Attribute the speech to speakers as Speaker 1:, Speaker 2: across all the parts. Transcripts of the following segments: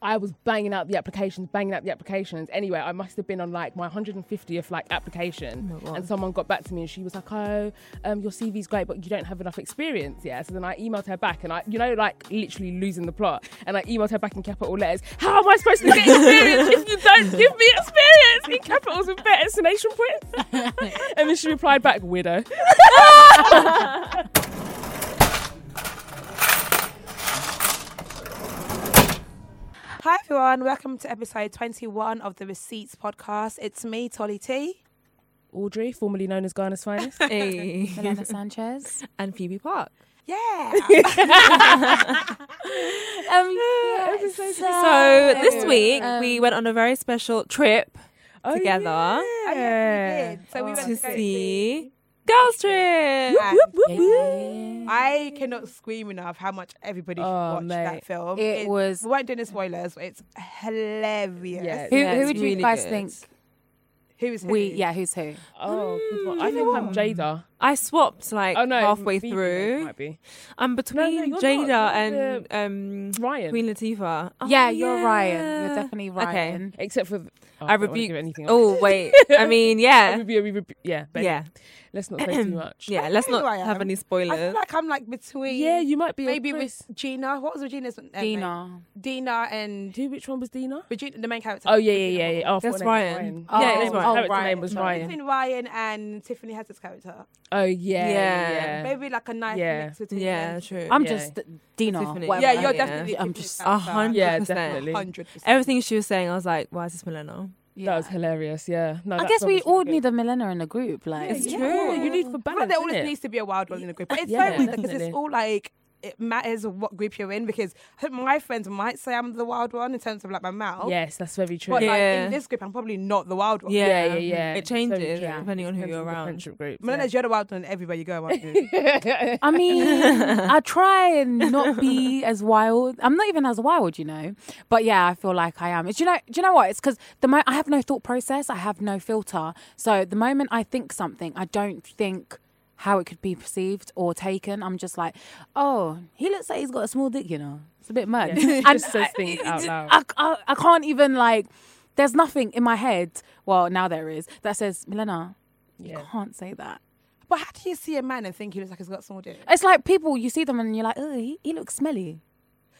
Speaker 1: I was banging out the applications, banging out the applications. Anyway, I must have been on like my 150th like application, and someone got back to me and she was like, "Oh, um, your CV's great, but you don't have enough experience." Yeah. So then I emailed her back, and I, you know, like literally losing the plot, and I emailed her back in capital letters. How am I supposed to get experience if you don't give me experience in capitals with better exclamation points? and then she replied back, "Widow."
Speaker 2: Hi everyone, welcome to episode 21 of the Receipts podcast. It's me, Tolly T.
Speaker 1: Audrey, formerly known as Ghana's finest.
Speaker 3: Hey.
Speaker 4: Milena Sanchez.
Speaker 3: and Phoebe Park.
Speaker 2: Yeah.
Speaker 4: Um,
Speaker 3: So this week
Speaker 4: Um,
Speaker 3: we went on a very special trip together
Speaker 2: Oh, yes, we did. So we went
Speaker 3: to
Speaker 2: to go
Speaker 3: see Girls Trip.
Speaker 2: Yeah.
Speaker 4: yeah.
Speaker 2: I cannot scream enough how much everybody should
Speaker 1: Oh,
Speaker 2: watch
Speaker 1: mate.
Speaker 2: that film.
Speaker 4: It was-
Speaker 2: We won't do any spoilers. but It's hilarious.
Speaker 1: Yeah.
Speaker 4: Who,
Speaker 3: Yeah,
Speaker 4: who
Speaker 3: it's
Speaker 4: would you
Speaker 3: really
Speaker 4: guys
Speaker 3: good.
Speaker 4: think
Speaker 2: Who is who?
Speaker 4: we? Yeah, who's who?
Speaker 1: Oh, good one. I think I'm Jada.
Speaker 3: I swapped like
Speaker 1: Oh no,
Speaker 3: halfway
Speaker 1: Phoebe
Speaker 3: through.
Speaker 1: might be. No, no,
Speaker 3: I'm between
Speaker 1: you're
Speaker 3: Jada
Speaker 1: not. You're
Speaker 3: and um,
Speaker 1: Ryan.
Speaker 3: Queen Latifah. Oh,
Speaker 4: yeah, you're Ryan.
Speaker 3: yeah.
Speaker 4: You're definitely
Speaker 3: Okay.
Speaker 4: Ryan.
Speaker 1: Except for the, oh,
Speaker 3: I
Speaker 1: don't wanna
Speaker 3: rebuke
Speaker 1: give anything. away.
Speaker 3: Oh wait. I mean,
Speaker 1: I
Speaker 3: yeah,
Speaker 1: rebu- I rebu- yeah, babe.
Speaker 3: yeah,
Speaker 1: Let's not say too much.
Speaker 3: yeah. Let's
Speaker 2: know who I
Speaker 3: not have
Speaker 2: am.
Speaker 3: any
Speaker 2: I feel
Speaker 3: spoilers.
Speaker 2: like I'm like between.
Speaker 1: yeah. You might be
Speaker 2: Maybe
Speaker 1: a
Speaker 2: with Gina. What was Regina's name?
Speaker 4: Dina.
Speaker 2: Dina and
Speaker 1: who? Which one was Dina?
Speaker 2: Regina, the main character.
Speaker 1: Oh yeah, yeah, yeah. yeah. Oh,
Speaker 3: That's
Speaker 1: her name was
Speaker 3: Ryan.
Speaker 4: Oh,
Speaker 3: yeah,
Speaker 1: her
Speaker 3: it's
Speaker 1: name was-
Speaker 3: Ryan.
Speaker 1: her character
Speaker 4: Ryan.
Speaker 1: name was
Speaker 4: No,
Speaker 1: Ryan.
Speaker 2: Between Ryan and Tiffany Haddish character.
Speaker 1: Oh yeah,
Speaker 3: Yeah.
Speaker 1: yeah.
Speaker 2: Maybe like a nice
Speaker 1: Yeah.
Speaker 2: mix between
Speaker 3: Yeah,
Speaker 2: them.
Speaker 3: true.
Speaker 4: I'm
Speaker 1: Yeah.
Speaker 4: just Dina.
Speaker 3: Tiffany.
Speaker 4: whatever.
Speaker 2: Yeah,
Speaker 3: Yeah,
Speaker 2: you're
Speaker 3: yeah.
Speaker 2: definitely.
Speaker 4: I'm
Speaker 2: Tiffany
Speaker 4: just- oh,
Speaker 2: Haddish.
Speaker 3: A hundred
Speaker 1: Yeah,
Speaker 3: percent.
Speaker 1: definitely.
Speaker 2: hundred percent.
Speaker 3: Everything she was saying, I was like, "Why is this Milena?"
Speaker 4: Yeah.
Speaker 1: That was hilarious. Yeah. No,
Speaker 4: I
Speaker 1: that
Speaker 4: guess
Speaker 1: song
Speaker 4: we
Speaker 1: was really
Speaker 4: all
Speaker 1: good.
Speaker 4: need a Milena in the group. Like,
Speaker 3: It's
Speaker 1: Yeah,
Speaker 3: true.
Speaker 1: You need for
Speaker 2: I feel like
Speaker 1: balance.
Speaker 2: there always
Speaker 1: innit?
Speaker 2: needs to be a wild one in a group, but it's
Speaker 1: Yeah,
Speaker 2: so weird because
Speaker 1: definitely.
Speaker 2: it's all like it matters what group you're in because I think my friends might say I'm the wild one in terms of like my mouth.
Speaker 1: Yes, that's very true.
Speaker 2: But like
Speaker 3: Yeah.
Speaker 2: in this group, I'm probably not the wild one.
Speaker 1: yeah, yeah, yeah.
Speaker 3: It
Speaker 1: It's very
Speaker 3: changes
Speaker 1: true.
Speaker 3: depending on who
Speaker 1: Depends
Speaker 3: you're
Speaker 1: on the
Speaker 3: around.
Speaker 1: friendship groups, yeah.
Speaker 2: Melena's you're the wild one everywhere you go. aren't you?
Speaker 4: I mean, I try and not be as wild. I'm not even as wild, you know. But yeah, I feel like I am. Do you know? Do you know what? It's because the mo- I have no thought process. I have no filter. So the moment I think something, I don't think how it could be perceived or taken. I'm just like, oh, he looks like he's got a small dick. You know, it's a bit mad.
Speaker 1: Yeah,
Speaker 4: And
Speaker 1: just says things out loud.
Speaker 4: I, I, I can't even like. There's nothing in my head. Well, now there is that says Milena.
Speaker 1: Yeah.
Speaker 4: You can't say that.
Speaker 2: but how do you see a man and think he looks like he's got small dick?
Speaker 4: It's like people you see them and you're like, oh, he, he looks smelly.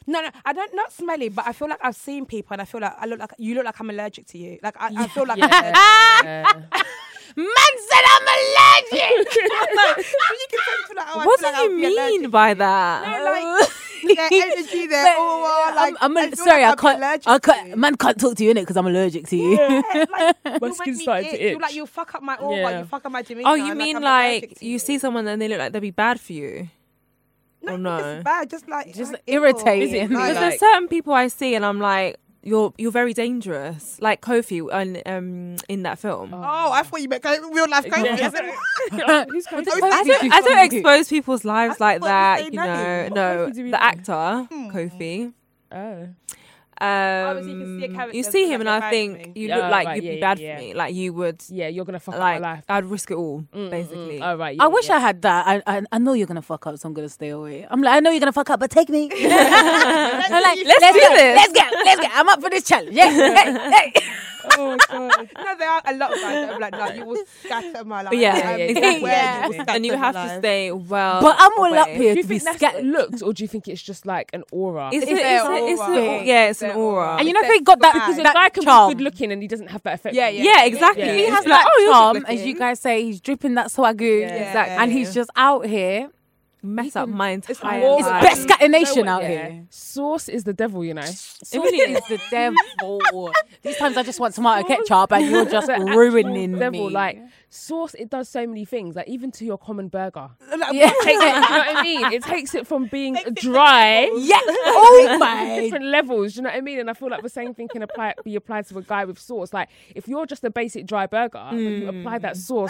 Speaker 2: No, no, I don't. Not smelly, but I feel like I've seen people and I feel like I look like you look like I'm allergic to you. Like I, I feel like I'm allergic.
Speaker 1: Yeah.
Speaker 4: Man Ah! said I'm allergic.
Speaker 2: Like, you can tell people, like, oh, I
Speaker 3: What do
Speaker 2: feel like I'll
Speaker 3: you
Speaker 2: be allergic.
Speaker 3: mean by that?
Speaker 2: like, their energy, their
Speaker 4: Oh. But,
Speaker 2: aura, like,
Speaker 4: I'm, I'm
Speaker 2: I feel
Speaker 4: sorry,
Speaker 2: like
Speaker 4: I
Speaker 2: I'm
Speaker 4: can't.
Speaker 2: allergic
Speaker 4: I
Speaker 2: to
Speaker 4: can't.
Speaker 2: you.
Speaker 4: Man can't talk to you in it because I'm allergic to you.
Speaker 2: Yeah, like,
Speaker 1: My
Speaker 2: you'll
Speaker 1: skin
Speaker 2: make me
Speaker 1: started to
Speaker 2: itch.
Speaker 1: itch.
Speaker 2: You're like you fuck up my aura,
Speaker 1: Yeah.
Speaker 2: you fuck up my Jamaica.
Speaker 3: Oh, you mean
Speaker 2: I'm allergic
Speaker 3: like
Speaker 2: to
Speaker 3: you see someone and they look like they'd be bad for you?
Speaker 2: No,
Speaker 3: or
Speaker 2: not
Speaker 3: no?
Speaker 2: Just bad, just like
Speaker 4: Just
Speaker 2: like,
Speaker 4: irritating.
Speaker 2: ew.
Speaker 4: Is it
Speaker 2: Like,
Speaker 3: Because
Speaker 1: like-
Speaker 3: there's certain people I see and I'm like, you're you're very dangerous, like Kofi on, um, in that film.
Speaker 2: oh, I thought you meant like, real life COVID.
Speaker 1: Yeah. Who's going to
Speaker 3: I don't, I don't expose people's lives
Speaker 2: I
Speaker 3: like
Speaker 2: thought you said
Speaker 3: that, you
Speaker 2: nothing.
Speaker 3: know.
Speaker 2: What
Speaker 3: No,
Speaker 1: Kofi do we
Speaker 3: the
Speaker 1: know?
Speaker 3: actor Kofi.
Speaker 1: Oh.
Speaker 2: was thinking
Speaker 3: Um,
Speaker 2: see a character
Speaker 3: you see
Speaker 2: that's
Speaker 3: him and
Speaker 2: like
Speaker 3: I
Speaker 2: bad
Speaker 3: think
Speaker 2: for
Speaker 3: you
Speaker 1: me.
Speaker 3: look
Speaker 1: Oh,
Speaker 3: like
Speaker 1: right,
Speaker 3: you'd
Speaker 1: yeah,
Speaker 3: be
Speaker 1: yeah,
Speaker 3: bad
Speaker 1: yeah.
Speaker 3: for me. Like you would,
Speaker 1: Yeah, you're gonna fuck up
Speaker 3: like
Speaker 1: my life.
Speaker 3: I'd risk it all, basically.
Speaker 1: All right.
Speaker 4: I wish I had that. I, I I know you're gonna fuck up, so I'm gonna stay away. I'm like, I know you're gonna fuck up, but take me. I'm like, let's,
Speaker 3: do
Speaker 4: go,
Speaker 3: this.
Speaker 4: Let's go. Let's go. I'm up for this challenge. Yeah. Hey, hey.
Speaker 1: Oh my god.
Speaker 2: No, there are a lot of guys that are like, no, you will scatter my life.
Speaker 3: Yeah,
Speaker 2: I'm
Speaker 3: yeah,
Speaker 2: aware
Speaker 4: yeah.
Speaker 2: you will
Speaker 3: And you
Speaker 2: scatter
Speaker 3: have
Speaker 2: my
Speaker 3: to
Speaker 2: life.
Speaker 3: stay well.
Speaker 4: But I'm all up
Speaker 3: away.
Speaker 4: here
Speaker 1: Do you
Speaker 4: to be
Speaker 1: think that's
Speaker 4: scared.
Speaker 1: looks, or do you think it's just like an aura?
Speaker 3: It's,
Speaker 4: It's
Speaker 3: a-
Speaker 4: their
Speaker 3: it's a- it's
Speaker 2: aura.
Speaker 3: a- yeah, it's an
Speaker 2: Their
Speaker 3: aura.
Speaker 2: aura.
Speaker 4: And you know, if
Speaker 2: They're
Speaker 4: he got that,
Speaker 2: bad.
Speaker 1: a
Speaker 2: Because
Speaker 4: that
Speaker 1: guy can
Speaker 4: charm.
Speaker 1: be good looking and he doesn't have that effect.
Speaker 2: Yeah,
Speaker 1: on you.
Speaker 2: yeah.
Speaker 3: Yeah, exactly.
Speaker 1: Yeah.
Speaker 3: He
Speaker 1: It's
Speaker 3: has
Speaker 4: like, oh,
Speaker 3: that
Speaker 4: charm,
Speaker 3: charm,
Speaker 4: as you guys say, he's dripping that swag ooh.
Speaker 3: Exactly.
Speaker 4: And he's just out here.
Speaker 3: mess up my entire
Speaker 2: more
Speaker 3: life.
Speaker 4: It's
Speaker 1: Right.
Speaker 4: best scat in
Speaker 1: You
Speaker 4: nation
Speaker 1: know
Speaker 4: out
Speaker 1: what, yeah.
Speaker 4: here.
Speaker 1: Sauce is the devil, you know. Sauce
Speaker 4: It really is the devil. These times I just want tomato ketchup and you're just
Speaker 1: the actual
Speaker 4: ruining
Speaker 1: devil.
Speaker 4: me.
Speaker 1: Like sauce, it does so many things. Like even to your common burger,
Speaker 2: Like,
Speaker 4: yeah.
Speaker 1: Takes it- you know what I mean? It takes it from being dry.
Speaker 4: yeah. Oh
Speaker 1: to
Speaker 4: my.
Speaker 1: Different levels, do you know what I mean? And I feel like the same thing can apply be applied to a guy with sauce. Like if you're just a basic dry burger, when you apply that sauce,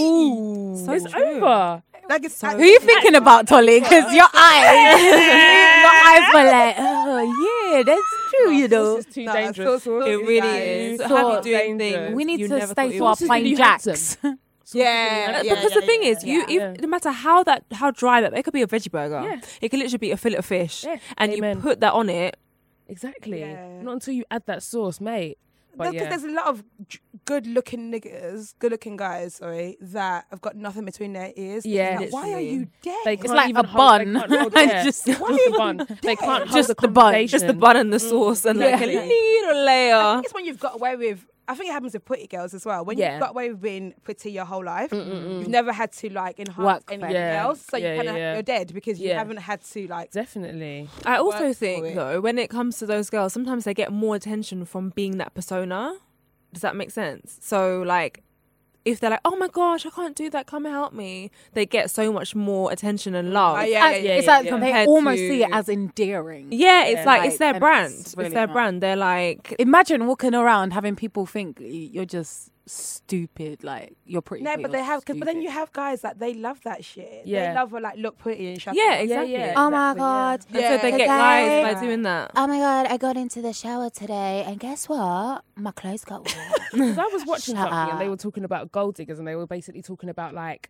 Speaker 3: Ooh, so
Speaker 1: it's
Speaker 3: true.
Speaker 1: over.
Speaker 2: Like it's
Speaker 4: Who are you thinking about, Tolly? Because your eyes, your eyes were like, oh yeah, that's true, you know.
Speaker 1: It's too
Speaker 2: Nah,
Speaker 1: dangerous.
Speaker 2: sauce- sauce
Speaker 3: It really
Speaker 2: like-
Speaker 3: is.
Speaker 4: So
Speaker 3: have you doing
Speaker 1: dangerous.
Speaker 3: things
Speaker 4: We need
Speaker 3: you
Speaker 4: to
Speaker 3: never
Speaker 4: stay
Speaker 3: thought
Speaker 4: to
Speaker 3: you
Speaker 4: our
Speaker 3: would do.
Speaker 1: really
Speaker 4: plain
Speaker 1: handsome.
Speaker 4: jacks.
Speaker 2: Yeah,
Speaker 1: Because
Speaker 2: yeah,
Speaker 3: Uh, Because
Speaker 2: yeah,
Speaker 3: the thing
Speaker 2: yeah,
Speaker 3: is,
Speaker 2: yeah.
Speaker 3: you
Speaker 1: Yeah.
Speaker 3: if, no matter how that how dry that it could be a veggie burger,
Speaker 1: Yeah.
Speaker 3: it could literally be a fillet of fish,
Speaker 1: Yeah.
Speaker 3: and
Speaker 1: Amen.
Speaker 3: you put that on it,
Speaker 1: Exactly.
Speaker 2: Yeah.
Speaker 1: Not until you add that sauce, mate. But
Speaker 2: Because
Speaker 1: yeah.
Speaker 2: there's a lot of good looking niggas, good looking guys, sorry, that have got nothing between their ears. It's
Speaker 1: Yeah.
Speaker 2: like, why are
Speaker 3: Literally.
Speaker 2: you dead?
Speaker 1: They
Speaker 4: It's
Speaker 1: can't
Speaker 4: like
Speaker 1: even
Speaker 4: a
Speaker 1: hold- they
Speaker 4: bun.
Speaker 1: can't hold-
Speaker 4: It's
Speaker 1: yeah.
Speaker 4: just-
Speaker 1: It's
Speaker 2: Why
Speaker 1: just
Speaker 2: are
Speaker 1: a
Speaker 2: you
Speaker 1: bun. They can't hold
Speaker 3: just
Speaker 1: a
Speaker 3: the bun, just the
Speaker 1: conversation.
Speaker 3: bun and the sauce, and like a
Speaker 1: Literally.
Speaker 3: little
Speaker 2: I
Speaker 3: layer.
Speaker 2: think it's when you've got away with. I think it happens with pretty girls as well. When
Speaker 1: uh-huh. Yeah. Mm,
Speaker 2: you've got away with being pretty your whole life, you've never had to like enhance
Speaker 4: Work for
Speaker 2: anything
Speaker 1: it. Yeah.
Speaker 2: else. So
Speaker 1: Yeah,
Speaker 2: you kind of
Speaker 1: yeah, yeah.
Speaker 2: you're dead because you
Speaker 1: Yeah.
Speaker 2: haven't had to like.
Speaker 1: Definitely.
Speaker 3: I
Speaker 2: work
Speaker 3: also
Speaker 2: for
Speaker 3: think
Speaker 2: it.
Speaker 3: though, when it comes to those girls, sometimes they get more attention from being that persona. Does that make sense? So like if they're like, Oh my gosh, I can't do that, come help me they get so much more attention and love.
Speaker 2: Oh, yeah,
Speaker 3: yeah.
Speaker 2: yeah,
Speaker 4: As-
Speaker 2: yeah,
Speaker 4: it's
Speaker 1: Uh, yeah,
Speaker 4: like
Speaker 1: yeah.
Speaker 4: they
Speaker 3: Compared
Speaker 4: almost
Speaker 3: to-
Speaker 4: see it as endearing.
Speaker 3: it's
Speaker 1: Yeah,
Speaker 3: like, it's
Speaker 4: like,
Speaker 3: their
Speaker 4: and
Speaker 3: brand.
Speaker 4: it's
Speaker 3: It's,
Speaker 4: really
Speaker 3: their
Speaker 4: not.
Speaker 3: brand. They're like
Speaker 4: Imagine walking around having people think you're just stupid, like you're pretty.
Speaker 2: No, but they
Speaker 4: you're
Speaker 2: have. Cause, but then you
Speaker 4: stupid.
Speaker 2: have guys that they love that shit.
Speaker 1: Yeah.
Speaker 2: They love a, like look pretty and shut
Speaker 3: Yeah,
Speaker 2: up.
Speaker 3: exactly.
Speaker 1: yeah. Um,
Speaker 4: Oh my
Speaker 2: Exactly, yeah.
Speaker 4: god!
Speaker 3: And so they
Speaker 2: Yeah.
Speaker 3: get
Speaker 4: Okay.
Speaker 3: guys by doing that.
Speaker 4: Oh my god! I got into the shower today, and guess what? My clothes got wet.
Speaker 1: 'Cause I was watching
Speaker 4: Shut
Speaker 1: something and they
Speaker 4: up.
Speaker 1: were talking about gold diggers and they were basically talking about like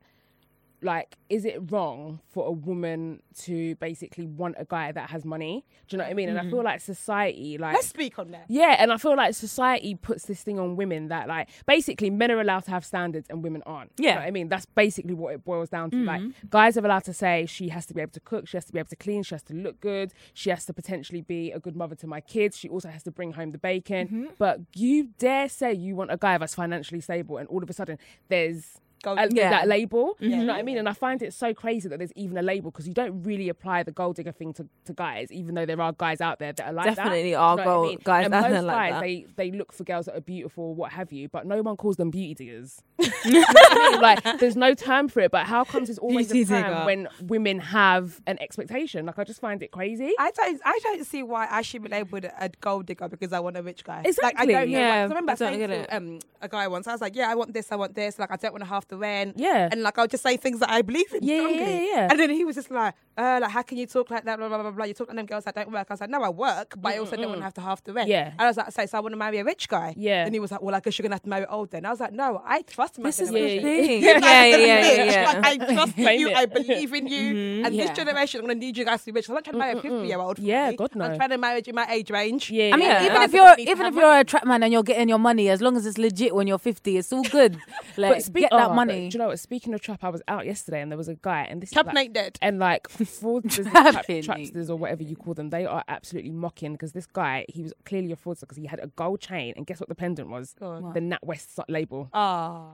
Speaker 1: like is it wrong for a woman to basically want a guy that has money? Do you know what I mean? And I feel like society like
Speaker 2: Mm-hmm. Let's speak on that.
Speaker 1: yeah, and I feel like society puts this thing on women that like basically men are allowed to have standards and women aren't. You know
Speaker 3: Yeah.
Speaker 1: what I mean that's basically what it boils down to. Like guys are allowed to say she has to be able to cook, she has to be able to clean, she has to look good, she has to potentially be a good mother to my kids, she also has to bring home the bacon. But you dare say you want a guy that's financially stable and all of a sudden there's
Speaker 2: Gold
Speaker 1: a-
Speaker 3: digger.
Speaker 1: that label. You
Speaker 2: Oh, Yeah,
Speaker 1: know what I
Speaker 2: yeah,
Speaker 1: mean? And I find it so crazy that there's even a label because you don't really apply the gold digger thing to, to guys, even though there are guys out there that are like that.
Speaker 3: Definitely
Speaker 1: You know
Speaker 3: are
Speaker 1: what I
Speaker 3: gold-
Speaker 1: mean?
Speaker 3: guys
Speaker 1: and
Speaker 3: out
Speaker 1: most
Speaker 3: there like
Speaker 1: guys,
Speaker 3: that.
Speaker 1: They they look for girls that are beautiful, what have you, but no one calls them beauty diggers. You know what I mean? Like there's no term for it. But how comes it's always
Speaker 3: Beauty
Speaker 1: a time
Speaker 3: digger.
Speaker 1: when women have an expectation? Like I just find it crazy.
Speaker 2: I don't. I don't see why I should be labelled a gold digger because I want a rich guy. Like, I
Speaker 3: Exactly,
Speaker 2: don't know.
Speaker 3: yeah.
Speaker 2: why- 'cause I remember
Speaker 3: I don't
Speaker 2: saying
Speaker 3: get
Speaker 2: to,
Speaker 3: it.
Speaker 2: um, a guy once. I was like, "Yeah, I want this. I want this. Like, I don't want to half the rent.
Speaker 1: Yeah.
Speaker 2: And like, I'll just say things that I believe in.
Speaker 1: Yeah, yeah,
Speaker 2: strongly.
Speaker 1: yeah, yeah.
Speaker 2: And then he was just like, "Uh, like, how can you talk like that? Blah blah blah blah. You talk like them girls that don't work." I was like, "No, I work, but I also don't want to have to half the rent."
Speaker 1: Yeah.
Speaker 2: And I was like, "So, so I want to marry a rich guy."
Speaker 1: Yeah.
Speaker 2: And he was like, "Well, I guess you're gonna have to marry old then." I was like, "No, I trust my
Speaker 3: This is the
Speaker 2: generation."
Speaker 3: thing.
Speaker 2: You guys
Speaker 3: yeah,
Speaker 2: are
Speaker 3: yeah, yeah,
Speaker 2: rich.
Speaker 3: yeah.
Speaker 2: Like, I trust
Speaker 1: Claim
Speaker 2: you.
Speaker 1: it. Mm-hmm.
Speaker 2: I believe in you. And
Speaker 4: Yeah.
Speaker 2: this generation, I'm going to need you guys to be rich. I'm not trying to marry a 50 year old.
Speaker 1: Yeah, God, no.
Speaker 2: I'm trying to marry you my age range.
Speaker 1: Yeah,
Speaker 4: I mean,
Speaker 3: Yeah.
Speaker 4: even
Speaker 2: Guys
Speaker 4: if
Speaker 2: that
Speaker 4: you're
Speaker 2: need to
Speaker 4: even
Speaker 2: have
Speaker 4: if you're a trap man and you're getting your money, as long as it's legit when you're 50, it's all good. Like,
Speaker 1: speak-
Speaker 4: get
Speaker 1: oh,
Speaker 4: that
Speaker 1: but
Speaker 4: money.
Speaker 1: Do you know what? Speaking of trap, I was out yesterday and there was a guy and this is
Speaker 2: Trap
Speaker 1: like-
Speaker 2: Nate dead.
Speaker 1: and like fraudsters, and trap,
Speaker 4: Trapping.
Speaker 1: trapsters or whatever you call them, they are absolutely mocking because this guy he was clearly a fraudster because he had a gold chain and guess what the pendant was? The Nat West so- label,
Speaker 2: Ah.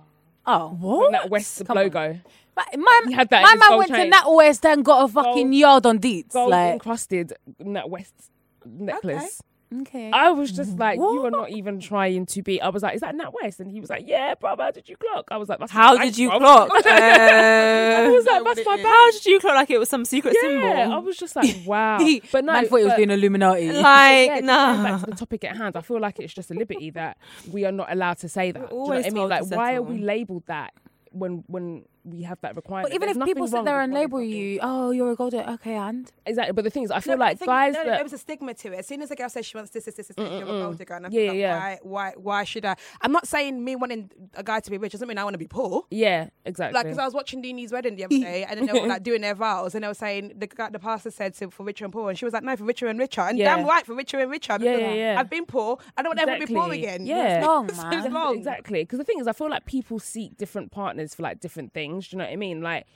Speaker 4: oh,
Speaker 1: The
Speaker 4: what?
Speaker 1: Nat West
Speaker 4: Come on.
Speaker 1: logo,
Speaker 4: My, my,
Speaker 1: He had that in
Speaker 4: my
Speaker 1: his
Speaker 4: man
Speaker 1: gold
Speaker 4: went
Speaker 1: chain.
Speaker 4: to Nat West and got a fucking
Speaker 1: Gold-
Speaker 4: yard on deets.
Speaker 1: gold
Speaker 4: Like,
Speaker 1: encrusted Nat West necklace.
Speaker 4: okay.
Speaker 1: I was just like, you are not even trying to be. I was like, is that Nat West? And he was like, yeah, bro. How did you clock? I was like, That's
Speaker 3: How
Speaker 1: my
Speaker 3: did
Speaker 1: bank,
Speaker 3: you
Speaker 1: bruv."
Speaker 3: clock?
Speaker 1: I
Speaker 3: Uh,
Speaker 1: was like, that's my bag.
Speaker 3: how did you clock like it was some secret
Speaker 1: Yeah, I
Speaker 3: symbol?
Speaker 1: was just like, wow. But no,
Speaker 4: man thought he was
Speaker 1: but-
Speaker 4: being Illuminati.
Speaker 3: Like,
Speaker 1: yeah, just going
Speaker 3: nah.
Speaker 1: back to the topic at hand, I feel like it's just a liberty that we are not allowed to say that. Do you know
Speaker 3: always
Speaker 1: what I mean?
Speaker 3: told
Speaker 1: Like,
Speaker 3: to
Speaker 1: why are
Speaker 3: settle.
Speaker 1: we labeled that when when we have that requirement?
Speaker 4: but even
Speaker 1: There's
Speaker 4: if people
Speaker 1: nothing wrong
Speaker 4: sit there
Speaker 1: with
Speaker 4: and
Speaker 1: what we
Speaker 4: label
Speaker 1: fucking-
Speaker 4: you, oh, you're a gold, okay, and
Speaker 1: exactly. But the thing is, I feel
Speaker 2: No, but
Speaker 1: like
Speaker 2: the thing is,
Speaker 1: guys
Speaker 2: no, no,
Speaker 1: that
Speaker 2: there was a stigma to it. As soon as a girl says she wants this, this, this, this, this you're a gold digger, and I feel
Speaker 1: Yeah,
Speaker 2: like,
Speaker 1: yeah.
Speaker 2: why, why, why should I? I'm not saying me wanting a guy to be rich doesn't mean I want to be poor.
Speaker 1: yeah, exactly.
Speaker 2: Like, because I was watching Dini's wedding the other day, and then they were like doing their vows, and they were saying the guy- the pastor said to, for richer and poor, and she was like, no, for richer and richer, and
Speaker 1: Yeah.
Speaker 2: damn right for richer and richer.
Speaker 1: Yeah,
Speaker 2: because
Speaker 1: yeah, yeah.
Speaker 2: I've been poor. I don't want to ever be poor
Speaker 1: Exactly.
Speaker 2: again.
Speaker 1: Yeah.
Speaker 4: it's long,
Speaker 2: So
Speaker 4: man.
Speaker 2: it's long.
Speaker 1: Oh, Exactly. Because the thing is, I feel like people seek different partners for like different things. Do you know what I mean? Like,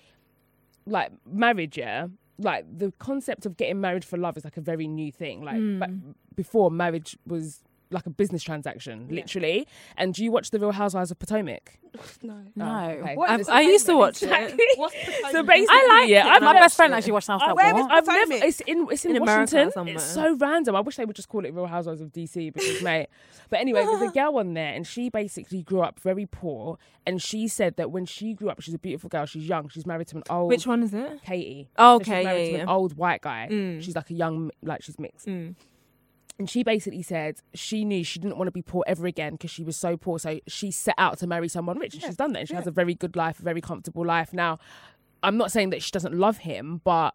Speaker 1: like marriage, yeah. Like the concept of getting married for love is like a very new thing. Like
Speaker 3: Hmm.
Speaker 1: back before marriage was like a business transaction, literally. And do you watch the Real Housewives of Potomac?
Speaker 2: No.
Speaker 4: no.
Speaker 1: okay.
Speaker 2: What
Speaker 3: I've-
Speaker 2: is
Speaker 3: I used to
Speaker 2: Potomac?
Speaker 3: watch it.
Speaker 1: Exactly.
Speaker 2: What's Potomac?
Speaker 1: so basically,
Speaker 3: Oh, I liked
Speaker 1: yeah,
Speaker 3: it.
Speaker 1: I've
Speaker 4: My
Speaker 1: never-
Speaker 4: best friend actually watched that. I
Speaker 2: Oh,
Speaker 4: was
Speaker 2: where
Speaker 4: like,
Speaker 2: was
Speaker 4: what?
Speaker 1: I've never.
Speaker 2: Potomac?
Speaker 1: It's in. It's in,
Speaker 3: In America
Speaker 1: Washington.
Speaker 3: somewhere.
Speaker 1: It's so random. I wish they would just call it Real Housewives of DC because, mate. But anyway, there's a girl on there, and she basically grew up very poor. And she said that when she grew up, she's a beautiful girl. She's young. She's married to an old.
Speaker 3: Which one is it?
Speaker 1: Katie.
Speaker 3: Oh,
Speaker 1: So
Speaker 3: okay,
Speaker 1: she's married
Speaker 3: yeah,
Speaker 1: to an
Speaker 3: yeah. Mm.
Speaker 1: old white guy. She's like a young, like she's mixed. And she basically said she knew she didn't want to be poor ever again because she was so poor. So she set out to marry someone rich, and she's done that. And she has a very good life, a very comfortable life. Now, I'm not saying that she doesn't love him, but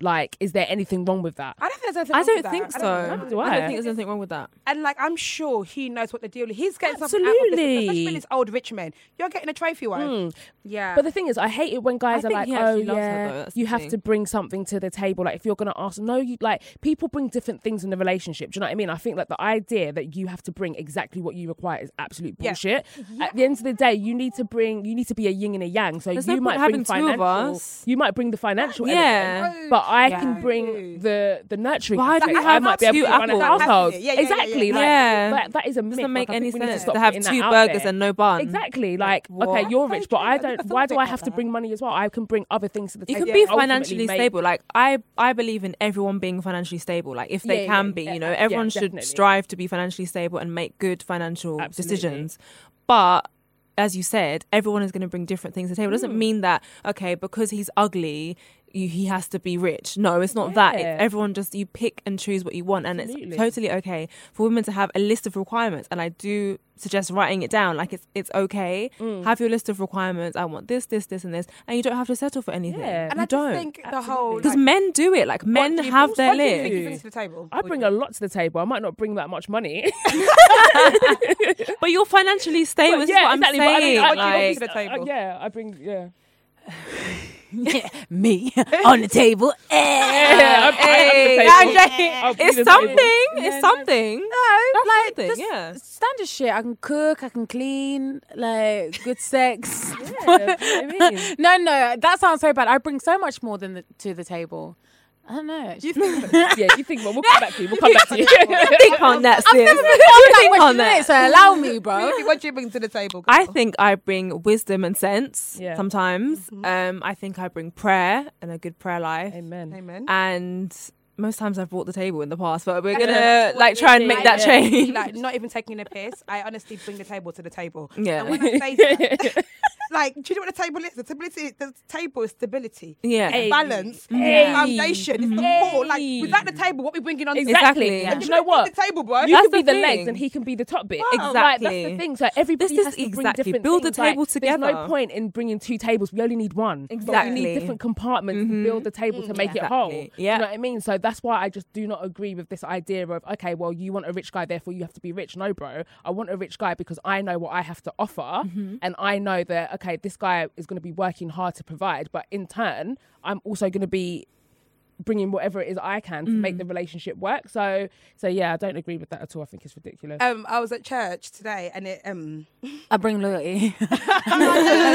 Speaker 1: Like, is there anything wrong with that?
Speaker 2: I don't think there's anything
Speaker 3: I
Speaker 2: wrong
Speaker 3: don't
Speaker 2: with that.
Speaker 3: think so.
Speaker 2: I
Speaker 3: I
Speaker 2: don't
Speaker 3: don't
Speaker 1: do
Speaker 2: think
Speaker 1: I.
Speaker 3: think there's anything wrong with that.
Speaker 2: And like, I'm sure he knows what the deal is. He's getting something out of this, especially when
Speaker 1: Absolutely. Hmm.
Speaker 2: it's old rich men. You're getting a trophy wife. Yeah.
Speaker 1: But the thing is, I hate it when guys are
Speaker 3: think
Speaker 1: like,
Speaker 3: he
Speaker 1: "Oh
Speaker 3: actually loves her, though.
Speaker 1: yeah,
Speaker 3: That's the
Speaker 1: you have
Speaker 3: thing.
Speaker 1: to bring something to the table." Like, if you're gonna ask, no, you like people bring different things in the relationship. Do you know what I mean? I think that the idea that you have to bring exactly what you require is absolute
Speaker 2: Yeah.
Speaker 1: bullshit. At the end of the day, you need to bring, you need to be a yin and a yang. So
Speaker 3: There's no
Speaker 1: you
Speaker 3: point
Speaker 1: might
Speaker 3: having
Speaker 1: bring
Speaker 3: two of
Speaker 1: financial,
Speaker 3: us.
Speaker 1: you might bring the financial,
Speaker 3: Yeah.
Speaker 1: element, but I
Speaker 4: Yeah.
Speaker 1: can bring the the nurturing.
Speaker 3: Why do
Speaker 1: aspect.
Speaker 3: we
Speaker 1: I
Speaker 3: have
Speaker 1: might be able
Speaker 3: two
Speaker 1: to run an
Speaker 3: apples?
Speaker 1: household?
Speaker 2: Yeah, yeah, yeah, yeah.
Speaker 1: exactly. Like,
Speaker 3: Yeah.
Speaker 1: that, that is a myth.
Speaker 3: Doesn't
Speaker 1: Like,
Speaker 3: make
Speaker 1: I
Speaker 3: any
Speaker 1: think we need
Speaker 3: sense
Speaker 1: stop
Speaker 3: to have
Speaker 1: putting that
Speaker 3: two
Speaker 1: out
Speaker 3: burgers
Speaker 1: there.
Speaker 3: and no bun.
Speaker 1: Exactly. Like,
Speaker 3: what?
Speaker 1: okay, you're
Speaker 2: That's
Speaker 1: rich,
Speaker 2: so
Speaker 1: but
Speaker 2: true.
Speaker 1: I
Speaker 2: I never
Speaker 1: don't.
Speaker 2: thought
Speaker 1: Why do I
Speaker 2: about
Speaker 1: have to
Speaker 2: that.
Speaker 1: bring money as well? I can bring other things to the
Speaker 3: You
Speaker 1: table.
Speaker 3: can
Speaker 1: that
Speaker 3: be
Speaker 1: ultimately
Speaker 3: financially
Speaker 1: make-
Speaker 3: stable. Like I, I believe in everyone being financially stable. Like if they
Speaker 1: Yeah,
Speaker 3: can
Speaker 1: yeah,
Speaker 3: be,
Speaker 1: yeah,
Speaker 3: you know,
Speaker 1: yeah,
Speaker 3: everyone should
Speaker 1: definitely.
Speaker 3: strive to be financially stable and make good financial
Speaker 1: Absolutely.
Speaker 3: decisions. But as you said, everyone is going to bring different things to the table. It
Speaker 1: Hmm.
Speaker 3: doesn't mean that okay because he's ugly. You, he has to be rich. No, it's not that.
Speaker 1: Yeah.
Speaker 3: It's everyone just you pick and choose what you want, and it's
Speaker 1: Absolutely.
Speaker 3: totally okay for women to have a list of requirements. And I do suggest writing it down. Like it's it's okay.
Speaker 1: Mm.
Speaker 3: Have your list of requirements. I want this, this, this, and this, and you don't have to settle for anything.
Speaker 1: Yeah.
Speaker 2: and
Speaker 3: you
Speaker 2: I just
Speaker 3: don't.
Speaker 2: think the whole
Speaker 3: Because
Speaker 2: like,
Speaker 3: men do it. Like men
Speaker 2: what do you-
Speaker 3: have their
Speaker 2: what do you think
Speaker 3: list.
Speaker 2: you bring to the table?
Speaker 1: I bring a lot to the table. I might not bring that much money.
Speaker 3: But you're financially stable. This is what I'm
Speaker 1: but I
Speaker 3: saying.
Speaker 1: mean, I- I-
Speaker 3: like,
Speaker 2: to the table?
Speaker 1: uh, yeah, I bring. Yeah.
Speaker 4: Me on the table. Eh.
Speaker 1: Yeah, I- I have the
Speaker 3: uh, hey,
Speaker 1: table.
Speaker 3: I'm
Speaker 1: I'll bring the
Speaker 3: it's
Speaker 1: table.
Speaker 3: something. It's something.
Speaker 4: No, like
Speaker 3: something,
Speaker 4: just
Speaker 3: yeah.
Speaker 4: standard shit. I can cook, I can clean, like good sex.
Speaker 1: Yeah, do you know what I mean?
Speaker 4: no, no, that sounds so bad. I bring so much more than the, to the table. I don't know.
Speaker 2: You think
Speaker 1: Yeah, you think, well, we'll come back to you. We'll come back to you.
Speaker 3: Think on that, sis.
Speaker 4: Like,
Speaker 3: Think
Speaker 4: what
Speaker 3: on
Speaker 4: you know,
Speaker 3: that.
Speaker 4: so allow me, bro.
Speaker 2: Really, what do you bring to the table?
Speaker 3: I
Speaker 2: girl?
Speaker 3: think I bring wisdom and sense
Speaker 1: Yeah.
Speaker 3: sometimes. Um, I think I bring prayer and a good prayer life.
Speaker 1: Amen.
Speaker 2: Amen.
Speaker 3: And most times I've brought the table in the past, but we're
Speaker 2: That's
Speaker 3: gonna
Speaker 2: what
Speaker 3: like
Speaker 2: it
Speaker 3: try and
Speaker 2: is.
Speaker 3: make that
Speaker 2: Like,
Speaker 3: change.
Speaker 2: Like not even taking a piss. I honestly bring the table to the table.
Speaker 3: Yeah.
Speaker 2: And when I say that, like, do you know what the table is? The table is, the table is stability.
Speaker 3: Yeah.
Speaker 2: It's balance.
Speaker 1: Hey.
Speaker 2: It's foundation. It's support. Like without the table, what we bringing on?
Speaker 3: Exactly.
Speaker 1: And
Speaker 2: You
Speaker 1: you know what?
Speaker 2: The table, bro.
Speaker 1: You
Speaker 3: That's
Speaker 1: can be
Speaker 3: the
Speaker 1: the legs
Speaker 3: thing.
Speaker 1: and he can be the top bit.
Speaker 3: Wow.
Speaker 1: Like, that's
Speaker 3: Exactly.
Speaker 1: the thing. So everybody
Speaker 3: This
Speaker 1: has
Speaker 3: is
Speaker 1: to bring
Speaker 3: exactly-
Speaker 1: different
Speaker 3: build the
Speaker 1: things. Like,
Speaker 3: table
Speaker 1: There's
Speaker 3: together.
Speaker 1: no point in bringing two tables. We only need one. But we
Speaker 3: Exactly.
Speaker 1: need different compartments to build the table to make it whole.
Speaker 3: Exactly.
Speaker 1: Mm-hmm. Yeah.
Speaker 3: Yeah.
Speaker 1: You know what I mean? So that's why I just do not agree with this idea of, okay, well, you want a rich guy, therefore you have to be rich. No, bro. I want a rich guy because I know what I have to offer. And I know that, okay, this guy is going to be working hard to provide. But in turn, I'm also going to be bringing whatever it is I can to
Speaker 3: Mm.
Speaker 1: make the relationship work. So, so yeah, I don't agree with that at all. I think it's ridiculous.
Speaker 2: Um, I was at church today, and it um.
Speaker 4: I bring loyalty.
Speaker 1: we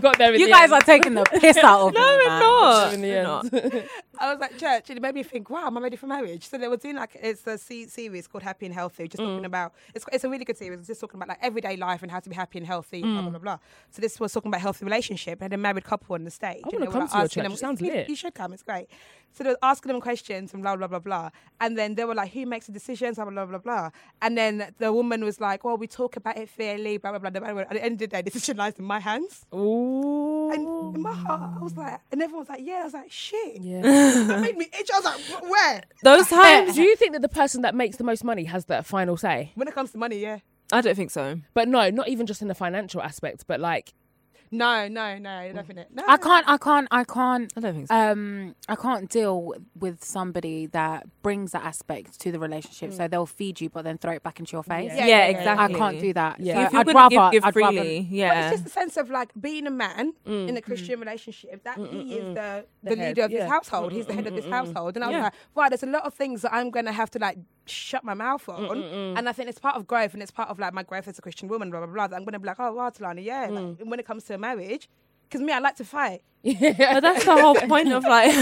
Speaker 1: got there. In
Speaker 4: you
Speaker 1: the
Speaker 4: guys
Speaker 1: end.
Speaker 4: are taking the piss out of me.
Speaker 3: No, we're
Speaker 4: man.
Speaker 3: not.
Speaker 1: in the
Speaker 3: We're
Speaker 1: end.
Speaker 3: not.
Speaker 2: I was at church and it made me think, wow, am I ready for marriage? So they were doing like it's a se- series called Happy and Healthy, just
Speaker 1: Mm.
Speaker 2: talking about it's it's a really good series. It's just talking about like everyday life and how to be happy and healthy, blah
Speaker 1: Mm.
Speaker 2: blah blah. blah. So this was talking about healthy relationship and a married couple on the stage.
Speaker 1: I
Speaker 2: and
Speaker 1: wanna
Speaker 2: they were,
Speaker 1: come
Speaker 2: like,
Speaker 1: to your
Speaker 2: asking
Speaker 1: church.
Speaker 2: them-
Speaker 1: It sounds
Speaker 2: you,
Speaker 1: lit.
Speaker 2: you should come. It's great. So they were asking them questions and blah blah blah blah. And then they were like, who makes the decisions? Blah blah blah blah. And then the woman was like, well, we talk about it fairly, blah blah blah. blah, blah. At the end of the day, the decision lies in my hands.
Speaker 1: Ooh.
Speaker 2: And in my heart, I was like, and everyone was like, yeah. I was like, shit.
Speaker 1: Yeah.
Speaker 2: That made me itch. I was like, "Wh- where?
Speaker 3: Those times,
Speaker 1: Do you think that the person that makes the most money has that final say?
Speaker 2: When it comes to money, yeah.
Speaker 3: I don't think so.
Speaker 1: But no, not even just in the financial aspect, but like
Speaker 2: No, no, no, definitely. No.
Speaker 4: I can't. I can't. I can't.
Speaker 3: I don't think so.
Speaker 4: um i can't deal with somebody that brings that aspect to the relationship so they'll feed you but then throw it back into your face
Speaker 3: yeah,
Speaker 2: yeah,
Speaker 4: i
Speaker 3: exactly.
Speaker 4: can't do that
Speaker 1: Yeah.
Speaker 4: So
Speaker 3: If you're
Speaker 4: i'd
Speaker 3: gonna
Speaker 4: rather
Speaker 3: give, give
Speaker 4: I'd rather-
Speaker 3: freely,
Speaker 2: But
Speaker 3: yeah.
Speaker 2: it's just the sense of like being a man in a Christian relationship that he is the, Mm-hmm. the,
Speaker 1: The head,
Speaker 2: leader of
Speaker 1: yeah.
Speaker 2: his household. He's the head of this household. And I was
Speaker 3: Yeah.
Speaker 2: like, right, there's a lot of things that I'm going to have to like shut my mouth on. And I think it's part of growth and it's part of like my growth as a Christian woman, blah, blah, blah. That I'm going to be like, oh, wow, Talani, yeah. Like, when it comes to marriage, because me, I like to fight.
Speaker 3: But that's the whole point of like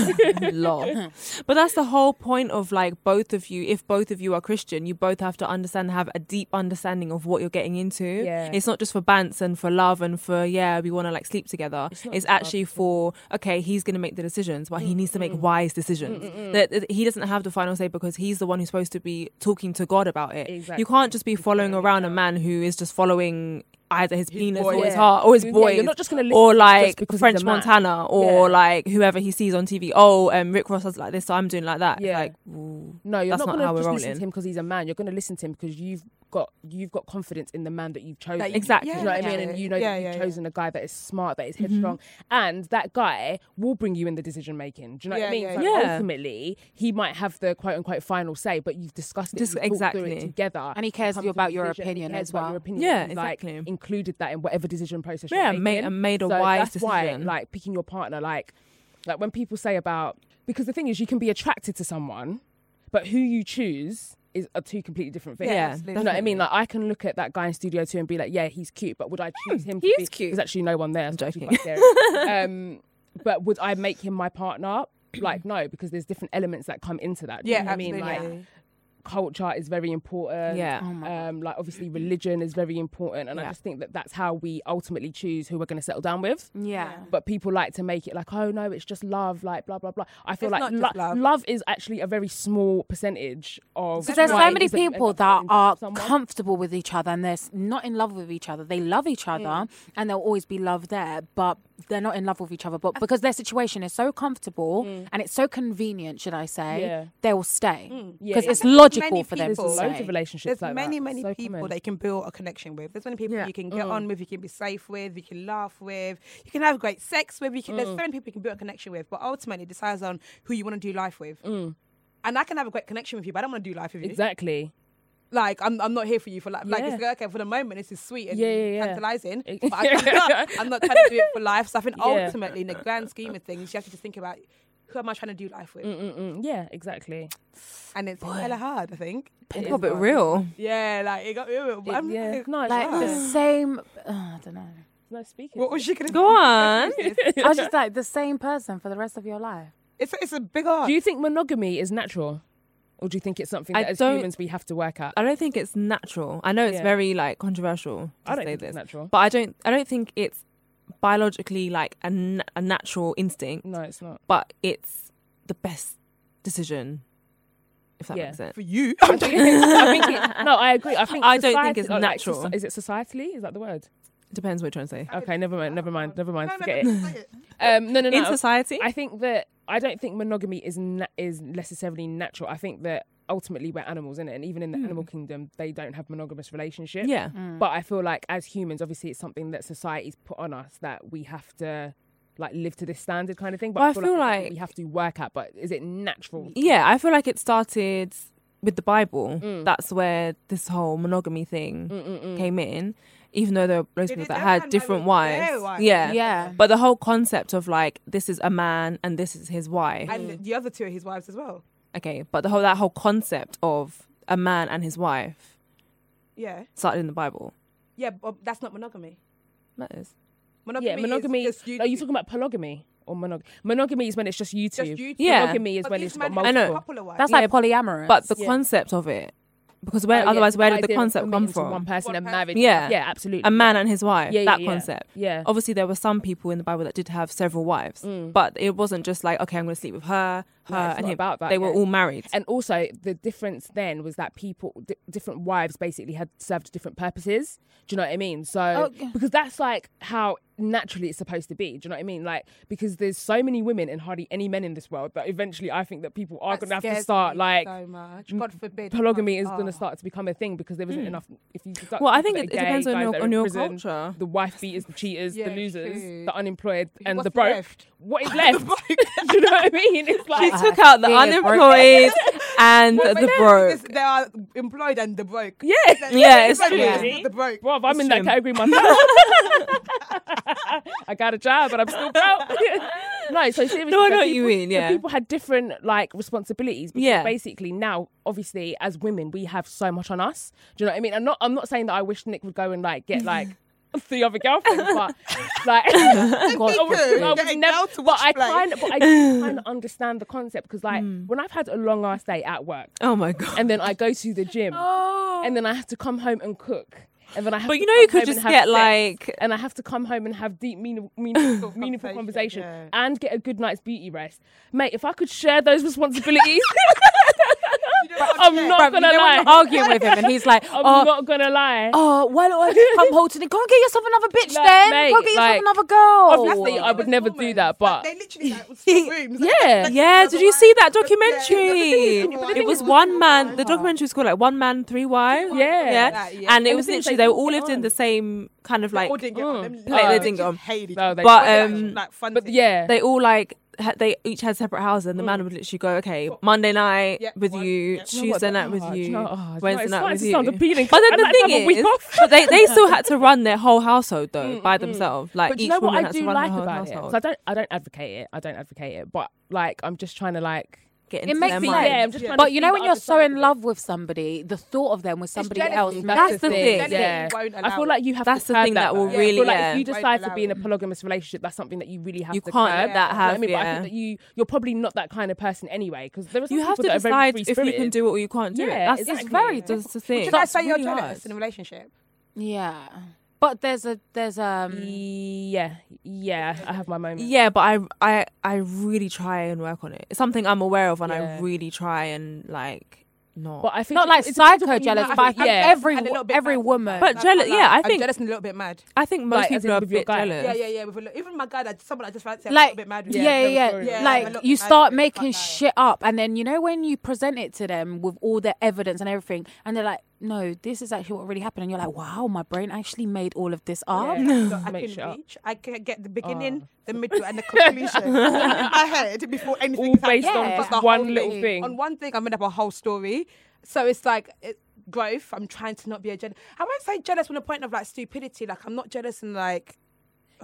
Speaker 3: lol. But that's the whole point of like both of you. If both of you are Christian, you both have to understand, have a deep understanding of what you're getting into.
Speaker 1: Yeah.
Speaker 3: It's not just for bants and for love and for yeah, we want to like sleep together. It's, actually for okay, he's gonna make the decisions, but he needs to make wise decisions. That that he doesn't have the final say because he's the one who's supposed to be talking to God about it.
Speaker 1: Exactly.
Speaker 3: You can't just be following around a man who is just following. Either his, penis or
Speaker 1: voice.
Speaker 3: his
Speaker 1: Yeah.
Speaker 3: heart or his
Speaker 1: Yeah,
Speaker 3: boys,
Speaker 1: you're not just gonna listen
Speaker 3: or
Speaker 1: just
Speaker 3: like
Speaker 1: because he's
Speaker 3: French
Speaker 1: a man.
Speaker 3: Montana or
Speaker 1: Yeah.
Speaker 3: like whoever he sees on TV. Oh, um, Rick Ross does like this, so I'm doing like that. It's
Speaker 1: Yeah.
Speaker 3: Like, ooh.
Speaker 1: No, you're not
Speaker 3: That's not
Speaker 1: going
Speaker 3: how
Speaker 1: to
Speaker 3: we're
Speaker 1: just listen
Speaker 3: rolling.
Speaker 1: to him because he's a man. You're going to listen to him because you've got you've got confidence in the man that you've chosen.
Speaker 2: That you-
Speaker 3: Exactly.
Speaker 1: Do you know what I mean?
Speaker 2: yeah.
Speaker 1: And you know
Speaker 2: Yeah,
Speaker 1: that you've
Speaker 2: yeah, yeah.
Speaker 1: chosen a guy that is smart, that is
Speaker 3: Mm-hmm.
Speaker 1: headstrong, and that guy will bring you in the decision making. Do you know what I
Speaker 2: Yeah,
Speaker 1: mean?
Speaker 2: yeah,
Speaker 1: So
Speaker 3: yeah. Yeah.
Speaker 1: Ultimately, he might have the quote unquote final say, but you've discussed it,
Speaker 3: Dis-
Speaker 1: you've talked through
Speaker 3: exactly.
Speaker 1: it together,
Speaker 4: And he cares
Speaker 1: come
Speaker 4: you
Speaker 1: to a
Speaker 4: about your
Speaker 1: decision, and he
Speaker 4: opinion
Speaker 1: cares
Speaker 4: as
Speaker 1: about
Speaker 4: well.
Speaker 1: Your opinion.
Speaker 3: Yeah,
Speaker 1: and he's, Like,
Speaker 3: exactly.
Speaker 1: included that in whatever decision process.
Speaker 3: Yeah,
Speaker 1: you're
Speaker 3: and ma-
Speaker 1: making.
Speaker 3: and made a
Speaker 1: So
Speaker 3: wise
Speaker 1: that's
Speaker 3: decision.
Speaker 1: Why, like picking your partner, like like when people say about because the thing is, you can be attracted to someone, but who you choose is are two completely different things.
Speaker 3: Yeah,
Speaker 1: you know what I mean?
Speaker 3: definitely.
Speaker 1: Like I can look at that guy in Studio Two and be like, yeah, he's cute, but would I choose him?
Speaker 3: he
Speaker 1: to
Speaker 3: is
Speaker 1: be-
Speaker 3: cute.
Speaker 1: There's actually no one there. I'm
Speaker 3: joking.
Speaker 1: um, but would I make him my partner? Like no, because there's different elements that come into that. Do you
Speaker 2: Yeah,
Speaker 1: know what I mean, like
Speaker 2: absolutely.
Speaker 1: culture is very important.
Speaker 3: Yeah.
Speaker 4: Oh my
Speaker 1: Um, like obviously religion is very important, and I
Speaker 3: Yeah.
Speaker 1: just think that that's how we ultimately choose who we're going to settle down with.
Speaker 4: Yeah.
Speaker 1: But people like to make it like, oh no, it's just love, like blah blah blah. I feel
Speaker 2: It's
Speaker 1: like
Speaker 2: not just
Speaker 1: lo-
Speaker 2: love.
Speaker 1: is actually a very small percentage of.
Speaker 4: Because there's
Speaker 1: why
Speaker 4: so
Speaker 1: it
Speaker 4: many
Speaker 1: doesn't end
Speaker 4: people
Speaker 1: up
Speaker 4: that
Speaker 1: in
Speaker 4: are
Speaker 1: someone.
Speaker 4: comfortable with each other and they're s- not in love with each other. They love each other and there'll always be love there, but they're not in love with each other. But because their situation is so comfortable and it's so convenient, should I say,
Speaker 1: Yeah.
Speaker 4: they will stay
Speaker 1: Yeah,
Speaker 4: because
Speaker 1: yeah.
Speaker 4: it's logical
Speaker 2: Many
Speaker 4: for them
Speaker 1: There's
Speaker 4: to
Speaker 2: people-
Speaker 1: loads of
Speaker 4: stay.
Speaker 1: relationships
Speaker 2: There's
Speaker 1: like
Speaker 2: many,
Speaker 1: that.
Speaker 2: many
Speaker 1: So
Speaker 2: people
Speaker 1: common. Mm.
Speaker 2: that you can build a connection with. There's many people
Speaker 3: Yeah.
Speaker 2: you can get on with, you can be safe with, you can laugh with, you can have great sex with. You can,
Speaker 1: Mm.
Speaker 2: There's so many people you can build a connection with, but ultimately it decides on who you want to do life with.
Speaker 1: Mm.
Speaker 2: And I can have a great connection with you, but I don't want to do life with you.
Speaker 1: Exactly.
Speaker 2: Like I'm, I'm not here for you for like, like it's
Speaker 1: Yeah.
Speaker 2: like, okay for the moment. This is sweet and
Speaker 1: Yeah, yeah, yeah.
Speaker 2: tantalizing,
Speaker 1: It-
Speaker 2: but I, am not, I'm not trying to do it for life. So I think
Speaker 1: Yeah.
Speaker 2: ultimately, in the grand scheme of things, you have to just think about who am I trying to do life with,
Speaker 1: Mm-mm. Yeah, exactly.
Speaker 2: and it's hella hard. I think.
Speaker 3: It got a bit real.
Speaker 2: Yeah, like it got. It,
Speaker 1: It-
Speaker 2: I'm,
Speaker 1: yeah.
Speaker 2: like,
Speaker 1: No, it's
Speaker 4: Like the
Speaker 1: hard.
Speaker 4: same, oh, I don't know.
Speaker 1: No, speaking.
Speaker 2: What was she gonna
Speaker 3: Go on.
Speaker 4: I was just like the same person for the rest of your life.
Speaker 2: It's it's a big art.
Speaker 1: Do you think monogamy is natural? Or do you think it's something
Speaker 3: I
Speaker 1: that as
Speaker 3: don't-
Speaker 1: humans we have to work at?
Speaker 3: I don't think it's natural. I know it's
Speaker 1: Yeah.
Speaker 3: very like controversial to
Speaker 1: I don't
Speaker 3: say
Speaker 1: think
Speaker 3: this,
Speaker 1: it's natural.
Speaker 3: but I don't. I don't think it's biologically like a, na- a natural instinct,
Speaker 1: No, it's not.
Speaker 3: but it's the best decision. If that
Speaker 1: Yeah.
Speaker 3: makes sense.
Speaker 2: for you?
Speaker 1: I think it- I think it- no, I agree. I think
Speaker 3: I don't think
Speaker 1: society-
Speaker 3: it's
Speaker 1: or, like,
Speaker 3: natural.
Speaker 1: soci- is it societally? Is that the word?
Speaker 3: Depends what you're trying to say.
Speaker 1: Okay, never mind. Never mind. Never mind.
Speaker 2: No, no,
Speaker 1: Forget
Speaker 2: no,
Speaker 1: it.
Speaker 2: say it.
Speaker 1: Um, no, no, no.
Speaker 3: In society,
Speaker 1: I think that I don't think monogamy is na- is necessarily natural. I think that ultimately we're animals, innit? And even in the animal kingdom, they don't have monogamous relationships.
Speaker 3: Hmm. yeah,
Speaker 1: But I feel like as humans, obviously, it's something that society's put on us that we have to like live to this standard kind of thing. But
Speaker 3: Well,
Speaker 1: I feel, like, it's something
Speaker 3: like-
Speaker 1: we have to work at. But is it natural?
Speaker 3: yeah. I feel like it started with the Bible.
Speaker 1: Mm.
Speaker 3: That's where this whole monogamy thing came in. Even though there were loads of
Speaker 2: It
Speaker 3: people
Speaker 2: is
Speaker 3: that
Speaker 2: a
Speaker 3: had
Speaker 2: man
Speaker 3: different
Speaker 2: marrying
Speaker 3: wives,
Speaker 2: their wife.
Speaker 3: yeah,
Speaker 4: Yeah.
Speaker 3: But the whole concept of like this is a man and this is his wife.
Speaker 2: And the other two are his wives as well.
Speaker 3: okay, but the whole that whole concept of a man and his wife
Speaker 2: Yeah,
Speaker 3: started in the Bible.
Speaker 2: yeah, but that's not monogamy.
Speaker 3: That is.
Speaker 2: Monogamy.
Speaker 1: Yeah, monogamy.
Speaker 2: Is just you,
Speaker 1: are you talking about polygamy or monog? Monogamy is when it's just you two.
Speaker 2: Just you two.
Speaker 3: Yeah.
Speaker 1: Monogamy is
Speaker 2: But
Speaker 1: when
Speaker 2: these
Speaker 1: it's got multiple.
Speaker 2: men have
Speaker 3: I know.
Speaker 2: a couple of wives.
Speaker 4: That's like polyamorous.
Speaker 3: But the
Speaker 1: Yeah.
Speaker 3: concept of it, because where
Speaker 1: Oh, yeah,
Speaker 3: otherwise where
Speaker 1: idea
Speaker 3: did the
Speaker 1: of
Speaker 3: concept come
Speaker 1: committing to
Speaker 3: from?
Speaker 1: One person
Speaker 2: One
Speaker 1: and
Speaker 2: person.
Speaker 1: marriage.
Speaker 3: Yeah.
Speaker 1: yeah, absolutely.
Speaker 3: a man and his wife.
Speaker 1: Yeah, yeah,
Speaker 3: that
Speaker 1: yeah.
Speaker 3: concept.
Speaker 1: Yeah. Mm.
Speaker 3: Obviously, there were some people in the Bible that did have several wives, but it wasn't just like okay, I'm going to sleep with her, her,
Speaker 1: it's
Speaker 3: and
Speaker 1: not
Speaker 3: him.
Speaker 1: about that,
Speaker 3: they were
Speaker 1: yeah.
Speaker 3: all married.
Speaker 1: And also, the difference then was that people, di different wives basically had served different purposes. Do you know what I mean? So,
Speaker 4: Oh,
Speaker 1: because that's like how naturally it's supposed to be. Do you know what I mean? Like, because there's so many women and hardly any men in this world that eventually I think that people are going to have to
Speaker 2: scares
Speaker 1: start,
Speaker 2: me
Speaker 1: like,
Speaker 2: so much. God
Speaker 1: Mm.
Speaker 2: forbid. Mm.
Speaker 1: polygamy is
Speaker 2: Oh.
Speaker 1: going to start to become a thing because there isn't enough. If you deduct
Speaker 3: Well, I
Speaker 1: people
Speaker 3: think
Speaker 1: that
Speaker 3: it- it
Speaker 1: are gay,
Speaker 3: depends on
Speaker 1: guys
Speaker 3: your-
Speaker 1: that are
Speaker 3: on
Speaker 1: in
Speaker 3: your
Speaker 1: prison,
Speaker 3: culture.
Speaker 1: The wife beaters, the cheaters,
Speaker 2: Yeah,
Speaker 1: the losers,
Speaker 2: true.
Speaker 1: the unemployed, and
Speaker 2: What's
Speaker 1: the broke.
Speaker 2: left?
Speaker 1: What is left? Do you know what I mean? It's
Speaker 3: She
Speaker 1: like
Speaker 3: took out the
Speaker 4: Yeah, yeah, broke.
Speaker 3: unemployed and
Speaker 2: But
Speaker 3: the
Speaker 2: then
Speaker 3: broke.
Speaker 2: They are employed and the broke.
Speaker 1: yeah,
Speaker 3: Yeah, it's
Speaker 2: Like,
Speaker 3: true.
Speaker 2: yeah, The broke.
Speaker 1: Bruv, I'm in that
Speaker 3: Shame.
Speaker 1: category myself. I got a job, but I'm still broke. no, so seriously,
Speaker 3: No,
Speaker 1: so
Speaker 3: I know what
Speaker 1: people-
Speaker 3: you mean,
Speaker 1: so
Speaker 3: yeah.
Speaker 1: people had different like responsibilities. Because
Speaker 3: Yeah.
Speaker 1: basically now, obviously, as women, we have so much on us. Do you know what I mean? I'm not. I'm not saying that I wish Nick would go and like get like. The other girlfriend, but like, God, I would, I would
Speaker 2: Get a
Speaker 1: never.
Speaker 2: girl to
Speaker 1: But
Speaker 2: watch
Speaker 1: I
Speaker 2: play.
Speaker 1: kind, but I do kind of understand the concept because, like,
Speaker 3: Hmm.
Speaker 1: when I've had a long ass day at work,
Speaker 3: Oh my god!
Speaker 1: and then I go to the gym,
Speaker 3: Oh,
Speaker 1: and then I have to come home and cook, and then I have.
Speaker 3: But
Speaker 1: to
Speaker 3: you know,
Speaker 1: come
Speaker 3: you could
Speaker 1: home and
Speaker 3: just
Speaker 1: have
Speaker 3: get
Speaker 1: sex,
Speaker 3: like-
Speaker 1: and I have to come home and have deep, meaning, meaningful, meaningful conversation,
Speaker 2: conversation,
Speaker 1: and get a good night's beauty rest, mate. If I could share those responsibilities,
Speaker 2: But
Speaker 1: I'm not
Speaker 4: Bruv,
Speaker 1: gonna
Speaker 4: you know,
Speaker 1: lie.
Speaker 4: I'm arguing with him, and he's like,
Speaker 1: I'm
Speaker 4: "Oh,
Speaker 1: not gonna lie.
Speaker 4: oh, why do I just come holding it? Go and get yourself another bitch,
Speaker 1: Like,
Speaker 4: then. go
Speaker 1: mate,
Speaker 4: get yourself
Speaker 1: like,
Speaker 4: another girl."
Speaker 1: obviously, I would never do that, but-
Speaker 2: they literally like, would swap rooms. Like,
Speaker 1: Yeah.
Speaker 2: like,
Speaker 3: Yeah, did you see that documentary?
Speaker 2: Yeah.
Speaker 3: it was one man. The documentary was called like One Man, Three Wives.
Speaker 1: Yeah.
Speaker 3: yeah.
Speaker 2: That, yeah.
Speaker 3: And it
Speaker 1: And
Speaker 3: was
Speaker 1: the thing is,
Speaker 3: literally
Speaker 1: they
Speaker 3: they all
Speaker 1: didn't get
Speaker 3: lived in
Speaker 1: on.
Speaker 3: the same kind of like
Speaker 2: Or didn't get
Speaker 1: mm,
Speaker 2: on. Them,
Speaker 3: Like, they
Speaker 2: like,
Speaker 3: didn't get on.
Speaker 2: Hated.
Speaker 1: No,
Speaker 2: No,
Speaker 1: they-
Speaker 2: they
Speaker 1: But,
Speaker 3: um,
Speaker 2: like, fun
Speaker 1: but yeah,
Speaker 3: they all like ha- they each had separate houses, and the man would literally go, okay, Monday night
Speaker 2: Yeah,
Speaker 3: with
Speaker 2: one-
Speaker 3: you,
Speaker 1: Do
Speaker 2: yeah.
Speaker 1: you know Mm. what?
Speaker 3: Tuesday night with
Speaker 1: Oh, do
Speaker 3: you,
Speaker 1: know what? Oh, do you know what?
Speaker 3: Wednesday
Speaker 1: It's
Speaker 3: night
Speaker 1: starting
Speaker 3: with
Speaker 1: to
Speaker 3: you.
Speaker 1: sound appealing.
Speaker 3: But then
Speaker 1: I'd
Speaker 3: the
Speaker 1: like to have a
Speaker 3: thing
Speaker 1: week
Speaker 3: is,
Speaker 1: off.
Speaker 3: but they, they still had to run their whole household though by themselves. Like
Speaker 1: Mm, but do you
Speaker 3: each
Speaker 1: know
Speaker 3: woman
Speaker 1: what I
Speaker 3: had to
Speaker 1: do
Speaker 3: run
Speaker 1: like
Speaker 3: their whole
Speaker 1: about it?
Speaker 3: household.
Speaker 1: 'Cause I don't, I don't advocate it. I don't advocate it. But like, I'm just trying to like.
Speaker 3: Get
Speaker 4: It
Speaker 3: into
Speaker 4: makes
Speaker 3: their
Speaker 4: sense.
Speaker 3: mind.
Speaker 1: Yeah, I'm just trying
Speaker 4: but
Speaker 1: to
Speaker 4: you
Speaker 1: see
Speaker 4: know
Speaker 1: the
Speaker 4: when you're
Speaker 1: other
Speaker 4: so
Speaker 1: side
Speaker 4: in
Speaker 1: of it.
Speaker 4: love with somebody, the thought of them with somebody
Speaker 2: jealousy.
Speaker 4: else.
Speaker 2: That's
Speaker 4: That's the
Speaker 3: the
Speaker 4: thing.
Speaker 3: thing.
Speaker 1: Yeah.
Speaker 2: Won't allow
Speaker 1: I feel like you have
Speaker 3: That's
Speaker 1: to
Speaker 3: the
Speaker 1: curb
Speaker 3: thing that will
Speaker 1: though. I
Speaker 3: really,
Speaker 1: feel like
Speaker 3: yeah.
Speaker 1: if you
Speaker 2: Won't
Speaker 1: decide to be in a
Speaker 2: allow it.
Speaker 1: polygamous relationship, that's something that you really have
Speaker 3: You
Speaker 1: to
Speaker 3: can't
Speaker 1: curb.
Speaker 3: let that
Speaker 1: Do you know what I
Speaker 3: have-
Speaker 1: mean? But I
Speaker 3: yeah.
Speaker 1: think that you you're probably not that kind of person anyway. Because there are some
Speaker 3: You have to
Speaker 1: people that are very
Speaker 3: decide if you
Speaker 1: free-spirited.
Speaker 3: can do it or you can't do
Speaker 1: Yeah,
Speaker 3: it. That's
Speaker 1: exactly.
Speaker 3: it's very that's the thing.
Speaker 2: Should I
Speaker 3: That's
Speaker 2: say you're
Speaker 3: really
Speaker 2: jealous
Speaker 3: hard.
Speaker 2: in a relationship?
Speaker 4: Yeah, but there's a there's um.
Speaker 1: Yeah, yeah, I have my moments.
Speaker 3: Yeah, but I I I really try and work on it. It's something I'm aware of, and
Speaker 1: Yeah.
Speaker 3: I really try and like not.
Speaker 1: But I think
Speaker 4: Not
Speaker 1: it-
Speaker 4: like
Speaker 1: it depends
Speaker 4: psycho
Speaker 1: on who you
Speaker 4: jealous,
Speaker 1: are.
Speaker 4: but I think
Speaker 1: yeah,
Speaker 4: every
Speaker 2: And a little bit
Speaker 4: every
Speaker 2: mad.
Speaker 4: woman.
Speaker 3: But jealous, yeah, I
Speaker 2: am
Speaker 3: think
Speaker 2: jealous and a little bit mad.
Speaker 3: I think most
Speaker 1: Like, as
Speaker 3: people
Speaker 1: in
Speaker 3: are a
Speaker 1: with your
Speaker 3: bit
Speaker 1: guy.
Speaker 3: jealous.
Speaker 2: Yeah, yeah, yeah. With a look, even my guy, like someone I just fancy, I'm a
Speaker 4: like
Speaker 2: little bit mad. with.
Speaker 4: yeah,
Speaker 1: Yeah,
Speaker 4: yeah,
Speaker 1: very
Speaker 4: yeah.
Speaker 1: true.
Speaker 2: Yeah, I'm a
Speaker 4: like
Speaker 2: little
Speaker 4: you
Speaker 2: bit mad
Speaker 4: start
Speaker 2: with it,
Speaker 4: making
Speaker 2: but, like-
Speaker 4: shit up, and then you know when you present it to them with all the evidence and everything, and they're like, "No, this is actually what really happened," and you're like, "Wow, my brain actually made all of this up."
Speaker 2: So I
Speaker 1: Make shit
Speaker 2: can
Speaker 1: up.
Speaker 2: reach. I can get the beginning, the middle, and the conclusion in my head before anything.
Speaker 1: all based on
Speaker 4: Yeah.
Speaker 1: just
Speaker 4: The
Speaker 1: one little
Speaker 4: thing.
Speaker 1: thing.
Speaker 2: On one thing, I made up a whole story. So it's like it, growth. I'm trying to not be a jealous. I won't say jealous from the point of like stupidity. Like I'm not jealous and like.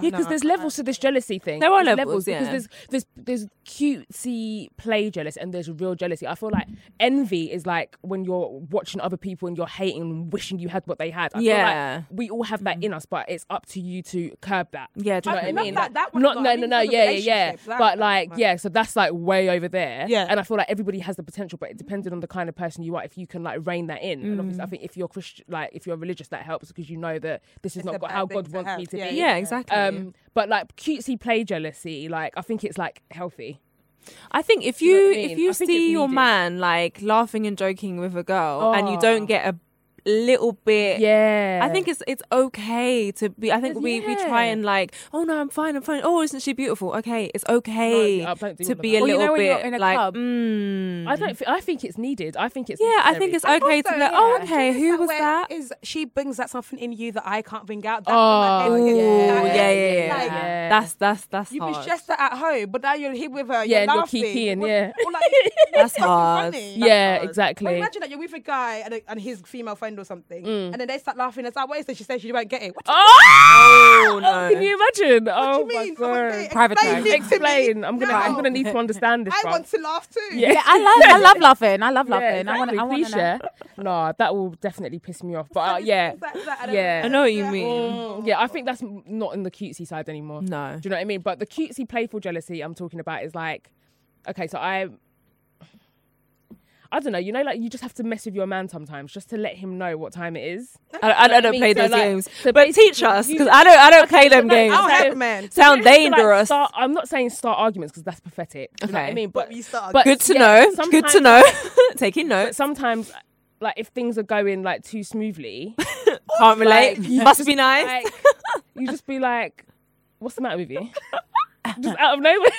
Speaker 1: Yeah, because there's levels to this jealousy thing.
Speaker 3: There are
Speaker 1: There's
Speaker 3: levels, yeah.
Speaker 1: Because there's there's there's cutesy play jealous and there's real jealousy. I feel like envy is like when you're watching other people and you're hating and wishing you had what they had. I
Speaker 3: Yeah.
Speaker 1: feel like we all have
Speaker 2: Mm.
Speaker 1: that in us, but it's up to you to curb that.
Speaker 3: Yeah,
Speaker 1: do you know what I
Speaker 3: definitely.
Speaker 1: mean?
Speaker 2: Not that-
Speaker 1: Like,
Speaker 2: that one,
Speaker 1: not,
Speaker 2: though.
Speaker 1: no,
Speaker 2: I
Speaker 1: no,
Speaker 2: mean,
Speaker 1: no,
Speaker 2: because of
Speaker 1: yeah, yeah, yeah.
Speaker 2: relationships, that
Speaker 1: but
Speaker 2: one,
Speaker 1: like,
Speaker 2: right.
Speaker 1: yeah, so that's like way over there.
Speaker 2: Yeah.
Speaker 1: and I feel like everybody has the potential, but it depends on the kind of person you are. If you can like rein that in, and
Speaker 2: Mm.
Speaker 1: obviously, I think if you're Christian, like if you're religious, that helps because you know that this is
Speaker 2: It's
Speaker 1: not
Speaker 2: a
Speaker 1: God-
Speaker 2: bad
Speaker 1: how
Speaker 2: thing
Speaker 1: God
Speaker 2: to
Speaker 1: wants
Speaker 2: have.
Speaker 1: me to
Speaker 2: Yeah,
Speaker 1: be.
Speaker 3: Yeah, exactly.
Speaker 1: Um, but like cutesy play jealousy, like I think it's like healthy.
Speaker 3: I think if
Speaker 1: you
Speaker 3: you,
Speaker 1: know what I
Speaker 3: if
Speaker 1: mean? I
Speaker 3: you
Speaker 1: think it's
Speaker 3: see your
Speaker 1: needed.
Speaker 3: man like laughing and joking with a girl, and you
Speaker 1: Oh.
Speaker 3: don't get a little bit,
Speaker 1: Yeah,
Speaker 3: I think it's it's okay to be. I think we, we try
Speaker 1: yeah.
Speaker 3: and like, oh no, I'm fine, I'm fine. Oh, isn't she beautiful? Okay, it's okay
Speaker 1: No, I don't do all
Speaker 3: to
Speaker 1: of
Speaker 3: be
Speaker 1: that.
Speaker 3: a
Speaker 4: Well, you
Speaker 3: little
Speaker 4: know when you're
Speaker 3: bit
Speaker 4: in a
Speaker 3: like,
Speaker 4: club-
Speaker 3: mm.
Speaker 1: I don't. thi- I think it's needed. I think it's.
Speaker 3: yeah, I
Speaker 1: necessary.
Speaker 3: think it's okay to be like, oh okay, who was that?
Speaker 2: Is she brings that something in you that I can't bring out? That's
Speaker 1: Oh,
Speaker 2: when my head
Speaker 1: Ooh,
Speaker 2: gets mad.
Speaker 3: yeah, yeah, yeah.
Speaker 2: Like,
Speaker 1: Yeah.
Speaker 3: That's that's that's
Speaker 2: You've been
Speaker 3: hard.
Speaker 2: stressed out at home, but now you're here with her.
Speaker 1: Yeah,
Speaker 2: you're
Speaker 1: and you're
Speaker 2: laughing.
Speaker 1: kikiing,
Speaker 2: What-
Speaker 1: yeah.
Speaker 2: what, like,
Speaker 3: That's
Speaker 2: it's fucking
Speaker 3: hard.
Speaker 2: funny.
Speaker 1: Yeah,
Speaker 3: hard.
Speaker 2: Well,
Speaker 1: exactly.
Speaker 2: imagine that you're with a guy and, a, and his female friend or something,
Speaker 1: Mm.
Speaker 2: and then they start laughing. It's like, what is this? She says she won't get it. What,
Speaker 1: Oh,
Speaker 3: Oh, no.
Speaker 1: can you imagine?
Speaker 2: what
Speaker 1: oh
Speaker 2: do you
Speaker 1: my
Speaker 2: mean? Someone
Speaker 1: god.
Speaker 2: say,
Speaker 4: Private
Speaker 2: explain
Speaker 4: time.
Speaker 2: it to me
Speaker 1: Explain. I'm gonna. I'm
Speaker 2: now.
Speaker 1: gonna need to understand this.
Speaker 2: I
Speaker 1: bruv.
Speaker 2: want to laugh too.
Speaker 1: Yeah.
Speaker 4: Yeah, I love, I love laughing. I love
Speaker 1: Yeah,
Speaker 4: laughing. I want,
Speaker 1: exactly.
Speaker 4: to, I want to know.
Speaker 1: Please share. Nah, that will definitely piss me off. But uh,
Speaker 2: It's
Speaker 1: yeah,
Speaker 2: like that, I don't
Speaker 1: Yeah.
Speaker 3: I know what you mean.
Speaker 1: Mm, yeah, I think that's m- not in the cutesy side anymore.
Speaker 3: No.
Speaker 1: Do you know what I mean? But the cutesy, playful jealousy I'm talking about is like, okay, so I, I don't know, you know, like you just have to mess with your man sometimes just to let him know what time it is.
Speaker 3: I, I,
Speaker 1: know what I
Speaker 3: don't
Speaker 1: mean?
Speaker 3: play
Speaker 1: So,
Speaker 3: those
Speaker 1: like-
Speaker 3: games,
Speaker 1: so
Speaker 3: but
Speaker 1: basically
Speaker 3: teach us
Speaker 1: you
Speaker 3: because
Speaker 1: just-
Speaker 3: I don't. I don't play them
Speaker 1: so like,
Speaker 3: games.
Speaker 2: I don't
Speaker 1: So-
Speaker 2: have a man.
Speaker 1: You have
Speaker 3: Sound
Speaker 1: to, like,
Speaker 3: dangerous.
Speaker 1: start- I'm not saying start arguments because that's pathetic. Do you know what I
Speaker 3: Okay.
Speaker 1: mean?
Speaker 2: But we start
Speaker 3: Good to
Speaker 1: yeah,
Speaker 3: know. Good
Speaker 1: sometimes-
Speaker 3: to know. Taking
Speaker 1: But
Speaker 3: notes.
Speaker 1: sometimes, like if things are going like too smoothly,
Speaker 3: Can't relate.
Speaker 1: you
Speaker 3: Must
Speaker 1: just
Speaker 3: be nice.
Speaker 1: Like, you just be like, "What's the matter with you?" just out of nowhere.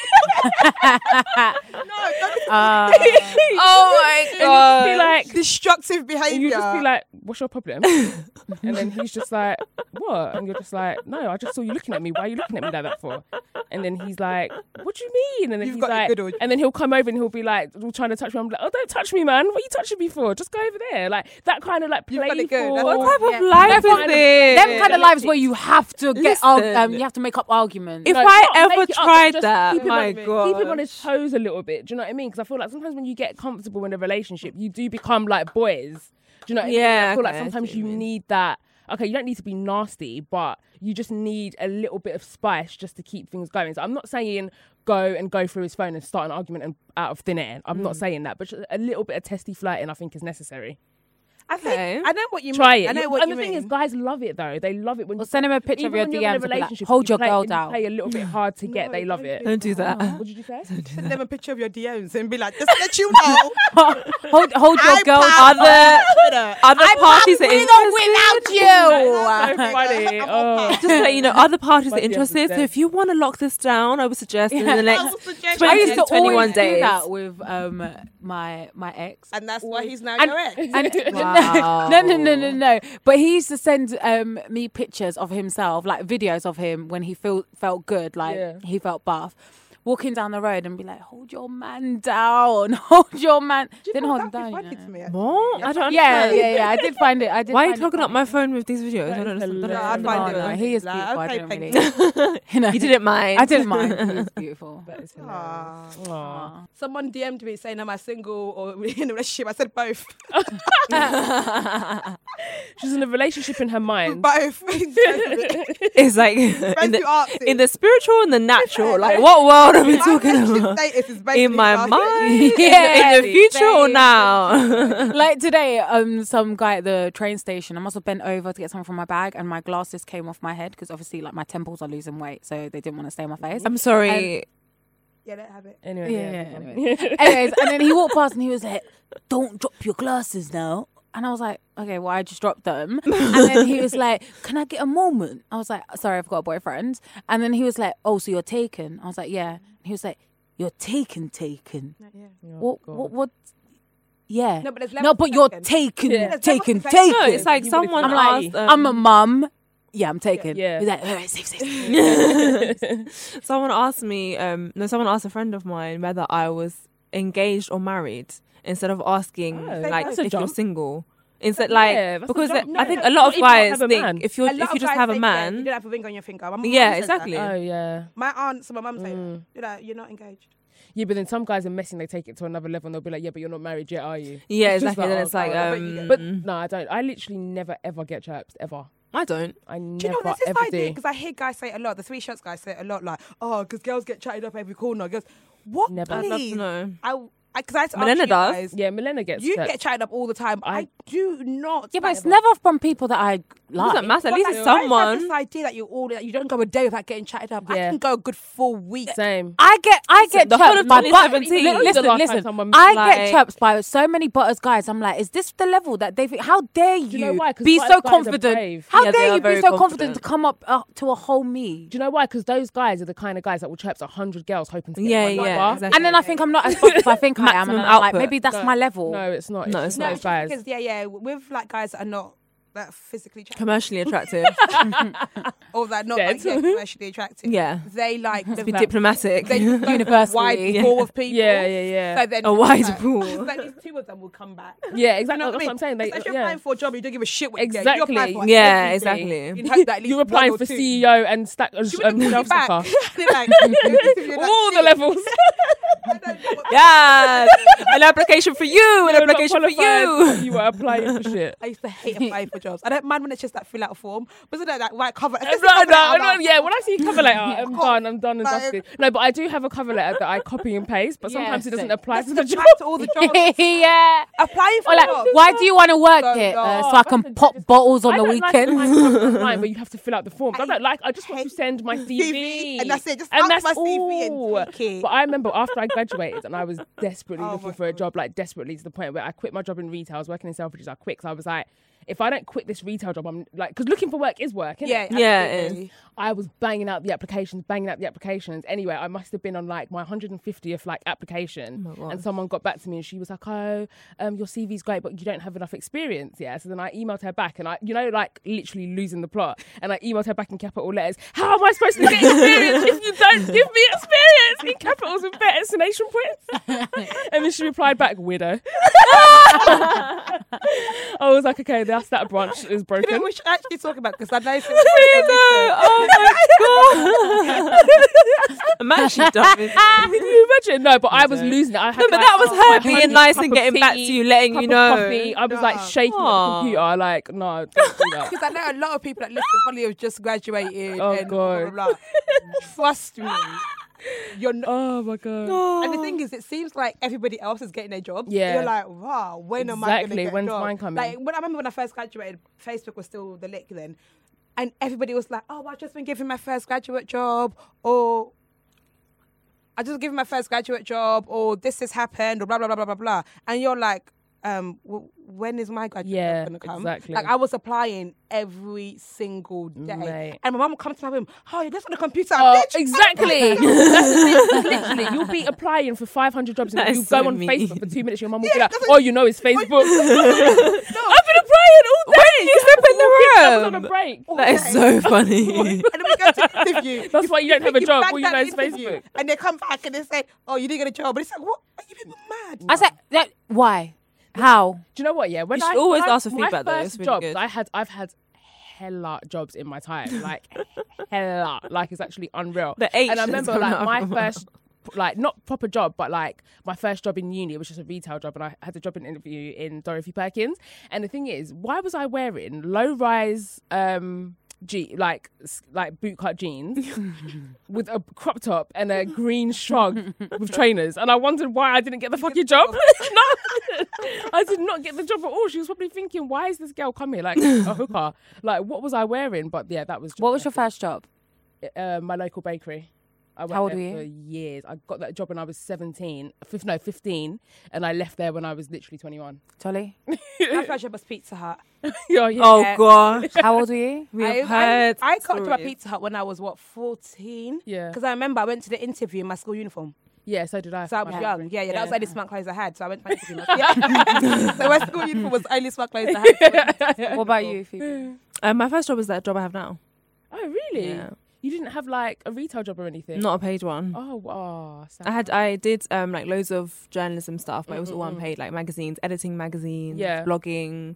Speaker 2: No,
Speaker 1: uh,
Speaker 2: don't be-
Speaker 4: Um,
Speaker 3: oh my god.
Speaker 1: be like,
Speaker 2: destructive behavior.
Speaker 1: and you just be like, "What's your problem?" and then he's just like, "What?" And you're just like, "No, I just saw you looking at me. Why are you looking at me like that for?" And then he's like, "What do you mean?" And then
Speaker 2: You've
Speaker 1: he's
Speaker 2: got your
Speaker 1: like,
Speaker 2: good old-
Speaker 1: and then he'll come over and he'll be like, all trying to touch me. I'm like, "Oh, don't touch me, man. What are you touching me for? Just go over there." Like that kind of like
Speaker 2: You've got
Speaker 1: playful.
Speaker 2: it good. That's
Speaker 3: what type
Speaker 4: Yeah.
Speaker 3: of life
Speaker 1: Them
Speaker 3: is
Speaker 1: kind of-
Speaker 3: this?
Speaker 4: Them kind of lives where you have to get arg-
Speaker 3: Listen.
Speaker 4: um, you have to make up arguments.
Speaker 3: If
Speaker 1: No,
Speaker 3: I
Speaker 1: not
Speaker 3: ever
Speaker 1: make it up,
Speaker 3: tried
Speaker 1: just
Speaker 3: that,
Speaker 1: keep him
Speaker 3: my
Speaker 1: on-
Speaker 3: god.
Speaker 1: Keep him on his toes a little bit. Do you know what I mean? Because I feel like sometimes when you get comfortable in a relationship, you do become like boys. Do you know what I mean?
Speaker 3: Yeah,
Speaker 1: I feel like
Speaker 3: okay, I see
Speaker 1: sometimes
Speaker 3: what you
Speaker 1: you
Speaker 3: mean.
Speaker 1: need that. Okay, you don't need to be nasty, but you just need a little bit of spice just to keep things going. So I'm not saying go and go through his phone and start an argument and out of thin air. I'm not saying that, but just a little bit of testy flirting I think is necessary.
Speaker 2: I
Speaker 3: Okay.
Speaker 2: think I know what you
Speaker 1: Try
Speaker 2: mean.
Speaker 1: it.
Speaker 2: I know
Speaker 1: You-
Speaker 2: what
Speaker 1: and
Speaker 2: you
Speaker 1: the
Speaker 2: mean.
Speaker 1: thing is, guys love it though. They love it when
Speaker 4: Or
Speaker 1: you
Speaker 4: send him a picture of your
Speaker 1: even when you're in a
Speaker 4: DMs and be like,
Speaker 1: relationship,
Speaker 4: hold
Speaker 1: you
Speaker 4: your
Speaker 1: play-
Speaker 4: girl
Speaker 1: you
Speaker 4: down.
Speaker 1: Play a little bit hard to get. They love it.
Speaker 3: Don't do that.
Speaker 1: What did you say?
Speaker 2: send them a picture of your DMs and be like, just to let you know.
Speaker 4: hold hold your
Speaker 2: I
Speaker 4: girl.
Speaker 2: power Twitter.
Speaker 4: Other
Speaker 3: Other parties are
Speaker 4: without
Speaker 2: Oh,
Speaker 4: you.
Speaker 1: so funny.
Speaker 2: I'm
Speaker 1: Oh.
Speaker 2: on
Speaker 3: Just so you know, other parties are
Speaker 1: Might be
Speaker 3: interested. So
Speaker 1: upset.
Speaker 3: if you want to lock this down, I would suggest in the next
Speaker 2: would suggest-
Speaker 3: 20
Speaker 4: I used to
Speaker 3: 21
Speaker 4: always
Speaker 3: days.
Speaker 4: do that with um my my ex.
Speaker 2: And that's why he's now
Speaker 4: And-
Speaker 2: your ex.
Speaker 4: And
Speaker 3: Wow.
Speaker 4: no, no, no, no, no. But he used to send um, me pictures of himself, like videos of him when he felt felt good, like
Speaker 1: Yeah.
Speaker 4: he felt buff, walking down the road and be like, "Hold your man down, hold your man."
Speaker 2: You
Speaker 4: Then
Speaker 2: know,
Speaker 4: hold him
Speaker 2: that'd be
Speaker 4: down.
Speaker 2: funny
Speaker 4: you know.
Speaker 2: to me, actually.
Speaker 3: What? I don't
Speaker 4: Yeah,
Speaker 3: understand.
Speaker 4: yeah, yeah. I did find it. I did.
Speaker 3: Why are you
Speaker 4: find it
Speaker 3: clogging up
Speaker 4: funny.
Speaker 3: my phone with these videos? I
Speaker 1: That
Speaker 3: don't
Speaker 1: is
Speaker 3: understand.
Speaker 2: No,
Speaker 1: hilarious.
Speaker 2: I
Speaker 1: No,
Speaker 2: find
Speaker 4: no, no,
Speaker 2: it.
Speaker 4: he is
Speaker 2: Like,
Speaker 4: beautiful, I
Speaker 2: I'd
Speaker 4: don't
Speaker 2: pay
Speaker 4: really-
Speaker 2: pennies.
Speaker 4: You know,
Speaker 3: You didn't mind.
Speaker 4: I didn't mind. He was beautiful.
Speaker 1: That is hilarious.
Speaker 2: Aw.
Speaker 1: Aw.
Speaker 2: Someone DM'd me saying, Am I single or in a relationship? I said both.
Speaker 1: She's in a relationship in her mind.
Speaker 2: both. Friends
Speaker 3: It's like in
Speaker 2: who
Speaker 3: the,
Speaker 2: aren't
Speaker 3: in the spiritual and the natural. Like, what world are we
Speaker 2: My
Speaker 3: talking
Speaker 2: relationship
Speaker 3: about?
Speaker 2: status is basically
Speaker 3: In my
Speaker 2: last-
Speaker 3: mind,
Speaker 4: Yeah,
Speaker 3: in the future or now?
Speaker 4: like today, um, some guy at the train station. I must have bent over to get something from my bag, and my glasses came off my head because obviously, like my temples are losing weight, so they didn't want to stay on my face.
Speaker 3: I'm sorry.
Speaker 2: Yeah, let have it.
Speaker 1: Anyway,
Speaker 4: Yeah,
Speaker 1: yeah.
Speaker 4: yeah,
Speaker 1: go on.
Speaker 4: anyway. Anyways, and then he walked past and he was like, "Don't drop your glasses now." And I was like, "Okay, well, I just dropped them." And then he was like, "Can I get a moment?" I was like, "Sorry, I've got a boyfriend." And then he was like, "Oh, so you're taken?" I was like, "Yeah." And he was like, "You're taken, taken."
Speaker 3: Oh
Speaker 4: What? What? What? Yeah.
Speaker 2: No, but there's
Speaker 4: No,
Speaker 2: levels
Speaker 4: but
Speaker 2: to
Speaker 4: you're
Speaker 2: taken.
Speaker 4: taken,
Speaker 1: Yeah. There's
Speaker 4: taken,
Speaker 2: levels to taken.
Speaker 4: taken.
Speaker 3: No, it's like
Speaker 1: You would've
Speaker 3: someone
Speaker 4: I'm
Speaker 1: been
Speaker 3: asked.
Speaker 4: like,
Speaker 3: um,
Speaker 4: I'm a mum. Yeah, I'm taken.
Speaker 1: Yeah.
Speaker 4: He's like, all right, safe, safe, safe.
Speaker 3: someone asked me. Um, no, someone asked a friend of mine whether I was engaged or married instead of asking
Speaker 1: Oh,
Speaker 3: like
Speaker 1: that's
Speaker 3: if
Speaker 1: a
Speaker 3: you're
Speaker 1: jump.
Speaker 3: single. Instead,
Speaker 1: yeah,
Speaker 3: like
Speaker 1: that's a
Speaker 3: because
Speaker 1: jump.
Speaker 3: I
Speaker 1: No,
Speaker 3: think a
Speaker 1: that's
Speaker 3: lot
Speaker 1: not
Speaker 3: of
Speaker 1: even
Speaker 3: guys
Speaker 1: have a man.
Speaker 3: think if you
Speaker 2: A lot
Speaker 3: if you
Speaker 2: of
Speaker 3: just
Speaker 2: guys
Speaker 3: have a
Speaker 2: say, yeah, you
Speaker 3: man,
Speaker 2: don't have a ring on your finger. My mum
Speaker 3: Yeah,
Speaker 2: says that.
Speaker 3: exactly. Mm.
Speaker 1: Oh yeah,
Speaker 2: My aunt, so my mum say that. You're, like, you're not engaged.
Speaker 1: yeah. But then some guys are messing. They take it to another level. and They'll be like, "Yeah, but you're not married yet, are you?"
Speaker 3: yeah,
Speaker 1: It's just
Speaker 3: exactly. Then
Speaker 1: like,
Speaker 3: it's
Speaker 1: oh,
Speaker 3: like,
Speaker 1: God,
Speaker 2: but you
Speaker 3: um,
Speaker 2: get-
Speaker 1: But no, I don't. I literally never ever get chaps ever.
Speaker 3: I don't.
Speaker 1: I never
Speaker 2: Do you know that's this
Speaker 1: ever
Speaker 2: idea?
Speaker 1: do.
Speaker 2: Because I hear guys say it a lot. The three shots guys say it a lot. Like, oh, because girls get chatted up every corner. Girls, what?
Speaker 1: Never.
Speaker 3: I'd love to
Speaker 2: Please.
Speaker 3: know.
Speaker 2: I, because I, 'cause I
Speaker 3: Milena
Speaker 2: Melena
Speaker 3: does.
Speaker 2: does.
Speaker 1: Yeah, Milena gets.
Speaker 2: You
Speaker 1: chapped.
Speaker 2: get chatted up all the time. I,
Speaker 1: I-
Speaker 2: do not.
Speaker 4: Yeah, but it's
Speaker 2: chat
Speaker 4: never from people that I like.
Speaker 3: Doesn't matter. At
Speaker 2: But,
Speaker 3: least
Speaker 2: like, guys
Speaker 3: it's
Speaker 2: have
Speaker 3: someone.
Speaker 2: This idea that you all that you don't go a day without getting chatted up. I
Speaker 1: Yeah.
Speaker 2: can go a good four weeks.
Speaker 1: Same.
Speaker 4: I get, I get
Speaker 3: the
Speaker 4: chirped
Speaker 3: whole of
Speaker 4: by
Speaker 3: 2017.
Speaker 4: Li-
Speaker 3: When
Speaker 1: was the
Speaker 4: Listen,
Speaker 1: last
Speaker 4: listen.
Speaker 1: time someone
Speaker 4: I
Speaker 3: like-
Speaker 4: get chirped by so many butters guys. I'm like, is this the level that they? think- How dare you,
Speaker 1: you know why? 'Cause
Speaker 4: be
Speaker 1: butters
Speaker 4: so
Speaker 1: guys are
Speaker 4: confident?
Speaker 1: brave.
Speaker 4: How
Speaker 3: Yeah, they
Speaker 4: dare
Speaker 3: are
Speaker 4: you be
Speaker 3: very
Speaker 4: so confident,
Speaker 3: confident.
Speaker 4: to come up uh, to a whole me?
Speaker 1: Do you know why? Because those guys are the kind of guys that will chirp a hundred girls hoping to get
Speaker 3: Yeah,
Speaker 1: one
Speaker 3: yeah,
Speaker 1: bar.
Speaker 3: exactly.
Speaker 4: And then I think I'm not as fucked as I think I am, and
Speaker 3: Maximum
Speaker 4: I'm like,
Speaker 3: output.
Speaker 4: maybe that's my level.
Speaker 1: No, it's not.
Speaker 3: No,
Speaker 1: just
Speaker 3: it's not.
Speaker 1: those guys.
Speaker 2: Because yeah, yeah, with like guys that are not that physically attractive
Speaker 3: commercially attractive.
Speaker 2: or that are not like,
Speaker 1: Dead.
Speaker 2: yeah, commercially attractive.
Speaker 3: yeah,
Speaker 2: They like the
Speaker 3: be diplomatic.
Speaker 2: they just go
Speaker 4: Universally.
Speaker 2: wide
Speaker 4: Yeah.
Speaker 2: pool of people.
Speaker 1: Yeah, yeah, yeah.
Speaker 2: So then
Speaker 3: A wide
Speaker 2: like,
Speaker 3: pool.
Speaker 2: So at least two of them will come back.
Speaker 1: yeah,
Speaker 2: You
Speaker 1: exactly.
Speaker 2: know what I
Speaker 1: That's
Speaker 2: mean?
Speaker 1: what I'm saying. They,
Speaker 2: It's like you're
Speaker 1: yeah.
Speaker 2: applying for a job, you don't give a shit what you get. You're
Speaker 1: Exactly.
Speaker 2: applying for
Speaker 3: yeah,
Speaker 2: everything.
Speaker 3: exactly.
Speaker 2: You'd hope that at least
Speaker 1: You're
Speaker 2: one
Speaker 1: applying
Speaker 2: or
Speaker 1: for
Speaker 2: two-
Speaker 1: CEO and stack um,
Speaker 2: She wouldn't call you
Speaker 1: shelf
Speaker 2: back.
Speaker 1: stacker.
Speaker 2: They're like, you're like,
Speaker 1: All the
Speaker 2: shit,
Speaker 1: levels.
Speaker 2: I don't know what-
Speaker 3: Yes, an application for you,
Speaker 1: You're
Speaker 3: an
Speaker 1: not
Speaker 3: application for
Speaker 1: qualified.
Speaker 3: you.
Speaker 1: You are applying for shit.
Speaker 2: I used to hate applying for jobs. I don't mind when it's just that fill out form, but isn't that like white cover?
Speaker 1: No, no, no, yeah. When I see cover letter, I'm done. I'm done and
Speaker 2: Like-
Speaker 1: dusted. No, but I do have a cover letter that I copy and paste, but sometimes
Speaker 4: Yeah,
Speaker 1: it doesn't
Speaker 4: same.
Speaker 1: apply to the job.
Speaker 2: Apply to all the jobs.
Speaker 4: yeah.
Speaker 2: Applying for
Speaker 4: Or like,
Speaker 2: jobs.
Speaker 4: why do you want to work
Speaker 2: So
Speaker 4: here? Uh,
Speaker 2: long.
Speaker 4: so I can pop bottles on
Speaker 1: I
Speaker 4: the
Speaker 1: don't like
Speaker 4: weekend.
Speaker 1: applying for jobs online where you have to fill out the forms. I
Speaker 2: I
Speaker 1: don't like. I just want to
Speaker 2: hate
Speaker 1: send my CV,
Speaker 2: CV, and that's it. Just
Speaker 1: and
Speaker 2: out
Speaker 1: that's
Speaker 2: my CV and
Speaker 1: all.
Speaker 2: take it.
Speaker 1: But I remember after I graduated, and I was desperately
Speaker 2: Oh
Speaker 1: looking
Speaker 2: my
Speaker 1: for a
Speaker 2: God.
Speaker 1: job, like desperately to the point where I quit my job in retail. I was working in Selfridges. I quit. 'cause I was like, if I don't quit this retail job, I'm like, because looking for work is work. Isn't
Speaker 2: Yeah,
Speaker 1: It?
Speaker 3: Yeah, it
Speaker 2: absolutely.
Speaker 1: I was banging out the applications, banging out the applications. Anyway, I must have been on like my 150th like application,
Speaker 3: Oh my God.
Speaker 1: and someone got back to me and she was like, "Oh, um, your CV's great, but you don't have enough experience." Yeah. So then I emailed her back, and I, you know, like literally losing the plot, and I emailed her back in capital letters. How am I supposed to get experience if you don't give me experience in capitals with better exclamation points? and then she replied back, "Widow." I was like, "Okay, that's that branch is
Speaker 2: You know,
Speaker 1: broken."
Speaker 2: we should actually talk about because I know it's
Speaker 3: Oh my god! I'm actually done with
Speaker 1: Can you imagine? No, but I was losing it. I had
Speaker 3: Ah. No, but
Speaker 1: like,
Speaker 3: that was her
Speaker 1: my
Speaker 3: being
Speaker 1: hundredth
Speaker 3: nice
Speaker 1: cup
Speaker 3: and
Speaker 1: of
Speaker 3: getting back
Speaker 1: tea,
Speaker 3: to you, letting
Speaker 1: cup
Speaker 3: you
Speaker 1: of
Speaker 3: know. Ah.
Speaker 1: coffee. I was like
Speaker 2: Yeah.
Speaker 1: shaking at the
Speaker 3: Aw.
Speaker 1: computer, like, no, don't do that.
Speaker 2: because I know a lot of people that listen probably have just graduated
Speaker 1: Oh,
Speaker 2: and blah, blah,
Speaker 1: God.
Speaker 2: blah. Trust me. You're not.
Speaker 1: Oh my god.
Speaker 2: And the thing is, it seems like everybody else is getting their job.
Speaker 1: Oh. Yeah.
Speaker 2: You're like, wow, when am I going to
Speaker 1: Exactly,
Speaker 2: get a
Speaker 1: when's
Speaker 2: job?
Speaker 1: mine coming?
Speaker 2: Like, when I remember when I first graduated, Facebook was still the lick then. And everybody was like, oh, I've just been given my first graduate job, or I just given my first graduate job, or this has happened, or blah, blah, blah, blah, blah, blah. And you're like, um, w- when is my graduate
Speaker 1: Yeah,
Speaker 2: job going to come?
Speaker 1: exactly.
Speaker 2: Like, I was applying every single day.
Speaker 1: Mate.
Speaker 2: And my mum would come to my room, oh, you're just on the computer.
Speaker 1: Oh,
Speaker 2: bitch.
Speaker 1: exactly. That's the thing. Literally, you'll be applying for 500 jobs and
Speaker 3: That
Speaker 1: you
Speaker 3: is
Speaker 1: go
Speaker 3: so
Speaker 1: on
Speaker 3: mean.
Speaker 1: Facebook for two minutes. Your mum will be
Speaker 2: Yeah,
Speaker 1: like,
Speaker 2: that's
Speaker 1: "Oh, you know, it's Facebook." I've been applying all day.
Speaker 3: When do you step in the
Speaker 1: I was on a
Speaker 3: room?
Speaker 1: break.
Speaker 3: That is so funny.
Speaker 2: and then we go to the interview.
Speaker 1: That's why you don't have a
Speaker 2: You
Speaker 1: job.
Speaker 2: bang
Speaker 1: All you
Speaker 2: that
Speaker 1: know is
Speaker 2: interview,
Speaker 1: Facebook.
Speaker 2: And they come back and they say, "Oh, you didn't get a job." But it's like, what? Are you people mad?
Speaker 4: I said, that, why? How?
Speaker 1: Do you know what? Yeah, when
Speaker 3: You should
Speaker 1: I
Speaker 3: always
Speaker 1: when I-
Speaker 3: ask for
Speaker 1: my
Speaker 3: feedback, though.
Speaker 1: first
Speaker 3: It's really
Speaker 1: jobs,
Speaker 3: good.
Speaker 1: I had, I've had hella jobs in my time, like hella, like it's actually unreal.
Speaker 3: The H
Speaker 1: and I
Speaker 3: that's
Speaker 1: remember
Speaker 3: come
Speaker 1: like
Speaker 3: out
Speaker 1: my
Speaker 3: of-
Speaker 1: first, like not proper job, but like my first job in uni, which was a retail job, and I had a job in interview in Dorothy Perkins. And the thing is, why was I wearing low rise? um Je- like s- like bootcut jeans with a crop top and a green shrug with trainers, and I wondered why I didn't get the fucking job. no, I did not get the job at all. She was probably thinking, "Why is this girl coming like a hooker? Like, what was I wearing?" But yeah, that was
Speaker 4: What was your first job?
Speaker 1: uh, my local bakery. I worked
Speaker 4: How old
Speaker 1: there
Speaker 4: were you?
Speaker 1: for years. I got that job when I was 17, fif- no, 15, and I left there when I was literally 21.
Speaker 4: Tolly?
Speaker 2: My first job was Pizza Hut.
Speaker 1: oh, yeah.
Speaker 3: Oh gosh,
Speaker 4: How old were you?
Speaker 3: we
Speaker 2: I,
Speaker 3: have
Speaker 2: I,
Speaker 3: heard.
Speaker 2: I got to a
Speaker 3: stories.
Speaker 2: Pizza Hut when I was what fourteen.
Speaker 1: Yeah.
Speaker 2: Because I remember I went to the interview in my school uniform.
Speaker 1: yeah, so did I.
Speaker 2: So I
Speaker 1: My
Speaker 2: was
Speaker 1: bakery.
Speaker 2: young. Yeah, yeah. That was the only smart clothes I had. So I went to my interview. in my- Yeah. so my school uniform was the only smart clothes I had. So I went to my school
Speaker 4: What about you, Phoebe?
Speaker 3: Uh, my first job is that job I have now,
Speaker 1: Oh, really?
Speaker 3: Yeah.
Speaker 1: You didn't have like a retail job or anything?
Speaker 3: not a paid one.
Speaker 1: Oh, wow.
Speaker 3: I had I did um like loads of journalism stuff, but it was all unpaid, like magazines, editing magazines,
Speaker 1: Yeah.
Speaker 3: blogging,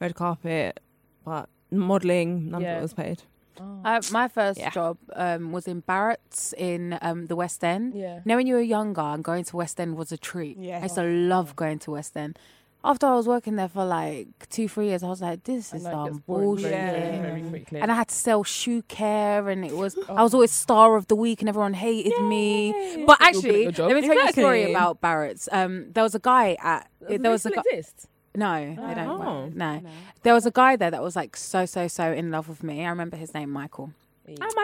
Speaker 3: red carpet, but modelling, none of
Speaker 1: Yeah.
Speaker 3: it was paid.
Speaker 1: Oh,
Speaker 4: Uh, my first
Speaker 3: Yeah.
Speaker 4: job um, was in Barrett's in um, the West End.
Speaker 1: Yeah.
Speaker 4: Now, when you were younger and going to West End was a treat.
Speaker 2: Yeah.
Speaker 4: I used to love going to West End. After I was working there for like two, three years, I was like, this
Speaker 1: I
Speaker 4: is
Speaker 1: know it gets
Speaker 4: some
Speaker 1: boring
Speaker 4: bullshit.
Speaker 1: very,
Speaker 2: Yeah.
Speaker 1: very, very quickly.
Speaker 4: And I had to sell shoe care, and it was I
Speaker 1: Oh.
Speaker 4: was always star of the week, and everyone hated me. But
Speaker 1: You're good at
Speaker 4: actually,
Speaker 1: your
Speaker 4: let
Speaker 1: job.
Speaker 4: me tell you a story
Speaker 3: Exactly.
Speaker 4: about Barrett's. Um, there was a guy at there was a guy.
Speaker 1: exist.
Speaker 4: No, they don't. work.
Speaker 3: Oh.
Speaker 4: No. there was a guy there that was like so, so, so in love with me. I remember his name, Michael.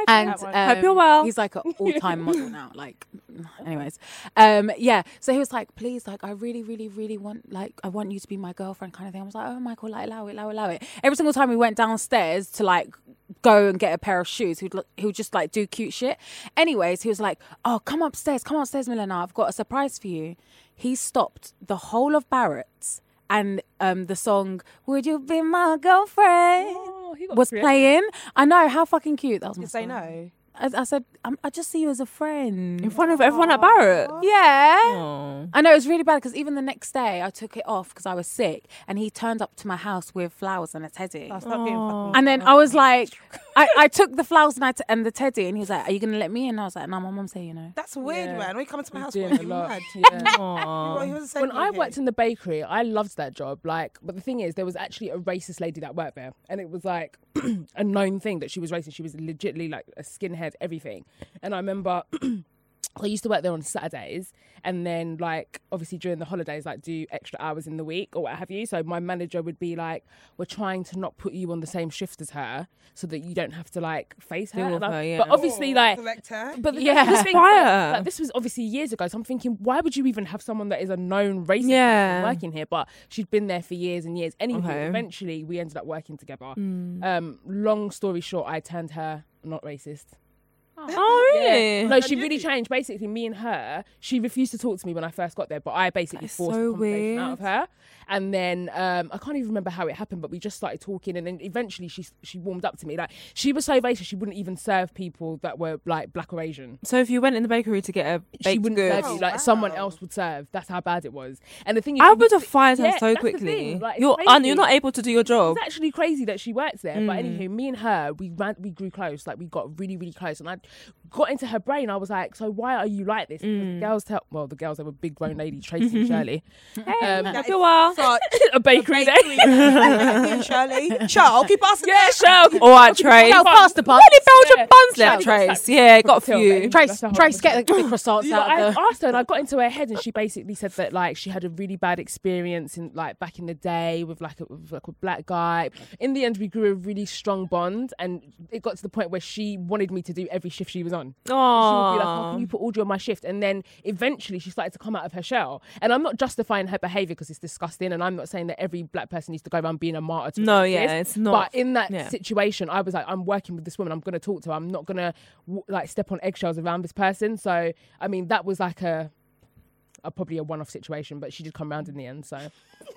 Speaker 4: And
Speaker 1: uh,
Speaker 4: um,
Speaker 3: Hope you're well.
Speaker 4: He's like an all-time model now. Like, anyways, um, yeah. So he was like, "Please, like, I really, really, really want, like, I want you to be my girlfriend," kind of thing. I was like, "Oh, Michael, like, allow it, allow it, allow it." Every single time we went downstairs to like go and get a pair of shoes, he'd l- he would just like do cute shit. Anyways, he was like, "Oh, come upstairs, come upstairs, Milena. I've got a surprise for you." He stopped the whole of Barrett's and um, the song "Would You Be My Girlfriend."
Speaker 1: Oh, he got
Speaker 4: was
Speaker 1: creative.
Speaker 4: playing. I know how fucking cute that was. my
Speaker 2: You say
Speaker 4: story.
Speaker 2: no.
Speaker 4: I, I said, i I just see you as a friend.
Speaker 3: in front of everyone at Barrett.
Speaker 4: Yeah.
Speaker 3: Oh.
Speaker 4: I know it was really bad because even the next day I took it off because I was sick and he turned up to my house with flowers and a teddy.
Speaker 2: Oh, stop being fucking.
Speaker 4: And then I was like, I, I took the flowers and, I t- and the teddy and he was like, Are you going to let me in? And I was like, No, my mum said, you know.
Speaker 2: That's weird, man. When you come to my house,
Speaker 1: Doing
Speaker 2: what,
Speaker 1: a
Speaker 2: you
Speaker 1: lot.
Speaker 2: mad?
Speaker 1: Yeah.
Speaker 2: What, you was
Speaker 1: when I
Speaker 2: saying
Speaker 1: worked in the bakery, I loved that job. Like, but the thing is, there was actually a racist lady that worked there, and it was like a known thing that she was racist. She was legitly like a skinhead, everything. And I remember. I used to work there on Saturdays and then like obviously during the holidays like do extra hours in the week or what have you. So my manager would be like, We're trying to not put you on the same shift as her so that you don't have to like face her.
Speaker 3: Deal with
Speaker 1: And I-
Speaker 3: her, yeah. Oh,
Speaker 1: But obviously like
Speaker 2: Select her.
Speaker 1: but
Speaker 4: Yeah.
Speaker 1: yeah,
Speaker 4: Just
Speaker 1: thing,
Speaker 3: prior.
Speaker 1: Like, this was obviously years ago. So I'm thinking, why would you even have someone that is a known racist
Speaker 3: Yeah.
Speaker 1: person working here? But she'd been there for years and years. Anyway,
Speaker 3: Okay. Hmm.
Speaker 1: eventually we ended up working together. Um, long story short, I turned her not racist.
Speaker 3: Oh really?
Speaker 1: No, she really changed. Basically, me and her, she refused to talk to me when I first got there, but I basically
Speaker 3: is
Speaker 1: forced
Speaker 3: so
Speaker 1: the conversation out
Speaker 3: weird.
Speaker 1: of her. And then um, I can't even remember how it happened, but we just started talking, and then eventually she she warmed up to me. Like she was so racist, she wouldn't even serve people that were like black or Asian.
Speaker 3: So if you went in the bakery to get a baked
Speaker 1: she wouldn't
Speaker 3: good,
Speaker 1: serve you.
Speaker 2: Oh,
Speaker 1: Like someone
Speaker 2: wow.
Speaker 1: else would serve. That's how bad it was. And the thing is,
Speaker 3: I
Speaker 1: you
Speaker 3: would have
Speaker 1: thi-
Speaker 3: fired her
Speaker 1: Yeah,
Speaker 3: so
Speaker 1: that's the
Speaker 3: quickly.
Speaker 1: thing, like, it's
Speaker 3: you're un-
Speaker 1: crazy.
Speaker 3: you're not able to do your job. Mm.
Speaker 1: It's actually crazy that she worked there. But anywho, me and her, we ran, we grew close. Like we got really, really close. And I got into her brain. I was like, so why are you like this?
Speaker 3: Mm.
Speaker 1: The girls tell, well, the girls have a big grown lady, Tracy and Shirley, um,
Speaker 2: That
Speaker 3: After a
Speaker 2: is
Speaker 3: while.
Speaker 2: such
Speaker 1: a bakery day.
Speaker 2: bakery. Yeah, Shirley. Charles, keep asking
Speaker 1: Yeah,
Speaker 2: that.
Speaker 1: Shirley.
Speaker 3: All right, Trace.
Speaker 4: No, faster part.
Speaker 3: Any Belgian
Speaker 1: Yeah.
Speaker 3: buns left,
Speaker 1: Trace.
Speaker 3: Trace? Yeah, got a
Speaker 1: Hotel,
Speaker 3: few.
Speaker 1: baby.
Speaker 4: Trace,
Speaker 1: That's the whole
Speaker 4: Trace, get the, the croissants
Speaker 1: So I
Speaker 4: out of the.
Speaker 1: asked her and I got into her head and she basically said that like she had a really bad experience in like back in the day with like a, with, like a black guy. In the end, we grew a really strong bond and it got to the point where she wanted me to do every shift she was on. She would be like, "How
Speaker 3: Aww.
Speaker 1: can you put Audrey on my shift?" And then eventually, she started to come out of her shell. And I'm not justifying her behavior because it's disgusting, and I'm not saying that every black person needs to go around being a martyr. To
Speaker 3: No,
Speaker 1: this.
Speaker 3: yeah, it's not-
Speaker 1: But in that
Speaker 3: yeah.
Speaker 1: situation, I was like, "I'm working with this woman. I'm going to talk to her. I'm not going to like step on eggshells around this person." So, I mean, that was like a. A, probably a one-off situation, but she did come round in the end. So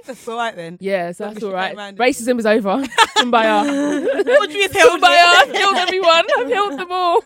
Speaker 2: That's all right then.
Speaker 1: yeah, so
Speaker 2: As long as
Speaker 1: that's
Speaker 2: she
Speaker 1: all right.
Speaker 2: came round in
Speaker 1: Racism is over. Kumbaya.
Speaker 2: Audrey is held
Speaker 1: Kumbaya. I've healed everyone. I've healed them all.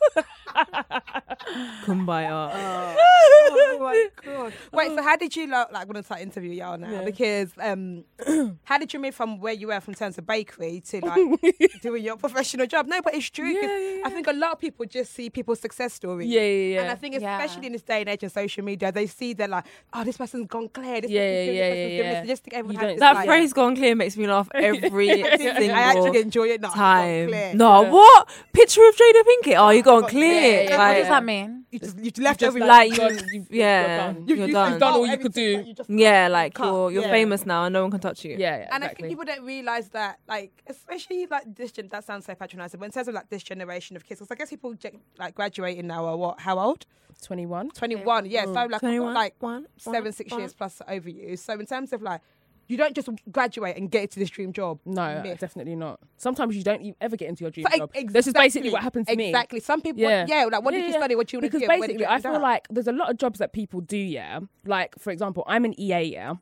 Speaker 3: Kumbaya.
Speaker 2: oh my god! Wait, so how did you like, like want to start interview y'all now? Because um, how did you move from where you were from terms of bakery to like doing your professional job? No, but it's true. 'cause I think a lot of people just see people's success stories.
Speaker 1: Yeah, yeah, yeah.
Speaker 2: And I think
Speaker 4: Yeah.
Speaker 2: especially in this day and age of social media, they see they're like, oh, this person's gone clear. This
Speaker 1: Yeah,
Speaker 2: person's doing,
Speaker 1: yeah,
Speaker 2: this person's
Speaker 1: yeah,
Speaker 2: doing
Speaker 1: yeah.
Speaker 2: this. Just think everyone
Speaker 1: You
Speaker 2: has
Speaker 1: don't
Speaker 2: this,
Speaker 3: That
Speaker 2: like-
Speaker 3: phrase gone clear makes me laugh every single
Speaker 2: I actually enjoy it now.
Speaker 3: time. No, what? Picture of Jada Pinkett? Oh, you gone clear.
Speaker 1: yeah, yeah.
Speaker 4: What
Speaker 3: Like,
Speaker 4: does that mean?
Speaker 2: You just, you left everything.
Speaker 3: like,
Speaker 1: You're
Speaker 3: you-
Speaker 1: done. You've-
Speaker 3: yeah,
Speaker 1: you're done.
Speaker 3: you're
Speaker 2: you've
Speaker 3: done.
Speaker 1: You've done all you could do.
Speaker 2: You just-
Speaker 3: Yeah, like
Speaker 2: Cut.
Speaker 3: you're you're
Speaker 2: Yeah.
Speaker 3: famous now and no one can touch you.
Speaker 1: Yeah, yeah
Speaker 2: And I
Speaker 1: exactly.
Speaker 2: think people don't realize that, like, especially like this gen. That sounds so patronizing, but in terms of like this generation of kids, because I guess people ge- like graduating now are what? How old?
Speaker 1: 21.
Speaker 2: Twenty one. Yeah, so like I've got,
Speaker 3: 21,
Speaker 2: like
Speaker 3: one,
Speaker 2: seven,
Speaker 3: one,
Speaker 2: six
Speaker 3: one.
Speaker 2: years plus over you. So in terms of like, you don't just graduate and get into this dream job.
Speaker 1: No,
Speaker 2: Myth.
Speaker 1: definitely not. Sometimes you don't e- ever get into your dream
Speaker 2: So, e-
Speaker 1: job. This is basically what happened to
Speaker 2: exactly.
Speaker 1: me.
Speaker 2: Exactly. Some people,
Speaker 1: Yeah.
Speaker 2: yeah, like, what
Speaker 1: Yeah,
Speaker 2: did you
Speaker 1: yeah,
Speaker 2: study? What do you want to
Speaker 1: Because
Speaker 2: do? Where did
Speaker 1: basically,
Speaker 2: you
Speaker 1: I
Speaker 2: end
Speaker 1: feel
Speaker 2: up?
Speaker 1: like there's a lot of jobs that people do, yeah. Like, for example, I'm an EA, yeah.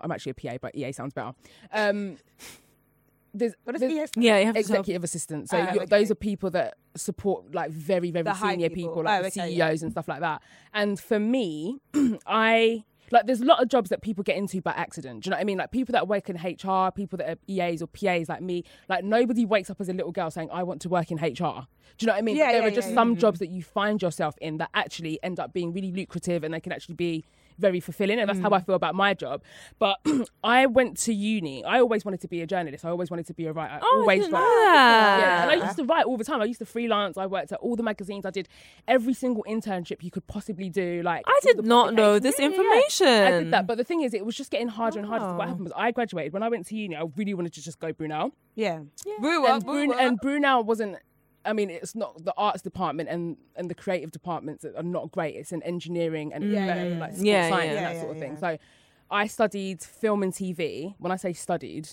Speaker 1: I'm actually a PA, but EA sounds better. Um, there's,
Speaker 2: What E is
Speaker 1: there's
Speaker 2: ES?
Speaker 3: Yeah, you have to tell
Speaker 1: executive assistants. So
Speaker 2: Oh,
Speaker 1: you-
Speaker 2: okay.
Speaker 1: those are people that support like very, very
Speaker 2: The high
Speaker 1: senior people,
Speaker 2: people.
Speaker 1: like
Speaker 2: Oh,
Speaker 1: the
Speaker 2: okay,
Speaker 1: CEOs
Speaker 2: yeah.
Speaker 1: and stuff like that. And for me, I like there's a lot of jobs that people get into by accident. Do you know what I mean? Like people that work in HR, people that are EAs or PAs like me, like nobody wakes up as a little girl saying, I want to work in HR. Do you know what I mean?
Speaker 2: Yeah,
Speaker 1: But there
Speaker 2: yeah,
Speaker 1: are just
Speaker 2: yeah,
Speaker 3: Mm-hmm.
Speaker 1: some jobs that you find yourself in that actually end up being really lucrative and they can actually be very fulfilling and that's
Speaker 3: Mm.
Speaker 1: how I feel about my job. But I went to uni. I always wanted to be a journalist. I always wanted to be a writer. I
Speaker 3: Oh, I
Speaker 1: always
Speaker 3: didn't know
Speaker 1: wrote.
Speaker 3: that.
Speaker 1: Yeah, and I used to write all the time. I used to freelance. I worked at all the magazines. I did every single internship you could possibly do. Like
Speaker 3: I
Speaker 1: all
Speaker 3: did
Speaker 1: the
Speaker 3: not know
Speaker 1: publications.
Speaker 3: this
Speaker 1: Yeah, yeah, yeah.
Speaker 3: information.
Speaker 1: I did that, but the thing is, it was just getting harder and harder. So
Speaker 3: Oh.
Speaker 1: what happened was, I graduated. When I went to uni, I really wanted to just go Brunel,
Speaker 2: yeah, Brew up,
Speaker 1: and,
Speaker 2: brew
Speaker 1: Brun-
Speaker 2: up.
Speaker 1: and Brunel wasn't. I mean, it's not the arts department and, and the creative departments are not great. It's in engineering and
Speaker 2: Yeah,
Speaker 1: um,
Speaker 2: yeah,
Speaker 1: like
Speaker 2: yeah.
Speaker 1: sports
Speaker 3: Yeah,
Speaker 1: science
Speaker 3: yeah.
Speaker 1: and that
Speaker 2: Yeah,
Speaker 1: sort of
Speaker 2: yeah,
Speaker 1: thing.
Speaker 2: yeah.
Speaker 1: So, I studied film and TV. When I say studied,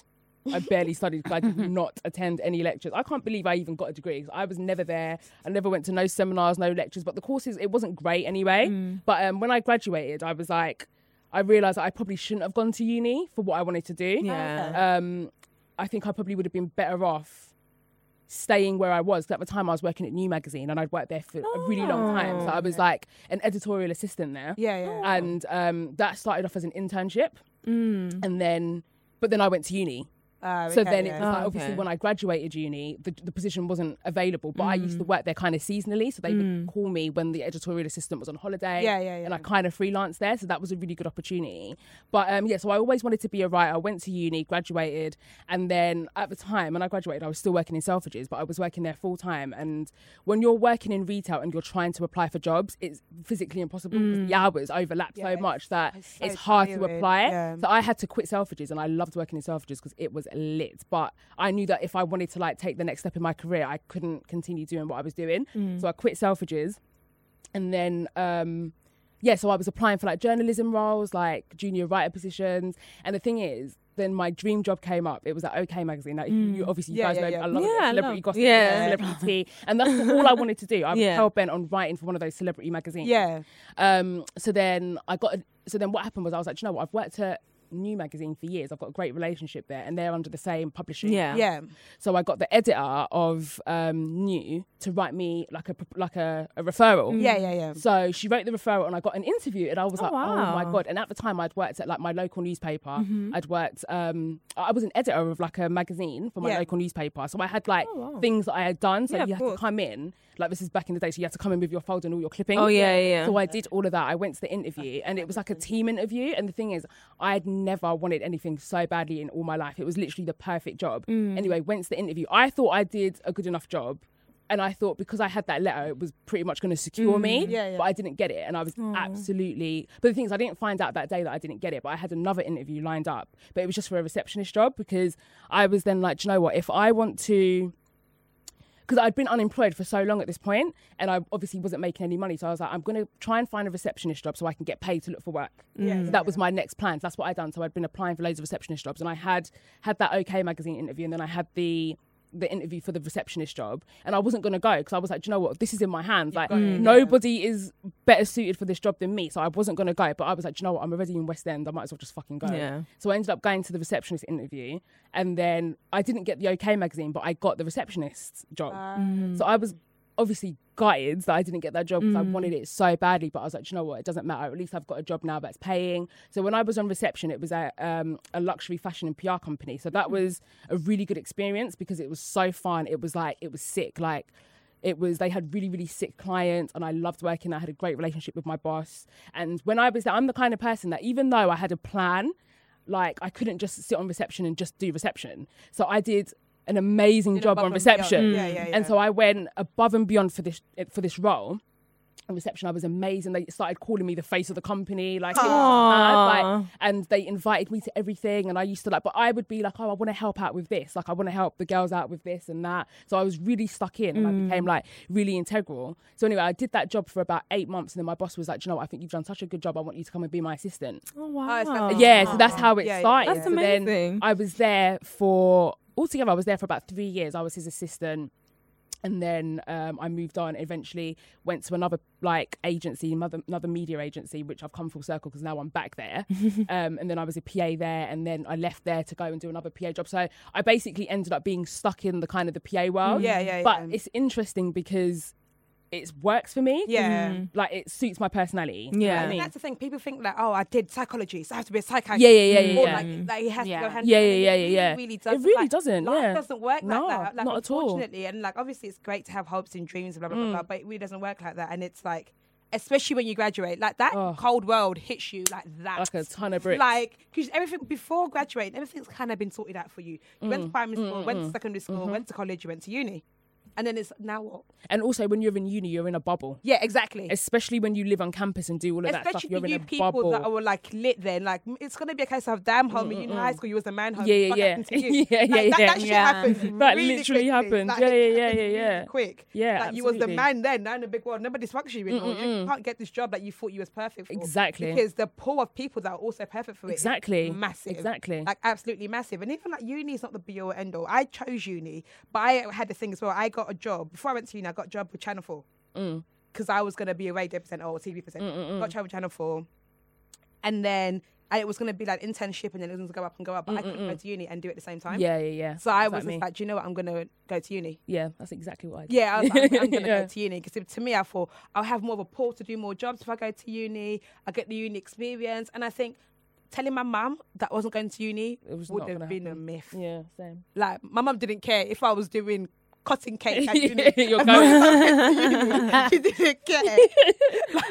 Speaker 1: I barely studied because I did not attend any lectures. I can't believe I even got a degree 'cause I was never there. I never went to no seminars, no lectures. But the courses, it wasn't great anyway.
Speaker 2: Mm.
Speaker 1: But um, when I graduated, I was like, I realised that I probably shouldn't have gone to uni for what I wanted to do.
Speaker 3: Yeah.
Speaker 1: Um, I think I probably would have been better off staying where I was. 'Cause At the time, I was working at New Magazine and I'd worked there for a really long time. So I was like an editorial assistant there
Speaker 2: yeah, yeah.
Speaker 1: and um, that started off as an internship, and then but then I went to uni.
Speaker 2: Ah,
Speaker 1: So
Speaker 2: okay,
Speaker 1: then it
Speaker 2: yeah.
Speaker 1: was like obviously
Speaker 3: okay.
Speaker 1: when I graduated uni, the, the position wasn't available, but I used to work there kind of seasonally, so they would call me when the editorial assistant was on holiday.
Speaker 2: Yeah, yeah, yeah.
Speaker 1: And I kind of freelanced there, so that was a really good opportunity. But um, yeah, so I always wanted to be a writer. I went to uni, graduated, and then at the time when I graduated, I was still working in Selfridges, but I was working there full time. And when you're working in retail and you're trying to apply for jobs, it's physically impossible because the hours overlap
Speaker 2: Yeah,
Speaker 1: so
Speaker 2: it's-
Speaker 1: much that
Speaker 2: it's
Speaker 1: it's,
Speaker 2: so
Speaker 1: hard to
Speaker 2: tiring,
Speaker 1: apply.
Speaker 2: yeah.
Speaker 1: So I had to quit Selfridges, and I loved working in Selfridges because it was lit. But I knew that if I wanted to like take the next step in my career, I couldn't continue doing what I was doing.
Speaker 2: Mm.
Speaker 1: So I quit Selfridges, and then. um yeah, so I was applying for like journalism roles, like junior writer positions. And the thing is, then my dream job came up. It was at OK Magazine. Like, you obviously you
Speaker 2: Mm. Yeah,
Speaker 1: guys know
Speaker 2: yeah, yeah.
Speaker 1: I love
Speaker 3: Yeah,
Speaker 1: it.
Speaker 3: I
Speaker 1: celebrity
Speaker 3: love-
Speaker 1: gossip,
Speaker 3: yeah.
Speaker 1: celebrity tea, and that's all I wanted to do. I was
Speaker 3: Yeah.
Speaker 1: hell bent on writing for one of those celebrity magazines.
Speaker 2: yeah.
Speaker 1: Um, so then I got. So then what happened was I was like, "Do you know what? I've worked at New magazine for years. I've got a great relationship there, and they're under the same publishing.
Speaker 3: Yeah.
Speaker 2: Yeah.
Speaker 1: So I got the editor of um, New to write me like a like a, a referral.
Speaker 2: Yeah, yeah, yeah.
Speaker 1: So she wrote the referral, and I got an interview, and I was
Speaker 3: Mm.
Speaker 1: like,
Speaker 3: Oh,
Speaker 1: "Oh my
Speaker 3: wow. Mm-hmm.
Speaker 1: god!" And at the time, I'd worked at like my local newspaper. I'd worked. Um, I was an editor of like a magazine for my
Speaker 2: Yeah.
Speaker 1: local newspaper, so I had like
Speaker 3: Oh, wow.
Speaker 1: things that I had done. So
Speaker 3: Yeah, of
Speaker 1: you had
Speaker 3: course.
Speaker 1: to come in. Like this is back in the day, so you had to come in with your folder and all your clippings.
Speaker 3: Oh, yeah, yeah, yeah.
Speaker 1: So I did all of that. I went to the interview, and it was like a team interview. And the thing is, I had never wanted anything so badly in all my life. It was literally the perfect job.
Speaker 3: Mm.
Speaker 1: Anyway, went to the interview. I thought I did a good enough job. And I thought because I had that letter, it was pretty much going to secure me.
Speaker 3: Mm.
Speaker 2: Yeah, yeah.
Speaker 1: But I didn't get it. And I was absolutely. But the thing is, I didn't find out that day that I didn't get it. But I had another interview lined up. But it was just for a receptionist job because I was then like, Do you know what? If I want to because I'd been unemployed for so long at this point, and I obviously wasn't making any money. So I was like, I'm going to try and find a receptionist job so I can get paid to look for work.
Speaker 2: Yeah,
Speaker 1: So that was my next plan. So that's what I'd done. So I'd been applying for loads of receptionist jobs, and I had had that OK magazine interview, and then I had the the interview for the receptionist job and I wasn't going to go because I was like, do you know what? This is in my hands. Like, nobody is better suited for this job than me. So I wasn't going to go. But I was like, do you know what? I'm already in West End. I might as well just fucking go.
Speaker 3: Yeah.
Speaker 1: So I ended up going to the receptionist interview, and then I didn't get the OK magazine, but I got the receptionist job. So I was obviously gutted that I didn't get that job because I wanted it so badly. But I was like, "Do you know what? It doesn't matter. At least I've got a job now that's paying. So when I was on reception, it was at um, a luxury fashion and PR company. So that was a really good experience because it was so fun. It was like it was sick. Like it was they had really really sick clients and i loved working i had a great relationship with my boss and when i was there i'm the kind of person that even though i had a plan like i couldn't just sit on reception and just do reception so i did an amazing
Speaker 2: Did
Speaker 1: job
Speaker 2: above
Speaker 1: on
Speaker 2: and beyond.
Speaker 1: reception
Speaker 2: Yeah, yeah, yeah.
Speaker 1: and so I went above and beyond for this for this role. And reception, I was amazing. They started calling me the face of the company, like, it was mad,
Speaker 3: Aww.
Speaker 1: like, and they invited me to everything. And I used to like, but I would be like, oh, I want to help out with this, like I want to help the girls out with this and that. So I was really stuck in, and I became like really integral. So anyway, I did that job for about eight months, and then my boss was like, "Do you know, what? I think you've done such a good job. I want you to come and be my assistant.
Speaker 3: Oh,
Speaker 2: Oh,
Speaker 3: wow.
Speaker 2: it's like-
Speaker 1: Yeah, so that's how it
Speaker 2: Yeah, yeah,
Speaker 1: started.
Speaker 2: That's
Speaker 1: So then
Speaker 3: amazing.
Speaker 1: I was there for altogether. I was there for about three years. I was his assistant, and then um, I moved on. Eventually, went to another like agency, another another media agency, which I've come full circle because now I'm back there. um, and then I was a PA there, and then I left there to go and do another PA job. So I basically ended up being stuck in the kind of the PA world.
Speaker 2: Mm. Yeah, yeah,
Speaker 1: But
Speaker 2: yeah.
Speaker 1: it's interesting because it works for me.
Speaker 2: Yeah.
Speaker 1: Like it suits my personality. You know
Speaker 3: Yeah.
Speaker 1: what I
Speaker 3: And
Speaker 1: mean?
Speaker 2: That's the thing. People think that oh, I did psychology, so I have to be a psychiatrist.
Speaker 1: Yeah, yeah, yeah, yeah,
Speaker 2: Or
Speaker 1: yeah.
Speaker 2: like, like it has
Speaker 4: Yeah.
Speaker 2: to go hand. in
Speaker 1: Yeah,
Speaker 2: hand.
Speaker 1: yeah,
Speaker 2: It
Speaker 1: yeah, yeah, yeah.
Speaker 2: Really
Speaker 1: It
Speaker 2: doesn't.
Speaker 1: really
Speaker 2: like,
Speaker 1: doesn't,
Speaker 2: Life
Speaker 1: yeah.
Speaker 2: doesn't work
Speaker 1: No,
Speaker 2: like that. Like,
Speaker 1: not at all. Mm.
Speaker 2: Unfortunately, and like obviously, it's great to have hopes and dreams, blah blah blah, blah. But it really doesn't work like that. And it's like, especially when you graduate, like that cold world hits you like that.
Speaker 1: Like a ton of bricks.
Speaker 2: Like because everything before graduating, everything's kind of been sorted out for you. You went
Speaker 1: Mm.
Speaker 2: to primary school, went to secondary school,
Speaker 1: Mm-hmm.
Speaker 2: went to college, you went to uni, and then it's now what?
Speaker 1: And also, when you're in uni, you're in a bubble.
Speaker 2: Yeah, exactly.
Speaker 1: Especially when you live on campus and do all of that stuff,
Speaker 2: Especially
Speaker 1: you're
Speaker 2: for
Speaker 1: in
Speaker 2: you
Speaker 1: a
Speaker 2: people
Speaker 1: bubble.
Speaker 2: that were like lit then. Like m- it's gonna be a case of damn homie, you know high school you was a man homie.
Speaker 1: Yeah, yeah,
Speaker 2: What
Speaker 1: yeah.
Speaker 2: happened to you?
Speaker 1: Yeah,
Speaker 2: like,
Speaker 1: yeah,
Speaker 2: that,
Speaker 1: yeah.
Speaker 2: That shit
Speaker 3: Yeah.
Speaker 2: happened.
Speaker 1: That
Speaker 2: really
Speaker 1: literally
Speaker 2: quickly.
Speaker 1: happened.
Speaker 2: Like,
Speaker 1: Yeah,
Speaker 2: it
Speaker 1: yeah, yeah,
Speaker 2: happened
Speaker 1: yeah,
Speaker 2: really
Speaker 1: yeah.
Speaker 2: Quick.
Speaker 1: Yeah,
Speaker 2: Like you was the
Speaker 1: absolutely.
Speaker 2: man then, now in the big world. Nobody's fucks you anymore. You can't get this job that you thought you was perfect for.
Speaker 1: Exactly.
Speaker 2: Because the pool of people that are also perfect for it. is
Speaker 1: Exactly.
Speaker 2: Massive.
Speaker 1: Exactly.
Speaker 2: Like absolutely massive. And even like uni is not the be all end all. I chose uni, but I had the thing as well. I got a job before I went to uni. I got a job with Channel Four
Speaker 1: Mm.
Speaker 2: because I was going to be a radio presenter or TV presenter. Got travel channel four, and then I, it was going to be like internship, and then it was going to go up and go up. But I couldn't go to uni and do it at the same time.
Speaker 1: Mm, yeah, yeah, yeah.
Speaker 2: So I
Speaker 1: That's
Speaker 2: was
Speaker 1: like
Speaker 2: just like, do you know what? I'm going to go to uni.
Speaker 1: yeah, that's exactly what I did.
Speaker 2: Yeah, I was like, I'm, I'm going to
Speaker 1: Yeah.
Speaker 2: go to uni because to me, I thought I'll have more of a pull to do more jobs if I go to uni. I get the uni experience, and I think telling my mum that I wasn't going to uni
Speaker 1: was
Speaker 2: would
Speaker 1: not
Speaker 2: have
Speaker 1: gonna
Speaker 2: been a
Speaker 1: happen.
Speaker 2: myth.
Speaker 1: yeah, same.
Speaker 2: Like my mum didn't care if I was doing cutting cake at uni.
Speaker 1: You're
Speaker 2: As long as
Speaker 1: going.
Speaker 2: I went to uni, she didn't care.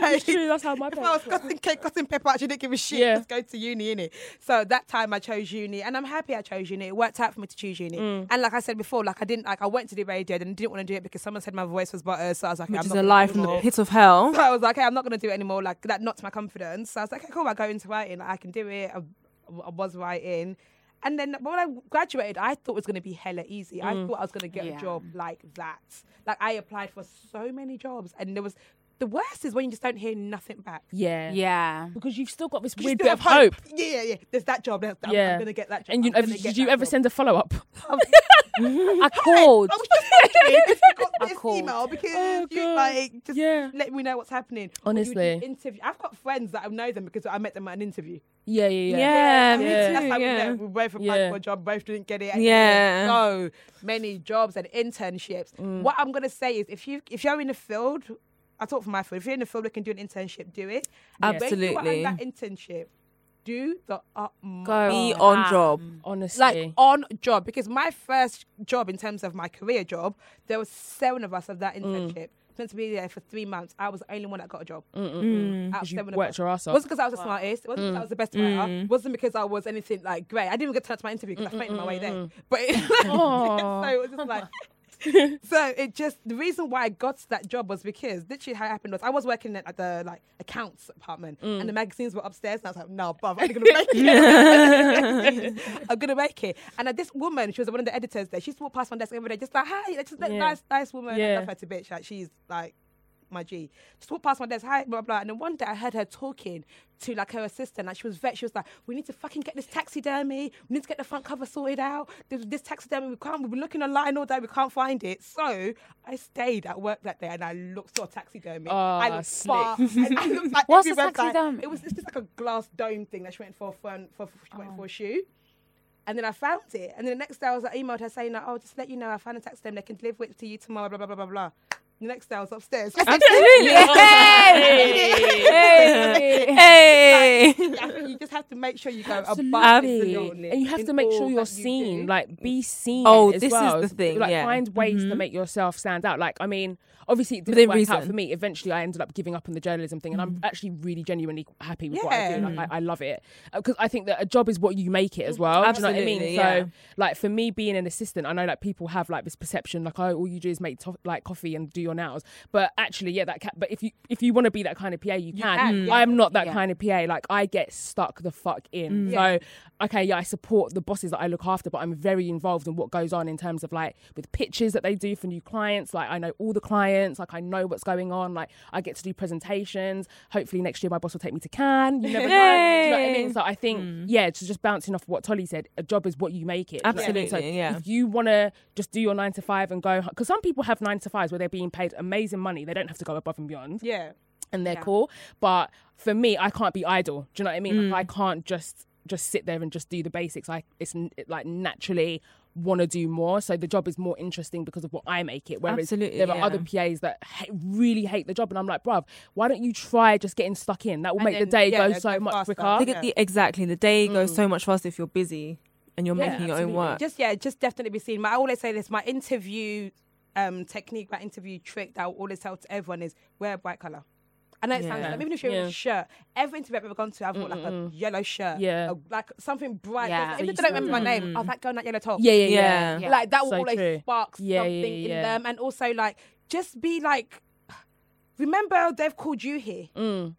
Speaker 2: Like,
Speaker 1: True, that's how my
Speaker 2: if I was
Speaker 1: parents. were.
Speaker 2: cutting cake, cutting pepper, she didn't give a shit.
Speaker 1: Yeah.
Speaker 2: Just go to uni, innit? So that time I chose uni, and I'm happy I chose uni. It worked out for me to choose uni.
Speaker 1: Mm.
Speaker 2: And like I said before, like I didn't like I went to do radio, then didn't want to do it because someone said my voice was butter. So I was like,
Speaker 3: Which
Speaker 2: I'm
Speaker 3: is
Speaker 2: not
Speaker 3: a
Speaker 2: gonna
Speaker 3: lie
Speaker 2: do
Speaker 3: from the
Speaker 2: more.
Speaker 3: pit of hell.
Speaker 2: So I was like, hey, I'm not gonna do it anymore. Like that knocked my confidence. So I was like, okay, cool. I go into writing. Like, I can do it. I, I was writing. And then when I graduated, I thought it was going to be hella easy.
Speaker 1: Mm.
Speaker 2: I thought I was going to get
Speaker 4: Yeah.
Speaker 2: a job like that. Like I applied for so many jobs, and there was the worst is when you just don't hear nothing back.
Speaker 3: Uh,
Speaker 1: Yeah,
Speaker 4: Yeah.
Speaker 1: Because you've still got this
Speaker 2: You
Speaker 1: weird
Speaker 2: still
Speaker 1: bit of
Speaker 2: have
Speaker 1: hope.
Speaker 2: Yeah, yeah, yeah. There's that job. There's that.
Speaker 1: Yeah,
Speaker 2: I'm gonna get that job.
Speaker 1: And you,
Speaker 2: I'm gonna
Speaker 1: did
Speaker 2: get
Speaker 1: you
Speaker 2: that
Speaker 1: ever
Speaker 2: job.
Speaker 1: send a follow up?
Speaker 2: I was-
Speaker 4: I called.
Speaker 2: I was just if you got this
Speaker 4: called.
Speaker 2: email because
Speaker 1: Oh,
Speaker 2: you
Speaker 1: God.
Speaker 2: like just
Speaker 1: Yeah.
Speaker 2: let me know what's happening. Or you do
Speaker 1: Honestly.
Speaker 2: interview. I've got friends that I know them because I met them at an interview.
Speaker 1: Yeah, yeah, yeah.
Speaker 3: Yeah, me
Speaker 1: Yeah.
Speaker 2: That's
Speaker 3: too.
Speaker 2: how we
Speaker 3: yeah.
Speaker 2: met. We both applied
Speaker 1: Yeah.
Speaker 2: for a job, both didn't get it. and
Speaker 3: Yeah.
Speaker 2: there's So many jobs and internships.
Speaker 1: Mm.
Speaker 2: What I'm gonna say is, if you if you're in the field, I talk for my field. If you're in the field, we can do an internship. Do it. When you are
Speaker 3: Absolutely.
Speaker 2: in that internship, do the utmost.
Speaker 4: Go
Speaker 3: Be
Speaker 1: Oh,
Speaker 3: on job.
Speaker 1: Honestly.
Speaker 2: Like on job because my first job in terms of my career job, there was seven of us of that
Speaker 1: Mm.
Speaker 2: internship. Meant to be there for three months. I was the only one that got a job. Out of
Speaker 1: mm. you
Speaker 2: seven of
Speaker 1: worked
Speaker 2: us.
Speaker 1: your ass off. Mm.
Speaker 2: Wasn't because I was the smartest. It wasn't because I was the best writer. Wasn't because I was anything like great. I didn't even get to touch my interview
Speaker 1: Mm,
Speaker 2: because I fainted my way there. But it, so it was just like. so it just the reason why I got that job was because literally how it happened was I was working at, at the like accounts department
Speaker 1: Mm.
Speaker 2: and the magazines were upstairs and I was like, no, bruv, I'm gonna make it. I'm gonna make it. And uh, this woman, she was one of the editors there. She used to walk past my desk every day, just like, hi, like, just like,
Speaker 1: Yeah.
Speaker 2: nice, nice woman. I
Speaker 1: Yeah.
Speaker 2: love her to bitch. Like she's like my G. Just walked past my desk, hi, blah, blah, blah. And then one day I heard her talking to like her assistant. Like she was vexed. She was like, we need to fucking get this taxidermy. We need to get the front cover sorted out. This, this taxidermy, we can't, we've been looking online all day, we can't find it. So I stayed at work that day and I looked, saw taxidermy. I
Speaker 1: Ah,
Speaker 2: looked
Speaker 1: slick.
Speaker 2: far. and I looked like
Speaker 4: What's a
Speaker 2: every website.
Speaker 4: taxidermy?
Speaker 2: It was it's just like a glass dome thing that she went for, for, for, she
Speaker 1: Oh.
Speaker 2: went for a shoe. And then I found it. And then the next day I was like, emailed her saying, like, oh, just let you know, I found a tax them. They can deliver it to you tomorrow, blah, blah, blah, blah, blah. The next day I was upstairs.
Speaker 3: Absolutely. Hey. Hey.
Speaker 2: I think you just have to make sure you go above and beyond
Speaker 1: Absolutely.
Speaker 2: it
Speaker 1: And you have
Speaker 2: in
Speaker 1: to make
Speaker 2: all
Speaker 1: sure you're
Speaker 2: that you
Speaker 1: seen,
Speaker 2: do.
Speaker 1: like be seen.
Speaker 3: Oh,
Speaker 1: as
Speaker 3: this is
Speaker 1: well.
Speaker 3: the thing,
Speaker 1: Like
Speaker 3: yeah. Mm-hmm.
Speaker 1: find ways to make yourself stand out. Like, I mean, obviously it
Speaker 3: Within
Speaker 1: didn't work out
Speaker 3: reason. Mm.
Speaker 1: for me. Eventually, I ended up giving up on the journalism thing, and I'm actually really genuinely happy with what I do.
Speaker 2: Yeah.
Speaker 1: Like, I, I love it because I think that a job is what you make it as well. Do you know what I mean?
Speaker 3: Absolutely, yeah.
Speaker 1: So, like for me, being an assistant, I know like people have like this perception, like oh, all you do is make to- like coffee and do your nails. But actually, yeah, that. Ca- but if you if you want to be that kind of PA, you
Speaker 2: can,
Speaker 1: can. Mm.
Speaker 2: yeah.
Speaker 1: I'm not that kind of PA. Like I get stuck the fuck in.
Speaker 3: Mm.
Speaker 1: So okay, yeah, I support the bosses that I look after, but I'm very involved in what goes on in terms of like with pitches that they do for new clients. Like I know all the clients. Like I know what's going on. Like I get to do presentations. Hopefully next year my boss will take me to Cannes. You never know. Do you know what I mean? So I think
Speaker 3: Mm.
Speaker 1: yeah, it's just bouncing off what Tolly said. A job is what you make it. Do you know what I mean?
Speaker 3: Absolutely,
Speaker 1: So
Speaker 3: yeah.
Speaker 1: If you want to just do your nine to five and go, because some people have nine to fives where they're being paid amazing money. They don't have to go above and beyond
Speaker 2: yeah.
Speaker 1: and they're cool. But for me, I can't be idle. Do you know what I mean? Like, I can't just just sit there and just do the basics. I it's n- it, like naturally want to do more. So the job is more interesting because of what I make it. Whereas
Speaker 3: Absolutely,
Speaker 1: there are
Speaker 3: yeah.
Speaker 1: other PAs that ha- really hate the job, and I'm like, bruv, why don't you try just getting stuck in? That will
Speaker 2: And
Speaker 1: make the
Speaker 2: then,
Speaker 1: day
Speaker 2: yeah,
Speaker 1: go
Speaker 2: go
Speaker 1: so much
Speaker 2: faster.
Speaker 1: quicker.
Speaker 2: They
Speaker 3: Look
Speaker 2: Yeah.
Speaker 3: at the exactly. The day goes so much faster if you're busy and you're
Speaker 1: Mm. Yeah,
Speaker 3: making your
Speaker 1: absolutely.
Speaker 3: own work.
Speaker 2: Just yeah, just definitely be seen. My, I always say this: my interview um, technique, my interview trick that I always tell to everyone is wear a bright color. I know it sounds
Speaker 3: Yeah.
Speaker 2: like, even if you're wearing
Speaker 1: Yeah.
Speaker 2: a shirt, every interview I've ever gone to, I've got like a yellow shirt,
Speaker 1: Yeah.
Speaker 2: a- like something bright.
Speaker 4: Yeah.
Speaker 2: Even
Speaker 1: So
Speaker 2: if they don't
Speaker 1: you
Speaker 2: remember my name, I've like going that yellow top.
Speaker 1: yeah, yeah, yeah.
Speaker 3: Yeah.
Speaker 4: Yeah.
Speaker 2: Like that will
Speaker 1: So
Speaker 2: always
Speaker 1: true.
Speaker 2: spark
Speaker 1: Yeah, yeah,
Speaker 2: something
Speaker 1: yeah.
Speaker 2: in them, and also like just be like, remember they've called you here.
Speaker 1: Mm.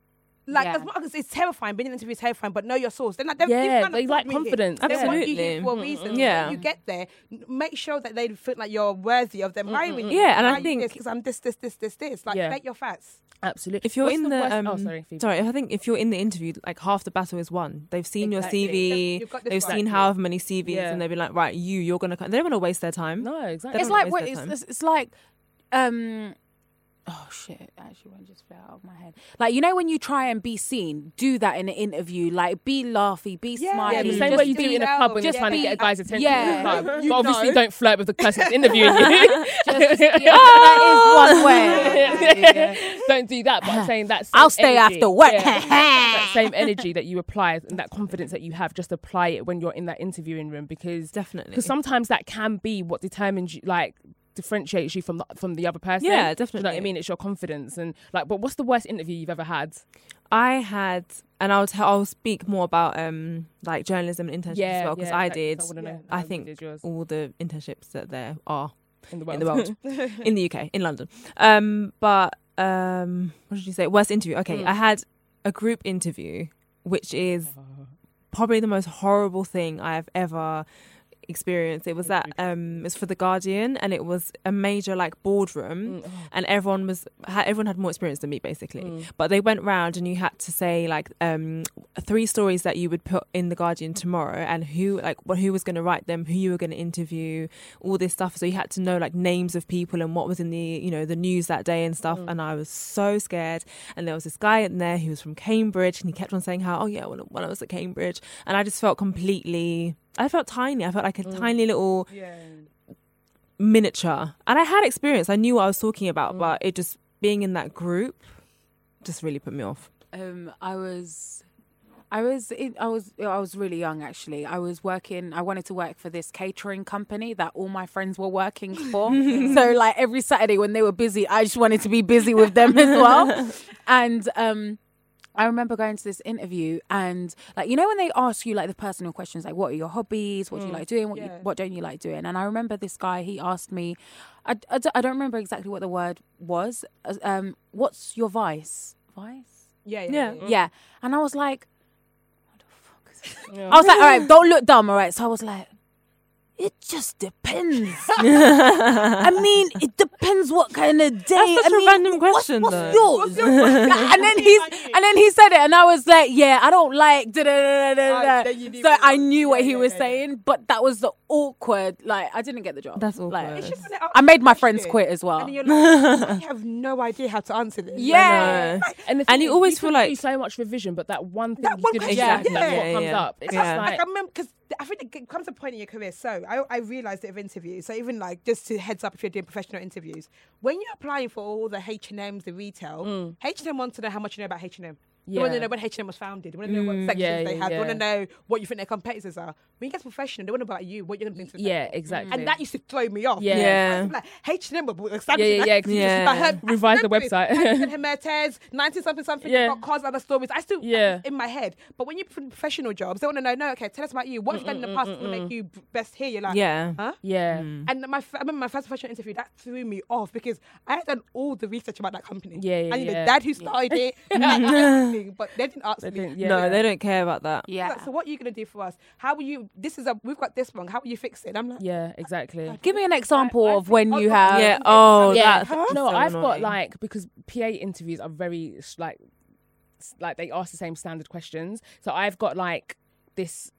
Speaker 2: Like
Speaker 4: Yeah.
Speaker 2: as much as it's terrifying, being in an interview is terrifying, but know your source. Then like they've
Speaker 1: Yeah,
Speaker 2: they've kind of
Speaker 1: they
Speaker 2: put
Speaker 1: like
Speaker 2: me here.
Speaker 1: confidence.
Speaker 2: They want you
Speaker 3: Absolutely.
Speaker 2: here for a reason.
Speaker 3: Yeah.
Speaker 2: When you get there, n- make sure that they feel like you're worthy of them hiring you.
Speaker 3: Yeah, and I think-
Speaker 2: because I'm this, this, this, this, this. Like
Speaker 1: Yeah.
Speaker 2: state your facts.
Speaker 1: Absolutely.
Speaker 3: If you're
Speaker 1: What's
Speaker 3: in the,
Speaker 1: worst-
Speaker 3: um,
Speaker 1: oh sorry, Phoebe.
Speaker 3: sorry, I think if you're in the interview, like half the battle is won. They've seen
Speaker 2: Exactly. You've
Speaker 3: your CV,
Speaker 2: got
Speaker 3: they've
Speaker 2: this right.
Speaker 3: seen however many CVs,
Speaker 1: Yeah.
Speaker 3: and they've been like, right, you, you're gonna. Come. They don't want to waste their time.
Speaker 1: No, exactly.
Speaker 4: It's
Speaker 3: don't
Speaker 4: like
Speaker 3: waste
Speaker 4: what
Speaker 3: their
Speaker 4: it's,
Speaker 3: time.
Speaker 4: it's, it's like um oh shit actually one just fell out of my head like you know when you try and be seen do that in an interview like be laughy be smiley
Speaker 1: Yeah, the
Speaker 2: Mm.
Speaker 1: same
Speaker 4: just
Speaker 1: way you
Speaker 4: be-
Speaker 1: do it in a
Speaker 2: yourself.
Speaker 1: pub when you're
Speaker 2: Just
Speaker 1: trying to
Speaker 2: be-
Speaker 1: get a guy's attention.
Speaker 4: yeah.
Speaker 1: in a pub.
Speaker 2: You
Speaker 1: But obviously,
Speaker 2: know.
Speaker 1: don't flirt with the person that's interviewing you.
Speaker 4: that is one way
Speaker 1: don't do that. But I'm saying that same
Speaker 4: I'll stay
Speaker 1: energy-
Speaker 4: after work.
Speaker 1: yeah, that same energy that you apply and that confidence that you have, just apply it when you're in that interviewing room because
Speaker 3: Definitely.
Speaker 1: because sometimes that can be what determines you, like differentiates you from the, from the other person. Do
Speaker 3: Yeah,
Speaker 1: you know what I
Speaker 3: definitely.
Speaker 1: mean? It's your confidence and like. But what's the worst interview you've ever had?
Speaker 3: I had, and I'll tell, I'll speak more about um like journalism and internships
Speaker 1: Yeah,
Speaker 3: as well because
Speaker 1: yeah,
Speaker 3: I
Speaker 1: exactly.
Speaker 3: did.
Speaker 1: So I wanna know how
Speaker 3: I
Speaker 1: you
Speaker 3: think
Speaker 1: did yours.
Speaker 3: all the internships that there are
Speaker 1: In the world.
Speaker 3: in the world, in the UK, in London. Um, but um, what did you say? Worst interview. Okay, I had a group interview, which is probably the most horrible thing I have ever experience. It was that um, it was for the Guardian, and it was a major like
Speaker 1: Mm.
Speaker 3: boardroom, and everyone was ha- everyone had more experience than me basically.
Speaker 1: Mm.
Speaker 3: But they went round, and you had to say like um, three stories that you would put in the Guardian tomorrow, and who like what who was going to write them, who you were going to interview, all this stuff. So you had to know like names of people and what was in the you know the news that day and stuff. And I was so scared. And there was this guy in there who was from Cambridge, and he kept on saying how oh yeah when, when I was at Cambridge, and I just felt completely. I felt tiny. I felt like a tiny little
Speaker 2: Yeah.
Speaker 3: miniature. And I had experience. I knew what I was talking about, but it just being in that group just really put me off.
Speaker 4: Um, I was, I was, in, I was, I was really young actually. I was working. I wanted to work for this catering company that all my friends were working for. so like every Saturday when they were busy, I just wanted to be busy with them as well. And um, I remember going to this interview and like you know when they ask you like the personal questions like what are your hobbies, what do you like doing, what
Speaker 2: yeah.
Speaker 4: you, what don't you like doing? And I remember this guy he asked me, I, I, d- I don't remember exactly what the word was. uh, Um, what's your vice? Vice.
Speaker 2: Yeah.
Speaker 3: Yeah.
Speaker 2: Yeah.
Speaker 4: Yeah. And I was like, what the fuck is this? I was like, all right, don't look dumb, all right? So I was like, it just depends. I mean, it depends what kind of day.
Speaker 3: That's such
Speaker 4: I
Speaker 3: a
Speaker 4: mean,
Speaker 3: random
Speaker 4: what-
Speaker 3: question,
Speaker 4: What's,
Speaker 3: though.
Speaker 4: yours? and then he's and then he said it, and I was like, yeah, I don't like. Da, da, da, da, da,
Speaker 2: Ah,
Speaker 4: da.
Speaker 2: then you knew
Speaker 4: so
Speaker 2: what it
Speaker 4: I
Speaker 2: was.
Speaker 4: knew what
Speaker 2: Yeah,
Speaker 4: he
Speaker 2: yeah,
Speaker 4: was
Speaker 2: yeah, yeah.
Speaker 4: saying, but that was the awkward. Like, I didn't get the job.
Speaker 3: That's
Speaker 4: Like,
Speaker 3: awkward.
Speaker 4: I made my friends quit as well.
Speaker 2: And you're like, I have no idea how to answer this.
Speaker 4: yeah.
Speaker 1: And, the
Speaker 3: And
Speaker 1: thing
Speaker 3: you
Speaker 1: is,
Speaker 3: always
Speaker 1: could
Speaker 3: feel like-
Speaker 1: do so much revision, but that one thing
Speaker 2: That
Speaker 1: you
Speaker 2: one
Speaker 1: didn't
Speaker 2: question,
Speaker 1: exactly,
Speaker 2: yeah.
Speaker 1: that's what
Speaker 3: Yeah,
Speaker 1: comes
Speaker 3: yeah.
Speaker 1: up. It's
Speaker 3: Yeah.
Speaker 1: just like,
Speaker 2: Like, I remember because I think it comes a point in your career. So I, I realized it of interviews. So even like just to heads up, if you're doing professional interviews, when you're applying for all the H and M's, the retail, H and M wants to know how much you know about H and M. They want
Speaker 1: Mm. Yeah. Mm,
Speaker 2: to know when H and M was founded. They want to know what sections
Speaker 1: yeah,
Speaker 2: they
Speaker 1: yeah,
Speaker 2: have. They want
Speaker 1: yeah.
Speaker 2: to know what you think their competitors are. When you get professional, they want to know about you, what you're going to bring to the
Speaker 1: yeah,
Speaker 2: table.
Speaker 1: exactly.
Speaker 2: And that used to throw me off.
Speaker 1: Yeah.
Speaker 3: Yeah.
Speaker 2: Like, H&M were
Speaker 1: yeah,
Speaker 2: established.
Speaker 1: yeah, yeah. 'cause you just-
Speaker 3: Yeah.
Speaker 1: Revise the website.
Speaker 2: Hermes, 90 something something,
Speaker 1: Yeah.
Speaker 2: yeah. cars, other stories. I still,
Speaker 1: Yeah.
Speaker 2: in my head. But when you're in professional jobs, they want to know, no, okay, tell us about you. What have you done in the past that's going to make you b- best here? You're like,
Speaker 3: Yeah.
Speaker 2: Huh?
Speaker 1: yeah.
Speaker 2: And my, f- I remember my first professional interview, that threw me off because I had done all the research about that company.
Speaker 1: Yeah, yeah,
Speaker 2: I knew
Speaker 1: yeah.
Speaker 2: the dad who started it, like, everything, but they didn't ask
Speaker 1: They
Speaker 2: me.
Speaker 1: didn't- yeah.
Speaker 3: No, they don't care about that.
Speaker 4: Yeah.
Speaker 2: Like, so what are you going to do for us? How will you, this is a, we've got this wrong. How will you fix it? I'm like, oh,
Speaker 1: Yeah, exactly.
Speaker 4: Give me an example of when you have.
Speaker 3: Yeah. Oh,
Speaker 1: yeah.
Speaker 3: that's so
Speaker 1: no, I've got
Speaker 3: annoying.
Speaker 1: like because PA interviews are very s- like s- like they ask the same standard questions. So I've got like this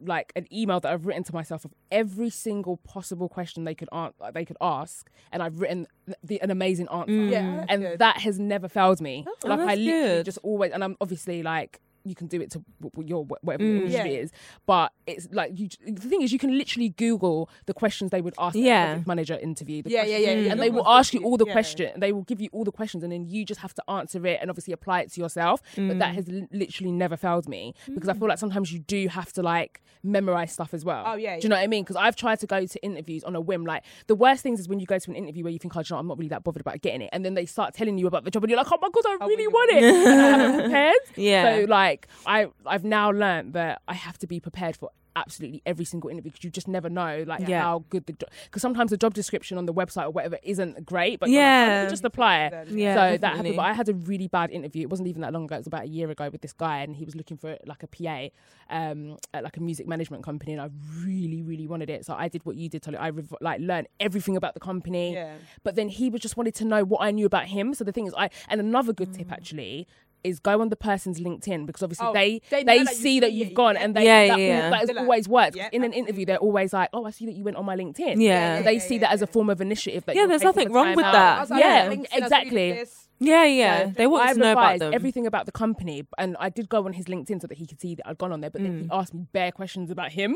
Speaker 1: like an email that I've written to myself of every single possible question they could an- they could ask, and I've written th- the, an amazing answer.
Speaker 2: Yeah, that's
Speaker 1: Mm. and
Speaker 2: good. Oh,
Speaker 1: that has never failed me. like I
Speaker 3: that's
Speaker 1: literally
Speaker 3: good.
Speaker 1: just always, and I'm obviously like. You can do it to w- w- your wh- whatever your industry
Speaker 2: Mm. Yeah.
Speaker 1: is, but it's like you. j- The thing is, you can literally Google the questions they would ask at a
Speaker 3: Yeah.
Speaker 1: project manager interview. the
Speaker 2: Yeah, yeah,
Speaker 1: questions-
Speaker 2: yeah, yeah.
Speaker 1: And they will
Speaker 2: Google
Speaker 1: ask you all the
Speaker 2: Yeah.
Speaker 1: questions question- They will give you all the questions, and then you just have to answer it and obviously apply it to yourself. But that has li- literally never failed me because I feel like sometimes you do have to like memorize stuff as well.
Speaker 2: Oh, yeah,
Speaker 1: do you know what I mean? Because I've tried to go to interviews on a whim. Like the worst things is when you go to an interview where you think, "Oh, do you know, what? I'm not really that bothered about getting it," and then they start telling you about the job, and you're like, "Oh my god, I really
Speaker 2: really
Speaker 1: want it." and I haven't prepared.
Speaker 3: Yeah.
Speaker 1: So like I I've now learned that I have to be prepared for. Absolutely every single interview because you just never know like
Speaker 3: Yeah.
Speaker 1: how good the job because sometimes the job description on the website or whatever isn't great but
Speaker 3: Yeah.
Speaker 1: yeah. just apply it.
Speaker 2: Then,
Speaker 3: yeah,
Speaker 1: so that
Speaker 3: definitely.
Speaker 1: happened. But I had a really bad interview. It wasn't even that long ago. It was about a year ago with this guy, and he was looking for like a PA um, at like a music management company, and I really, really wanted it. So I did what you did, Tolly. I rev- like learned everything about the company.
Speaker 2: Yeah.
Speaker 1: But then he was just wanted to know what I knew about him. So the thing is, I and another good tip actually. Is go on the person's LinkedIn because obviously
Speaker 2: Mm. Oh,
Speaker 1: they they,
Speaker 2: they know that you
Speaker 1: see that
Speaker 2: see
Speaker 1: you've
Speaker 2: it,
Speaker 1: gone
Speaker 2: yeah.
Speaker 1: and they
Speaker 3: Yeah,
Speaker 1: that,
Speaker 3: yeah.
Speaker 1: that has
Speaker 2: They're like,
Speaker 1: always worked. 'Cause
Speaker 2: yeah,
Speaker 1: in an interview, they're always like, "Oh, I see that you went on my LinkedIn."
Speaker 3: Yeah.
Speaker 1: So they see that as a form of initiative. That
Speaker 3: Yeah,
Speaker 1: you're
Speaker 3: there's
Speaker 1: taking
Speaker 3: nothing
Speaker 1: the
Speaker 3: wrong
Speaker 1: time
Speaker 3: with
Speaker 1: out.
Speaker 3: that.
Speaker 2: I was like,
Speaker 1: Yeah,
Speaker 2: I think so, so you
Speaker 1: exactly.
Speaker 2: do this.
Speaker 3: Yeah, yeah.
Speaker 1: So
Speaker 3: they want you
Speaker 1: I
Speaker 3: to know about
Speaker 1: revised
Speaker 3: them.
Speaker 1: everything about the company, and I did go on his LinkedIn so that he could see that I'd gone on there. But then
Speaker 3: Mm.
Speaker 1: he asked me bare questions about him,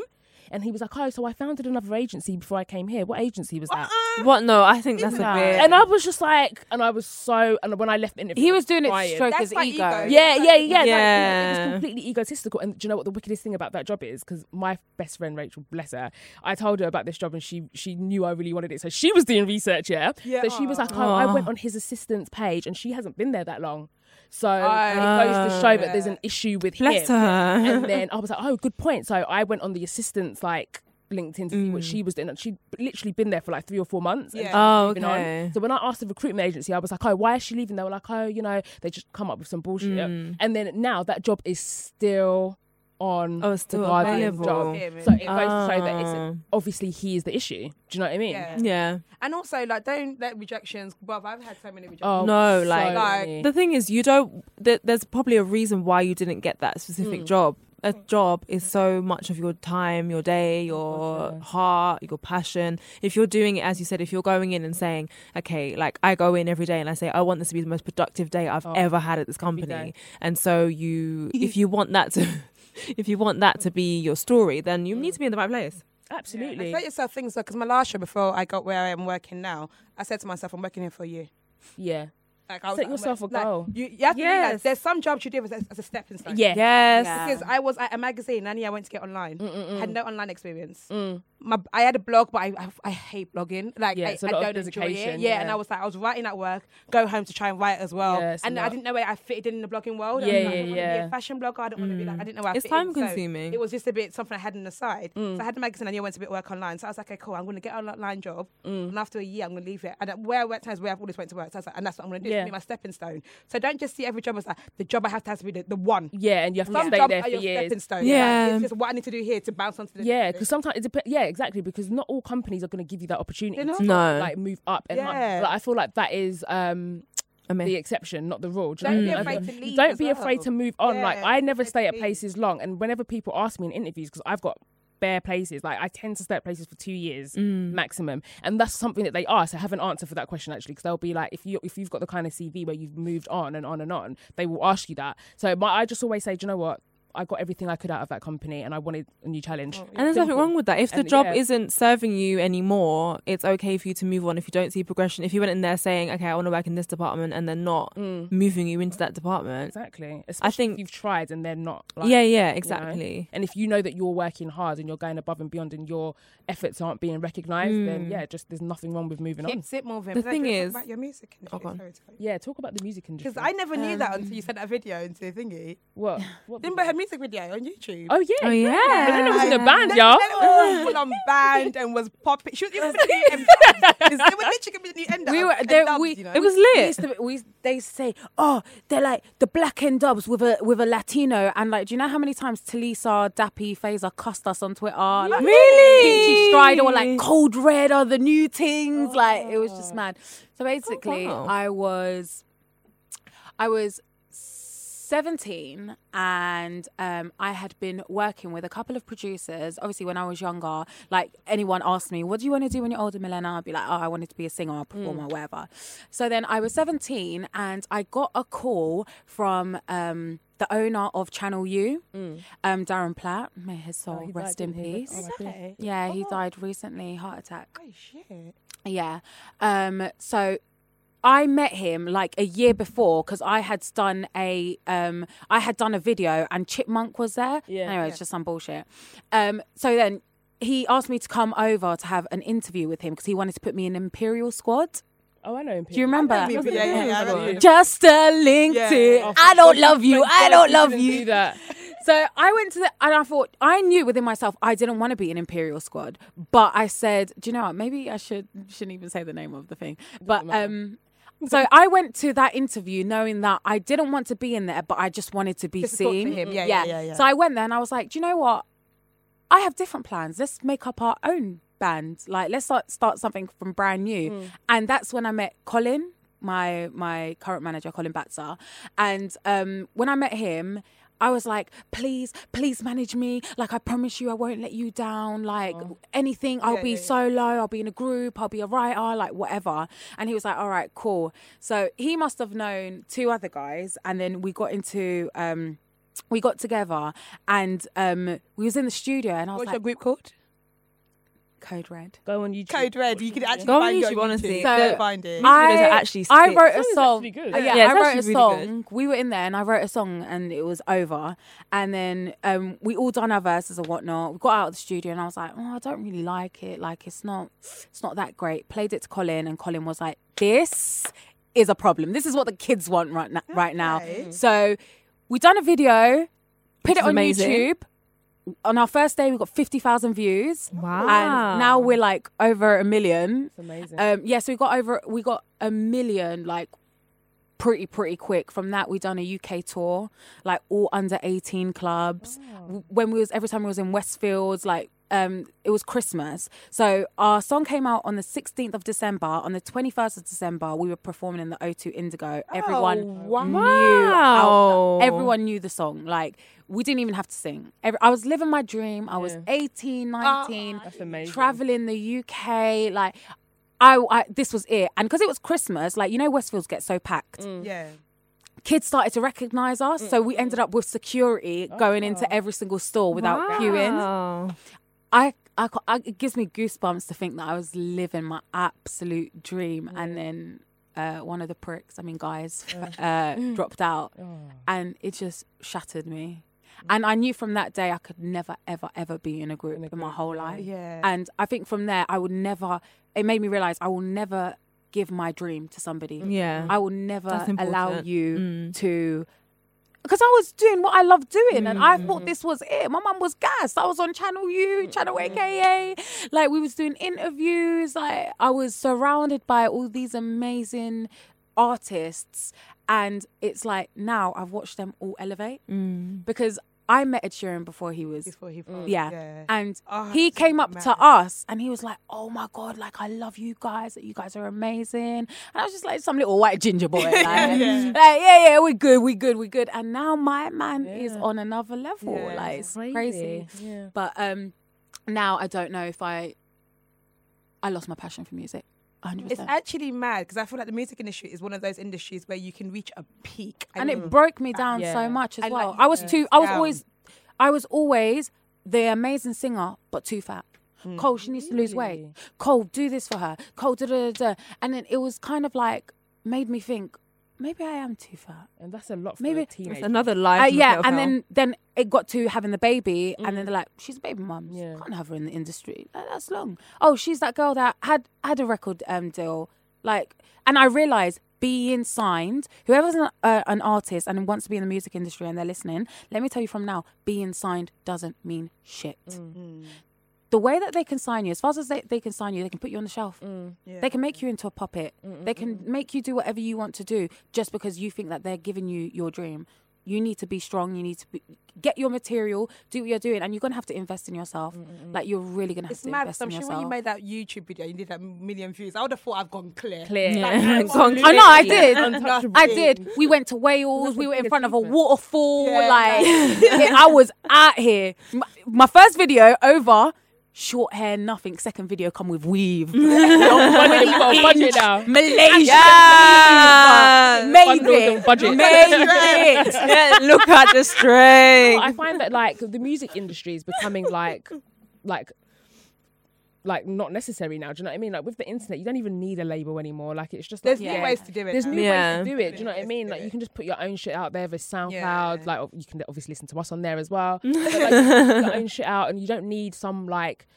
Speaker 1: and he was like, "Oh, so I founded another agency before I came here. What agency was that?"
Speaker 2: Uh-uh.
Speaker 3: What? No, I think that's a
Speaker 4: Nah.
Speaker 3: bit.
Speaker 1: And I was just like, and I was so, and when I left the interview,
Speaker 4: He
Speaker 1: I
Speaker 4: was doing it to
Speaker 1: crying.
Speaker 4: stroke
Speaker 2: That's
Speaker 4: his
Speaker 2: my
Speaker 4: ego.
Speaker 2: ego.
Speaker 1: Yeah, yeah, yeah. Like, it
Speaker 3: Yeah.
Speaker 1: was completely egotistical. And do you know what the wickedest thing about that job is? Because my best friend Rachel, bless her, I told her about this job and she she knew I really wanted it, so she was doing research. Yeah,
Speaker 2: Yeah,
Speaker 1: So she was like, oh, I went on his assistant's page, and she hasn't been there that long. So it goes to show that there's an issue with
Speaker 3: Bless
Speaker 1: him.
Speaker 3: her.
Speaker 1: And then I was like, oh, good point. So I went on the assistant's like. LinkedIn to see what she was doing. and She'd literally been there for like three or four months. and
Speaker 2: Yeah.
Speaker 1: she
Speaker 3: Oh,
Speaker 1: moving on.
Speaker 3: okay.
Speaker 1: So when I asked the recruitment agency, I was like, "Oh, why is she leaving?"
Speaker 3: Mm.
Speaker 1: They were like, "Oh, you know, they just come up with some bullshit." And then now that job is still on
Speaker 3: Oh, it's still
Speaker 1: the Guardian's
Speaker 3: available.
Speaker 1: job.
Speaker 2: Yeah, maybe.
Speaker 1: So it goes to show that
Speaker 3: Ah.
Speaker 1: it's obviously he is the issue. Do you know what I mean?
Speaker 2: Yeah.
Speaker 3: yeah.
Speaker 2: And also, like, don't let rejections. Well, I've had so many rejections.
Speaker 1: Oh,
Speaker 3: No,
Speaker 1: so
Speaker 3: like-
Speaker 2: Like-
Speaker 1: many.
Speaker 3: The thing is, you don't. There, there's probably a reason why you didn't get that specific job. A job is so much of your time, your day, your heart, your passion. If you're doing it, as you said, if you're going in and saying, okay, like I go in every day and I say, I want this to be the most productive day I've ever had at this company.
Speaker 1: day.
Speaker 3: And so you, if you want that to, if you want that to be your story, then you need to be in the right place.
Speaker 1: absolutely.
Speaker 2: And let yourself things like, because my last show before I got where I am working now, I said to myself, I'm working here for you.
Speaker 1: yeah.
Speaker 2: Like, I was
Speaker 1: Set
Speaker 2: like, I'm
Speaker 1: yourself a
Speaker 2: working- like,
Speaker 1: goal.
Speaker 2: you, you have to realize
Speaker 3: Yes.
Speaker 2: there's some jobs you do as, a- as a stepping stone.
Speaker 1: Yeah.
Speaker 3: Yes.
Speaker 4: Yeah.
Speaker 2: Because I was at a magazine and yeah, I went to get online. Had no online experience. My, I had a blog, but I, I, I hate blogging. Like
Speaker 1: Mm. Yeah,
Speaker 2: I,
Speaker 1: it's a
Speaker 2: I
Speaker 1: lot of
Speaker 2: don't enjoy it. Yeah,
Speaker 1: dedication,
Speaker 2: and
Speaker 1: yeah.
Speaker 2: I was like, I was writing at work, go home to try and write as well,
Speaker 1: Yeah, it's a
Speaker 2: and I
Speaker 1: lot.
Speaker 2: didn't know where I fitted in the blogging world. I
Speaker 1: Yeah,
Speaker 2: was like, I
Speaker 1: yeah,
Speaker 2: don't wanna Be
Speaker 1: yeah.
Speaker 2: a fashion blogger. I don't want to be like. I didn't know where I
Speaker 3: It's
Speaker 2: fit in,
Speaker 3: time
Speaker 2: so
Speaker 3: consuming.
Speaker 2: it was just a bit something I had on the side.
Speaker 1: Mm.
Speaker 2: So I had a magazine and yeah, I went to a bit of work online. So I was like, okay, cool. I'm going to get an online job,
Speaker 1: Mm.
Speaker 2: and after a year, I'm going to leave it. And uh, where I worked times where I've always went to work. So I was like, and that's what I'm going to do. It's
Speaker 1: Yeah.
Speaker 2: gonna be my stepping stone. So don't just see every job as like the job I have to have to be the, the one.
Speaker 1: Yeah, and you have to
Speaker 2: Some
Speaker 1: stay
Speaker 2: jobs
Speaker 1: there
Speaker 2: are
Speaker 1: for
Speaker 2: your
Speaker 1: years.
Speaker 2: stepping stone.
Speaker 3: Yeah.
Speaker 2: Like, it's just what I need to do here to bounce onto the.
Speaker 1: Yeah, because sometimes it depends. Yeah, exactly. Because not all companies are going to give you that opportunity.
Speaker 2: They're not.
Speaker 1: to,
Speaker 3: No.
Speaker 1: like move up and up.
Speaker 2: Yeah.
Speaker 1: Like, I feel like that is um
Speaker 3: I mean,
Speaker 1: the exception, not the rule. Do you
Speaker 2: Don't
Speaker 1: know what I
Speaker 2: be
Speaker 1: mean?
Speaker 2: afraid to leave
Speaker 1: Don't
Speaker 2: as
Speaker 1: be afraid
Speaker 2: well.
Speaker 1: to move on.
Speaker 2: Yeah,
Speaker 1: like
Speaker 2: don't
Speaker 1: I
Speaker 2: be
Speaker 1: never
Speaker 2: afraid
Speaker 1: stay
Speaker 2: to
Speaker 1: at
Speaker 2: leave.
Speaker 1: places long, and whenever people ask me in interviews, because I've got bare places, like I tend to stay at places for two years
Speaker 3: Mm.
Speaker 1: maximum, and that's something that they ask. I have an answer for that question actually, because they'll be like, if you if you've got the kind of CV where you've moved on and on and on, they will ask you that. So my, I just always say, do you know what? I got everything I could out of that company, and I wanted a new challenge.
Speaker 2: Oh,
Speaker 3: And there's nothing
Speaker 1: Simple.
Speaker 3: wrong with that. If the
Speaker 1: And,
Speaker 3: job
Speaker 1: yeah.
Speaker 3: isn't serving you anymore, it's okay for you to move on if you don't see progression. If you went in there saying, okay, I want to work in this department and they're not moving you into that department.
Speaker 1: Exactly. Especially I think
Speaker 3: think-
Speaker 1: if you've tried and they're not. Like,
Speaker 3: yeah, yeah,
Speaker 1: you know?
Speaker 3: exactly.
Speaker 1: And if you know that you're working hard and you're going above and beyond and your efforts aren't being recognised, then
Speaker 4: Mm.
Speaker 1: yeah, just there's nothing wrong with moving on.
Speaker 2: Keeps it moving.
Speaker 3: The
Speaker 2: But
Speaker 3: thing
Speaker 2: let's talk
Speaker 3: is-
Speaker 2: about your music.
Speaker 3: Oh, go on.
Speaker 1: Yeah, talk about the music industry.
Speaker 2: Because I never knew that until you sent that video into the thingy.
Speaker 1: what? what
Speaker 2: Remember her music video on YouTube?
Speaker 1: oh yeah.
Speaker 3: Oh,
Speaker 1: But then it was in a
Speaker 3: yeah.
Speaker 1: band,
Speaker 2: Then-
Speaker 1: y'all.
Speaker 2: then it was full on band and was popping. She was, it was a new end. It was literally gonna be the new end.
Speaker 4: We were
Speaker 2: and
Speaker 4: there.
Speaker 2: dubs,
Speaker 4: We
Speaker 2: you know?
Speaker 3: It was
Speaker 4: We
Speaker 3: lit.
Speaker 4: used to, we they say, oh, they're like the black end dubs with a with a Latino, and like, do you know how many times Talisa, Dappy, Phaser cussed us on Twitter? Like,
Speaker 3: Really?
Speaker 4: Pinchy Strider were like Cold Red are the new things. Like it was
Speaker 1: Oh.
Speaker 4: just mad. So basically,
Speaker 3: wow.
Speaker 4: I was, I was. 17 and um, I had been working with a couple of producers. Obviously, when I was younger, like anyone asked me, What do you want to do when you're older, Milena? I'd be like, Oh, I wanted to be a singer
Speaker 1: Hmm.
Speaker 4: or a performer, whatever. So then I was 17 and I got a call from um, the owner of Channel U,
Speaker 1: Mm.
Speaker 4: um, Darren Platt. May his soul
Speaker 1: he died,
Speaker 4: Oh, rest in
Speaker 1: Oh, didn't he?
Speaker 4: peace.
Speaker 1: Oh, my
Speaker 2: Okay.
Speaker 4: Yeah, he died recently, heart attack.
Speaker 2: Oh, shit.
Speaker 4: Yeah. Um, so I met him like a year before because I had done a um, I had done a video and Chipmunk was there.
Speaker 1: Yeah.
Speaker 4: Anyway, it's just some bullshit. Um, so then he asked me to come over to have an interview with him because he wanted to put me in Imperial Squad.
Speaker 1: Oh, I know. him,
Speaker 4: Do you
Speaker 1: Pete.
Speaker 4: remember?
Speaker 2: Yeah, yeah, yeah, yeah, I remember.
Speaker 4: Just a LinkedIn.
Speaker 2: Yeah.
Speaker 4: I don't love you.
Speaker 1: Thank
Speaker 4: I
Speaker 1: God
Speaker 4: don't
Speaker 1: he
Speaker 4: love
Speaker 1: didn't
Speaker 4: you.
Speaker 1: do that.
Speaker 4: So I went to the and I thought I knew within myself I didn't want to be an Imperial squad, but I said, do you know what? Maybe I should shouldn't even say the name of the thing, but um. So I went to that interview knowing that I didn't want to be in there, but I just wanted to be
Speaker 2: Just to talk to
Speaker 4: seen.
Speaker 2: him. Yeah, yeah, yeah, yeah.
Speaker 4: So I went there and I was like, do you know what? I have different plans. Let's make up our own band. Like let's start, start something from brand new.
Speaker 2: Mm.
Speaker 4: And that's when I met Colin, my my current manager, Colin Batzer. And um, when I met him, I was like, please, please manage me. Like I promise you, I won't let you down. Like anything, I'll
Speaker 2: Oh. Yeah,
Speaker 4: be
Speaker 2: yeah, yeah.
Speaker 4: solo. I'll be in a group. I'll be a writer. Like whatever. And he was like, all right, cool. So he must have known two other guys, and then we got into. Um, we got together and um, we was in the studio and I was
Speaker 2: What's
Speaker 4: like,
Speaker 2: your group called?
Speaker 4: Code Red.
Speaker 1: Go on YouTube.
Speaker 2: Code Red. You can actually
Speaker 3: Go on
Speaker 2: find it
Speaker 3: YouTube, honestly.
Speaker 2: Go
Speaker 4: So,
Speaker 2: find it.
Speaker 3: I- videos are actually
Speaker 4: I
Speaker 3: sick.
Speaker 4: wrote
Speaker 1: Song
Speaker 4: a
Speaker 1: is
Speaker 4: song.
Speaker 1: actually good.
Speaker 4: Uh, Yeah,
Speaker 3: Yeah, it's
Speaker 4: I wrote a
Speaker 3: actually really good.
Speaker 4: song. We were in there and I wrote a song and it was over. And then um, we all done our verses and whatnot. We got out of the studio and I was like, oh, I don't really like it. Like it's not, it's not that great. Played it to Colin and Colin was like, this is a problem. This is what the kids want right now. Right now.
Speaker 2: Okay.
Speaker 4: So we done a video, put it
Speaker 3: Mm-hmm. is
Speaker 4: on
Speaker 3: amazing.
Speaker 4: YouTube. On our first day, we got fifty thousand views.
Speaker 3: Wow.
Speaker 4: And
Speaker 3: Ah.
Speaker 4: now we're like over a million.
Speaker 1: Amazing.
Speaker 4: Um, yeah, so we got over, we got a million like pretty pretty quick. From that, we done a UK tour, like all under eighteen clubs. W When we was every time we was in Westfields, like. Um, it was Christmas, so our song came out on the 16th of December. On the 21st of December, we were performing in the O2 Indigo. Everyone
Speaker 2: wow.
Speaker 4: knew our-
Speaker 3: Wow.
Speaker 4: everyone knew the song. Like we didn't even have to sing. Every, I was living my dream. I was
Speaker 1: Yeah. Ah,
Speaker 4: 18, 19
Speaker 1: That's amazing.
Speaker 4: traveling the UK, like. I, I this was it, and because it was Christmas, like you know, Westfields get so packed.
Speaker 2: Yeah.
Speaker 4: Kids started to recognise us, so we ended up with security going into every single store without queuing.
Speaker 3: Wow.
Speaker 4: I, I, ca- I- it gives me goosebumps to think that I was living my absolute dream, and then uh, one of the pricks, I mean guys, uh, dropped out,
Speaker 1: Oh,
Speaker 4: and it just shattered me. And I knew from that day I could never, ever, ever be in a group Mm. in, my whole life.
Speaker 2: Yeah.
Speaker 4: Mm. And I think from there, I would never, it made me realize I will never give my dream to somebody.
Speaker 3: Yeah.
Speaker 4: I will never
Speaker 3: Mm. That's important. Mm.
Speaker 4: allow you to. Because I was doing what I love doing and I thought this was it. My mum was gassed. I was on Channel U, Channel AKA. Like, we was doing interviews. Like, I was surrounded by all these amazing artists. And it's like, now I've watched them all elevate.
Speaker 3: Mm.
Speaker 4: Because I met Ed Sheeran before he was
Speaker 2: Before he passed.
Speaker 4: yeah.
Speaker 2: Yeah.
Speaker 4: And
Speaker 2: Oh,
Speaker 4: he
Speaker 2: that's
Speaker 4: came up
Speaker 2: mad.
Speaker 4: to us and he was like, Oh my God, like, I love you guys. You guys are amazing. And I was just like, Some little white ginger boy. Like, like, yeah. yeah, we good, we good, we good. And now my man is on another level.
Speaker 2: Yeah.
Speaker 4: Like, it's crazy.
Speaker 3: Crazy.
Speaker 1: Yeah.
Speaker 4: But um, now I don't know if I, I lost my passion for music. 100%.
Speaker 2: It's actually mad because I feel like the music industry is one of those industries where you can reach a peak
Speaker 4: and
Speaker 2: you-
Speaker 4: it broke me down
Speaker 1: Yeah.
Speaker 4: so much as
Speaker 2: And, like,
Speaker 4: well.
Speaker 2: you
Speaker 4: I was
Speaker 2: just
Speaker 4: too. I was
Speaker 2: down.
Speaker 4: always, I was always the amazing singer, but too fat. Cole, she needs to lose weight. Cole, do this for her. Cole, da da da. da. And then it was kind of like made me think, maybe I am too fat.
Speaker 1: And that's a lot for
Speaker 4: Maybe-
Speaker 1: a teenager.
Speaker 3: It's another life.
Speaker 4: Uh,
Speaker 3: in the
Speaker 4: yeah,
Speaker 3: pit of
Speaker 4: and
Speaker 3: hell.
Speaker 4: then then it got to having the baby, and then they're like, she's a baby mum.
Speaker 1: Yeah.
Speaker 4: Can't have her in the industry. Like, that's long. Oh, she's that girl that had had a record um, deal. Like, and I realized being signed, whoever's an, uh, an artist and wants to be in the music industry and they're listening, let me tell you from now, being signed doesn't mean shit. The way that they can sign you, as fast as they, they can sign you, they can put you on the shelf. They can make you into a puppet. They can make you do whatever you want to do just because you think that they're giving you your dream. You need to be strong. You need to be, get your material, do what you're doing, and you're gonna have to invest in yourself. Like you're really gonna have
Speaker 2: It's
Speaker 4: to
Speaker 2: mad.
Speaker 4: invest
Speaker 2: So I'm
Speaker 4: in
Speaker 2: sure
Speaker 4: yourself.
Speaker 2: when you made that YouTube video, you did that million views. I would have thought I've gone clear.
Speaker 1: Clear.
Speaker 3: Yeah.
Speaker 2: absolutely.
Speaker 4: I know, I did.
Speaker 2: Untouchable.
Speaker 4: I did. We went to Wales.
Speaker 1: That's a
Speaker 4: We were
Speaker 1: big
Speaker 4: in front of a
Speaker 1: achievement.
Speaker 4: waterfall.
Speaker 2: Yeah,
Speaker 4: like I was out here. My, my first video over. Short hair, nothing. Second video come with weave.
Speaker 1: budget, you got a budget now.
Speaker 4: Malaysia.
Speaker 3: Yes.
Speaker 4: Made
Speaker 1: Bundles
Speaker 4: it.
Speaker 1: and budget.
Speaker 4: Made it.
Speaker 3: yeah, look at the strength.
Speaker 1: I find that like the music industry is becoming like, like, like not necessary now. Do you know what I mean? Like with the internet, you don't even need a label anymore. Like it's just like,
Speaker 2: There's new
Speaker 1: yeah.
Speaker 2: ways to do it.
Speaker 1: There's
Speaker 2: now.
Speaker 1: new
Speaker 3: Yeah.
Speaker 1: ways to do it. Do you know what I
Speaker 2: Yes,
Speaker 1: mean?
Speaker 2: do
Speaker 1: Like
Speaker 2: it.
Speaker 1: you can just put your own shit out there. There's SoundCloud.
Speaker 2: Yeah.
Speaker 1: Like you can obviously listen to us on there as well. But, like, you can put your own shit out, and you don't need some like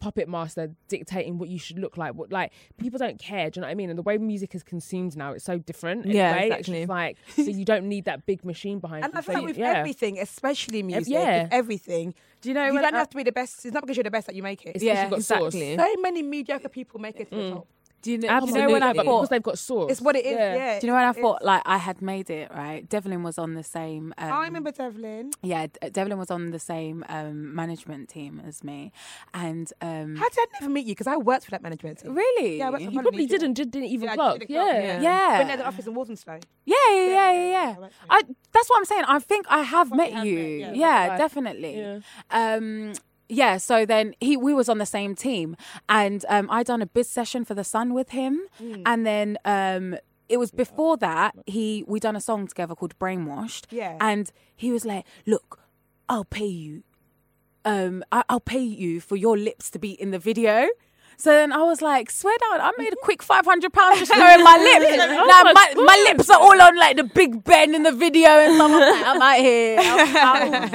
Speaker 1: puppet master dictating what you should look like. What like people don't care. Do you know what I mean? And the way music is consumed now, it's so different.
Speaker 3: Yeah,
Speaker 1: anyway.
Speaker 3: exactly.
Speaker 1: It's just like so you don't need that big machine behind
Speaker 2: And
Speaker 1: you.
Speaker 2: I feel
Speaker 1: So
Speaker 2: like with
Speaker 1: yeah.
Speaker 2: everything, especially music,
Speaker 1: yeah.
Speaker 2: with everything,
Speaker 1: Do you know?
Speaker 2: you
Speaker 1: when
Speaker 2: don't
Speaker 1: I-
Speaker 2: have to be the best. It's not because you're the best that you make it.
Speaker 1: It's 'cause
Speaker 4: Yeah,
Speaker 1: you've got sauce.
Speaker 3: exactly.
Speaker 2: so many mediocre people make it to the top.
Speaker 4: Do you know, do you
Speaker 1: Absolutely.
Speaker 4: know when I
Speaker 1: But because
Speaker 4: thought?
Speaker 1: they've got sauce.
Speaker 2: It's what it is. Yeah.
Speaker 4: Do you know when I
Speaker 2: It's-
Speaker 4: thought like I had made it right? Devlin was on the same. Um,
Speaker 2: I remember Devlin.
Speaker 4: Yeah, D- uh, Devlin was on the same um, management team as me, and um,
Speaker 2: How did I never meet you? Because I worked for that management team.
Speaker 4: really,
Speaker 2: Yeah, I worked for
Speaker 4: yeah,
Speaker 2: Holiday
Speaker 1: Probably
Speaker 2: Inn.
Speaker 1: didn't did- didn't even
Speaker 2: Yeah, I
Speaker 1: clock.
Speaker 2: didn't clock,
Speaker 1: Yeah.
Speaker 3: yeah.
Speaker 2: Went at the
Speaker 4: yeah,
Speaker 2: office in Walthamstow.
Speaker 4: yeah, yeah, yeah.
Speaker 2: yeah, yeah.
Speaker 4: I that's what I'm saying. I think I have
Speaker 2: Probably
Speaker 4: met
Speaker 2: have
Speaker 4: you.
Speaker 2: met, yeah,
Speaker 4: yeah,
Speaker 2: that's
Speaker 1: right.
Speaker 4: definitely.
Speaker 1: Yeah.
Speaker 4: um yeah so then he we was on the same team and um i done a biz session for the sun with him
Speaker 2: Mm.
Speaker 4: and then um it was before that he we done a song together called brainwashed
Speaker 2: Yeah.
Speaker 4: and he was like look i'll pay you um I- i'll pay you for your lips to be in the video so then I was like, swear down, I made a quick five hundred pounds just showing my lips.
Speaker 2: oh
Speaker 4: now
Speaker 1: my
Speaker 4: my, my lips are all on like the big Ben in the video and stuff. I'm like, I'm out here. I'm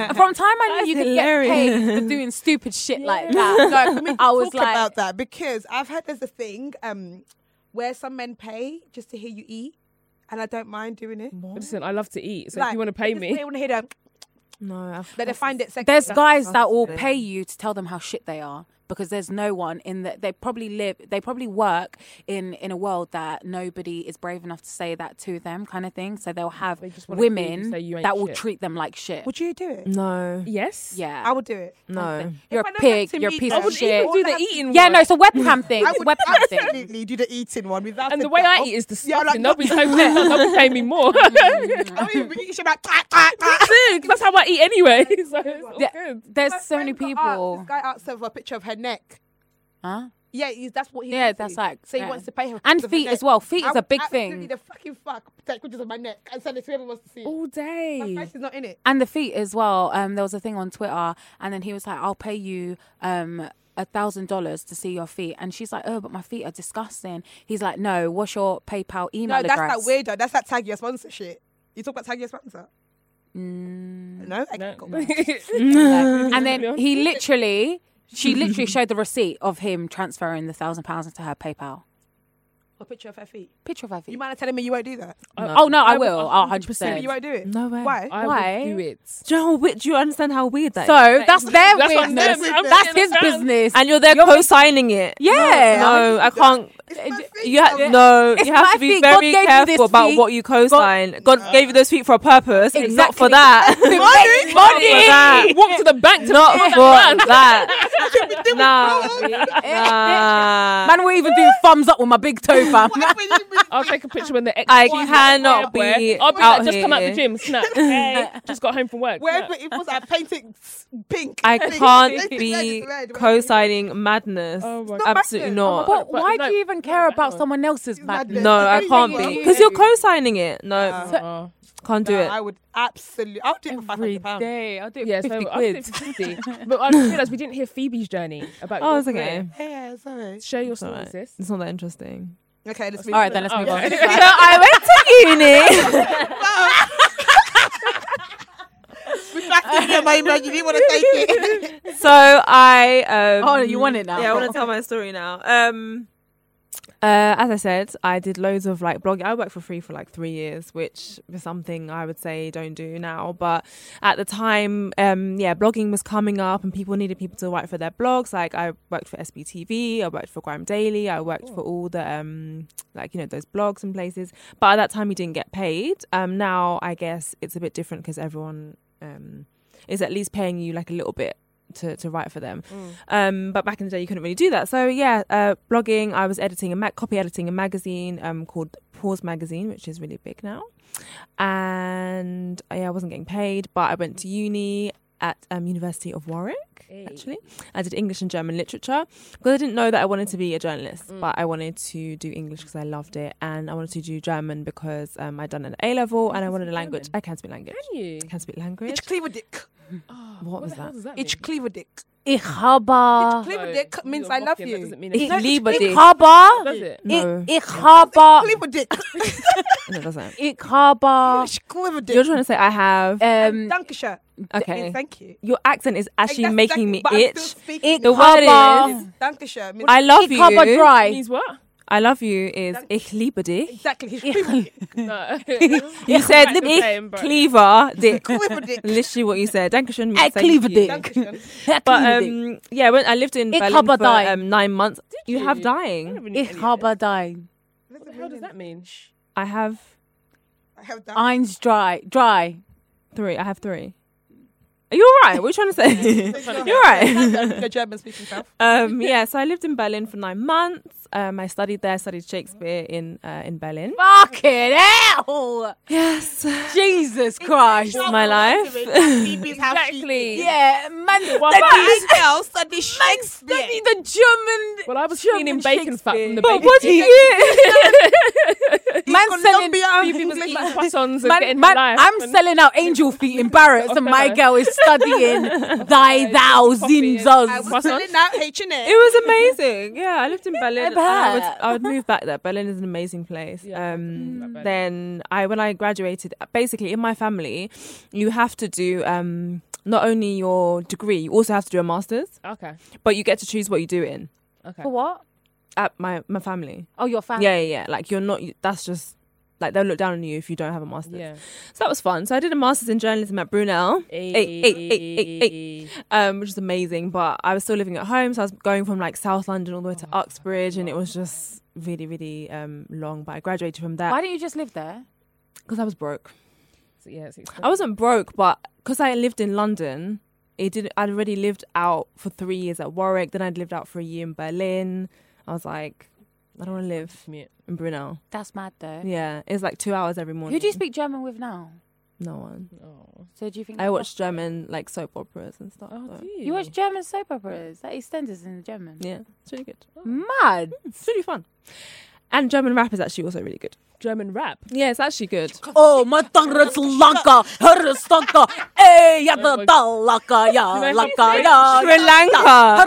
Speaker 4: out. From time I knew you could get paid
Speaker 3: hilarious.
Speaker 4: for doing stupid shit like that. So I was
Speaker 2: talk
Speaker 4: like,
Speaker 2: about that because I've heard there's a thing um, where some men pay just to hear you eat, and I don't mind doing it.
Speaker 1: Listen, I love to eat. So if
Speaker 2: Like,
Speaker 1: you want to
Speaker 2: they
Speaker 1: pay
Speaker 2: just-
Speaker 1: me,
Speaker 2: they want to hear them.
Speaker 3: No,
Speaker 2: That they find it sexy.
Speaker 4: there's guys that will
Speaker 3: disgusting.
Speaker 4: pay you to tell them how shit they are. because there's no one in that they probably live they probably work in in a world that nobody is brave enough to say that to them kind of thing so they'll have
Speaker 1: They just wanna hear you
Speaker 4: women
Speaker 1: say you ain't
Speaker 4: that will
Speaker 1: shit.
Speaker 4: treat them like shit
Speaker 2: Would you do it?
Speaker 3: No,
Speaker 1: Yes.
Speaker 4: yeah
Speaker 2: I would do it.
Speaker 3: no.
Speaker 4: you're
Speaker 2: If I
Speaker 4: a
Speaker 2: never
Speaker 4: pig
Speaker 2: had to
Speaker 4: you're a
Speaker 2: meet
Speaker 4: piece
Speaker 2: them,
Speaker 1: I
Speaker 4: of
Speaker 1: would
Speaker 4: shit
Speaker 1: even do the eating.
Speaker 4: yeah
Speaker 1: one.
Speaker 4: no it's a webcam thing
Speaker 2: I
Speaker 4: it's a
Speaker 2: would
Speaker 4: webcam thing
Speaker 2: absolutely do the eating one without.
Speaker 1: And the
Speaker 2: a
Speaker 1: way I
Speaker 2: doubt.
Speaker 1: eat is
Speaker 2: Yeah,
Speaker 1: disgusting.
Speaker 2: like,
Speaker 1: They'll be so pissed. They'll be paying me more.
Speaker 2: I don't even eat shit like, "Ah, ah, ah."
Speaker 1: Dude, 'cause that's how I eat anyway. So it's all
Speaker 4: Yeah.
Speaker 1: good.
Speaker 4: there's
Speaker 2: My
Speaker 4: so many
Speaker 2: friend got asked-
Speaker 4: people
Speaker 2: This guy asked her for a picture of her neck.
Speaker 4: huh
Speaker 2: Yeah, he's, that's what he.
Speaker 4: Yeah,
Speaker 2: wants to
Speaker 4: that's
Speaker 2: do.
Speaker 4: like-
Speaker 2: So he
Speaker 4: yeah.
Speaker 2: wants to pay her
Speaker 4: And
Speaker 2: pictures of her
Speaker 4: feet as
Speaker 2: neck.
Speaker 4: well. Feet is
Speaker 2: I
Speaker 4: a big
Speaker 2: would
Speaker 4: thing.
Speaker 2: absolutely The fucking fuck take pictures of my neck and send it to everyone to see.
Speaker 1: All
Speaker 2: My
Speaker 1: day.
Speaker 2: face is not in it.
Speaker 4: and the feet as well. Um, there was a thing on Twitter, and then he was like, "I'll pay you um a thousand dollars to see your feet," and she's like, "Oh, but my feet are disgusting." He's like, "No, what's your PayPal
Speaker 2: No,
Speaker 4: email
Speaker 2: that's
Speaker 4: address?"
Speaker 2: that weirdo. That's that tag your sponsor shit. You talk about tag your sponsor.
Speaker 4: Mm.
Speaker 2: No, okay,
Speaker 1: No.
Speaker 2: cool.
Speaker 4: and then he literally, she literally showed the receipt of him transferring the thousand pounds into her PayPal.
Speaker 2: A picture of her feet.
Speaker 4: Picture of her feet.
Speaker 2: You might not telling me you won't do that.
Speaker 4: oh no, I,
Speaker 1: I would
Speaker 4: will. Oh, 100
Speaker 2: Maybe
Speaker 4: percent.
Speaker 2: you won't do it.
Speaker 3: No way.
Speaker 2: Why?
Speaker 1: I
Speaker 4: Why?
Speaker 1: would do it.
Speaker 3: Do you know how weird? Do you understand how weird that
Speaker 4: So
Speaker 3: is?
Speaker 4: that's their
Speaker 1: That's what I'm
Speaker 4: business.
Speaker 1: saying. I'm
Speaker 4: That's
Speaker 1: saying
Speaker 4: his
Speaker 1: that's-
Speaker 4: business.
Speaker 3: And you're there co-signing it.
Speaker 4: yeah.
Speaker 3: No, I can't.
Speaker 2: my feet,
Speaker 3: You ha-
Speaker 2: though.
Speaker 3: no,
Speaker 4: It's
Speaker 3: you have
Speaker 4: my
Speaker 3: to be
Speaker 4: feet. God
Speaker 3: very
Speaker 4: gave you
Speaker 3: careful
Speaker 4: this
Speaker 3: about
Speaker 4: feet.
Speaker 3: what you co-sign. God, gave you those feet for a purpose, and not
Speaker 4: Exactly.
Speaker 3: for that.
Speaker 4: Money!
Speaker 3: Not for that.
Speaker 1: Walk to the bank to
Speaker 3: Not
Speaker 1: pay
Speaker 3: for
Speaker 1: that
Speaker 3: that.
Speaker 2: Wrong.
Speaker 3: Nah, nah.
Speaker 4: Man, will even do thumbs up with my big toe, fam.
Speaker 2: What when you- when you-
Speaker 1: I'll take a picture when the ex.
Speaker 3: I
Speaker 1: wife
Speaker 3: cannot
Speaker 1: is at
Speaker 3: be
Speaker 1: work. I'll be
Speaker 3: out
Speaker 1: like, just come out the
Speaker 3: here.
Speaker 1: gym, snap. Hey, just got home from work.
Speaker 2: Where
Speaker 1: snap.
Speaker 2: but it was like painting s- pink.
Speaker 3: I
Speaker 2: Pink.
Speaker 3: can't
Speaker 2: It's red,
Speaker 3: be
Speaker 2: it's red.
Speaker 3: co-signing madness.
Speaker 1: Oh my
Speaker 2: God.
Speaker 3: Absolutely
Speaker 2: Oh
Speaker 3: not.
Speaker 1: God.
Speaker 4: But why do you even care about someone else's madness?
Speaker 2: madness.
Speaker 3: No, I can't
Speaker 2: Everything
Speaker 3: be
Speaker 2: is
Speaker 3: because
Speaker 2: you.
Speaker 3: you're co-signing it. No,
Speaker 1: Oh.
Speaker 3: can't do
Speaker 2: No,
Speaker 3: it.
Speaker 2: I would absolutely. I'll do it for five
Speaker 3: Every
Speaker 2: hundred pounds.
Speaker 3: day, I'll do it
Speaker 1: Yeah,
Speaker 3: for fifty
Speaker 1: so
Speaker 3: quid.
Speaker 1: I was 50. but I just realised we didn't hear Phoebe's journey about.
Speaker 3: Oh,
Speaker 1: your
Speaker 3: it's okay.
Speaker 1: career.
Speaker 2: Yeah, sorry.
Speaker 1: Share your
Speaker 3: It's all
Speaker 1: story,
Speaker 3: right.
Speaker 1: sis.
Speaker 3: It's not that interesting.
Speaker 2: Okay, let's move.
Speaker 4: All right, then let's
Speaker 1: Oh,
Speaker 4: move on.
Speaker 1: okay.
Speaker 3: so I went to uni.
Speaker 2: yeah, my man, you didn't want to take it.
Speaker 3: so I. Um,
Speaker 4: Oh, you want it now?
Speaker 3: Yeah, I want to tell my story now. Um, uh, as I said, I did loads of like blogging. I worked for free for like three years, which is something I would say don't do now. But at the time, um, yeah, blogging was coming up and people needed people to write for their blogs. Like I worked for SBTV, I worked for Grime Daily, I worked for all the um, like you know those blogs and places. But at that time, you didn't get paid. Um, now I guess it's a bit different because everyone um, is at least paying you like a little bit to, to write for them. Um, but back in the day, you couldn't really do that. So yeah, uh, blogging. I was editing a ma- copy editing a magazine um, called Pause Magazine, which is really big now. And uh, yeah, I wasn't getting paid, but I went to uni at um, University of Warwick. Actually, I did English and German literature because I didn't know that I wanted to be a journalist, but I wanted to do English because I loved it, and I wanted to do German because um, I'd done an A level and I wanted a language. I can speak language.
Speaker 1: Can you?
Speaker 3: I can speak language.
Speaker 2: Ich cleaver dick.
Speaker 3: What was
Speaker 1: the hell
Speaker 3: that?
Speaker 1: does that
Speaker 2: Ich cleaver dick.
Speaker 4: Ich
Speaker 3: Oh,
Speaker 4: habe.
Speaker 2: Cleaver
Speaker 1: mean?
Speaker 2: dick
Speaker 1: No,
Speaker 2: means
Speaker 1: you're
Speaker 2: I love
Speaker 1: mocking, That
Speaker 2: you.
Speaker 1: doesn't mean
Speaker 3: Ich
Speaker 1: anything.
Speaker 3: liebe
Speaker 4: Ich
Speaker 3: dich.
Speaker 1: Does
Speaker 4: habe.
Speaker 1: it?
Speaker 3: No.
Speaker 4: Ich habe.
Speaker 2: Cleaver dick.
Speaker 3: No, it doesn't.
Speaker 4: Ich habe.
Speaker 2: Ich cleaver
Speaker 3: Oh. You're
Speaker 2: dick.
Speaker 3: trying to say I have.
Speaker 4: Ähm,
Speaker 2: Dankeschön.
Speaker 3: okay.
Speaker 2: Thank you.
Speaker 3: Your accent is actually
Speaker 2: That's
Speaker 3: making
Speaker 2: exactly-
Speaker 3: me
Speaker 2: but I'm
Speaker 3: itch.
Speaker 2: still speaking
Speaker 4: ich
Speaker 3: The
Speaker 2: it.
Speaker 3: word
Speaker 4: habe.
Speaker 3: is-
Speaker 2: Dankeschön. means-
Speaker 3: I love
Speaker 4: Ich habe
Speaker 3: you.
Speaker 4: dry.
Speaker 1: means what?
Speaker 3: I love you is ich liebe dich.
Speaker 2: Exactly. Ich cleaver dick.
Speaker 1: No.
Speaker 3: You said
Speaker 1: like the same,
Speaker 3: ich
Speaker 1: bro.
Speaker 3: cleaver dick.
Speaker 2: Cleaver dick.
Speaker 3: Literally what you said. Dankeschön. means
Speaker 4: Ich
Speaker 3: thank
Speaker 4: liebe
Speaker 3: you.
Speaker 4: dich.
Speaker 2: Dankeschön.
Speaker 3: But um, yeah, when I lived in
Speaker 4: Ich
Speaker 3: Berlin
Speaker 4: habe
Speaker 3: for
Speaker 4: dein.
Speaker 3: um, nine months. you, have
Speaker 1: you? I
Speaker 3: dying.
Speaker 1: don't really
Speaker 4: Ich
Speaker 1: know
Speaker 4: habe dein.
Speaker 1: What the hell does that mean?
Speaker 3: I have
Speaker 2: I have done.
Speaker 4: Eins dry. Dry.
Speaker 3: three. I have three. Are you all right? What are you trying to say? You're right.
Speaker 2: The German speaking self.
Speaker 3: um, yeah, so I lived in Berlin for nine months. Um, I studied there, studied Shakespeare in uh, in Berlin.
Speaker 4: Fucking hell!
Speaker 3: Yes,
Speaker 4: Jesus Christ.
Speaker 3: my life.
Speaker 1: Exactly.
Speaker 4: Yeah, man.
Speaker 1: Well,
Speaker 4: Study,
Speaker 2: Girl, study Shakespeare.
Speaker 4: study the German.
Speaker 1: Well, I was
Speaker 4: German
Speaker 1: cleaning bacon fat from the
Speaker 4: Shakespeare.
Speaker 3: But
Speaker 1: bacon.
Speaker 3: what do you?
Speaker 4: Man selling
Speaker 1: Phoebe was eating
Speaker 2: Colombia.
Speaker 1: croissants and
Speaker 4: Man,
Speaker 1: getting
Speaker 4: man,
Speaker 1: life.
Speaker 4: I'm
Speaker 1: and-
Speaker 4: selling out angel feet in Barrett's, and my girl is studying thy thou
Speaker 1: Coffee and-
Speaker 2: I
Speaker 4: zinzas.
Speaker 2: was selling out H&M.
Speaker 3: It was amazing. Yeah, I lived in Berlin. and I would,
Speaker 4: bet.
Speaker 3: I would move back there. Berlin is an amazing place.
Speaker 1: Yeah,
Speaker 3: um,
Speaker 1: not bad.
Speaker 3: then I, when I graduated, basically in my family, you have to do um, not only your degree, you also have to do a master's,
Speaker 1: Okay.
Speaker 3: but you get to choose what you do in.
Speaker 1: Okay.
Speaker 4: For what?
Speaker 3: At my my family.
Speaker 4: Oh, your family.
Speaker 1: Ah.
Speaker 3: Yeah, yeah, yeah. Like you're not. you- That's just like they'll look down on you if you don't have a master's.
Speaker 1: Yeah.
Speaker 3: So that was fun. So I did a master's in journalism at Brunel, Ay, ay, ay, ay, ay. um, which is amazing. But I was still living at home, so I was going from like South London all the way to
Speaker 4: Oh,
Speaker 3: Uxbridge, and it was just really, really um, long. But I graduated from
Speaker 4: Why
Speaker 3: that
Speaker 4: don't you just live there?
Speaker 3: because I was broke.
Speaker 1: So, yeah, it's
Speaker 3: I wasn't broke, but because I lived in London, it did. I'd already lived out for three years at Warwick. Then I'd lived out for a year in Berlin. I was like, I don't want to live
Speaker 1: expensive.
Speaker 3: in Brunel.
Speaker 4: That's mad though.
Speaker 3: Yeah, it's like two hours every morning.
Speaker 4: Who do you speak German with now?
Speaker 3: No one.
Speaker 1: Oh,
Speaker 4: So do you think
Speaker 3: I watch German like soap operas and stuff.
Speaker 1: oh
Speaker 3: so-
Speaker 1: do you?
Speaker 4: you watch German soap operas? That EastEnders in German.
Speaker 3: Yeah, it's really good.
Speaker 4: Mad.
Speaker 3: It's really fun. And German rap is actually also really good.
Speaker 1: German rap?
Speaker 3: Yeah, it's actually good.
Speaker 4: Oh, my tongue is lanka, her is lanka, eh, ya the laka, ya laka, ya.
Speaker 3: Sri Lanka.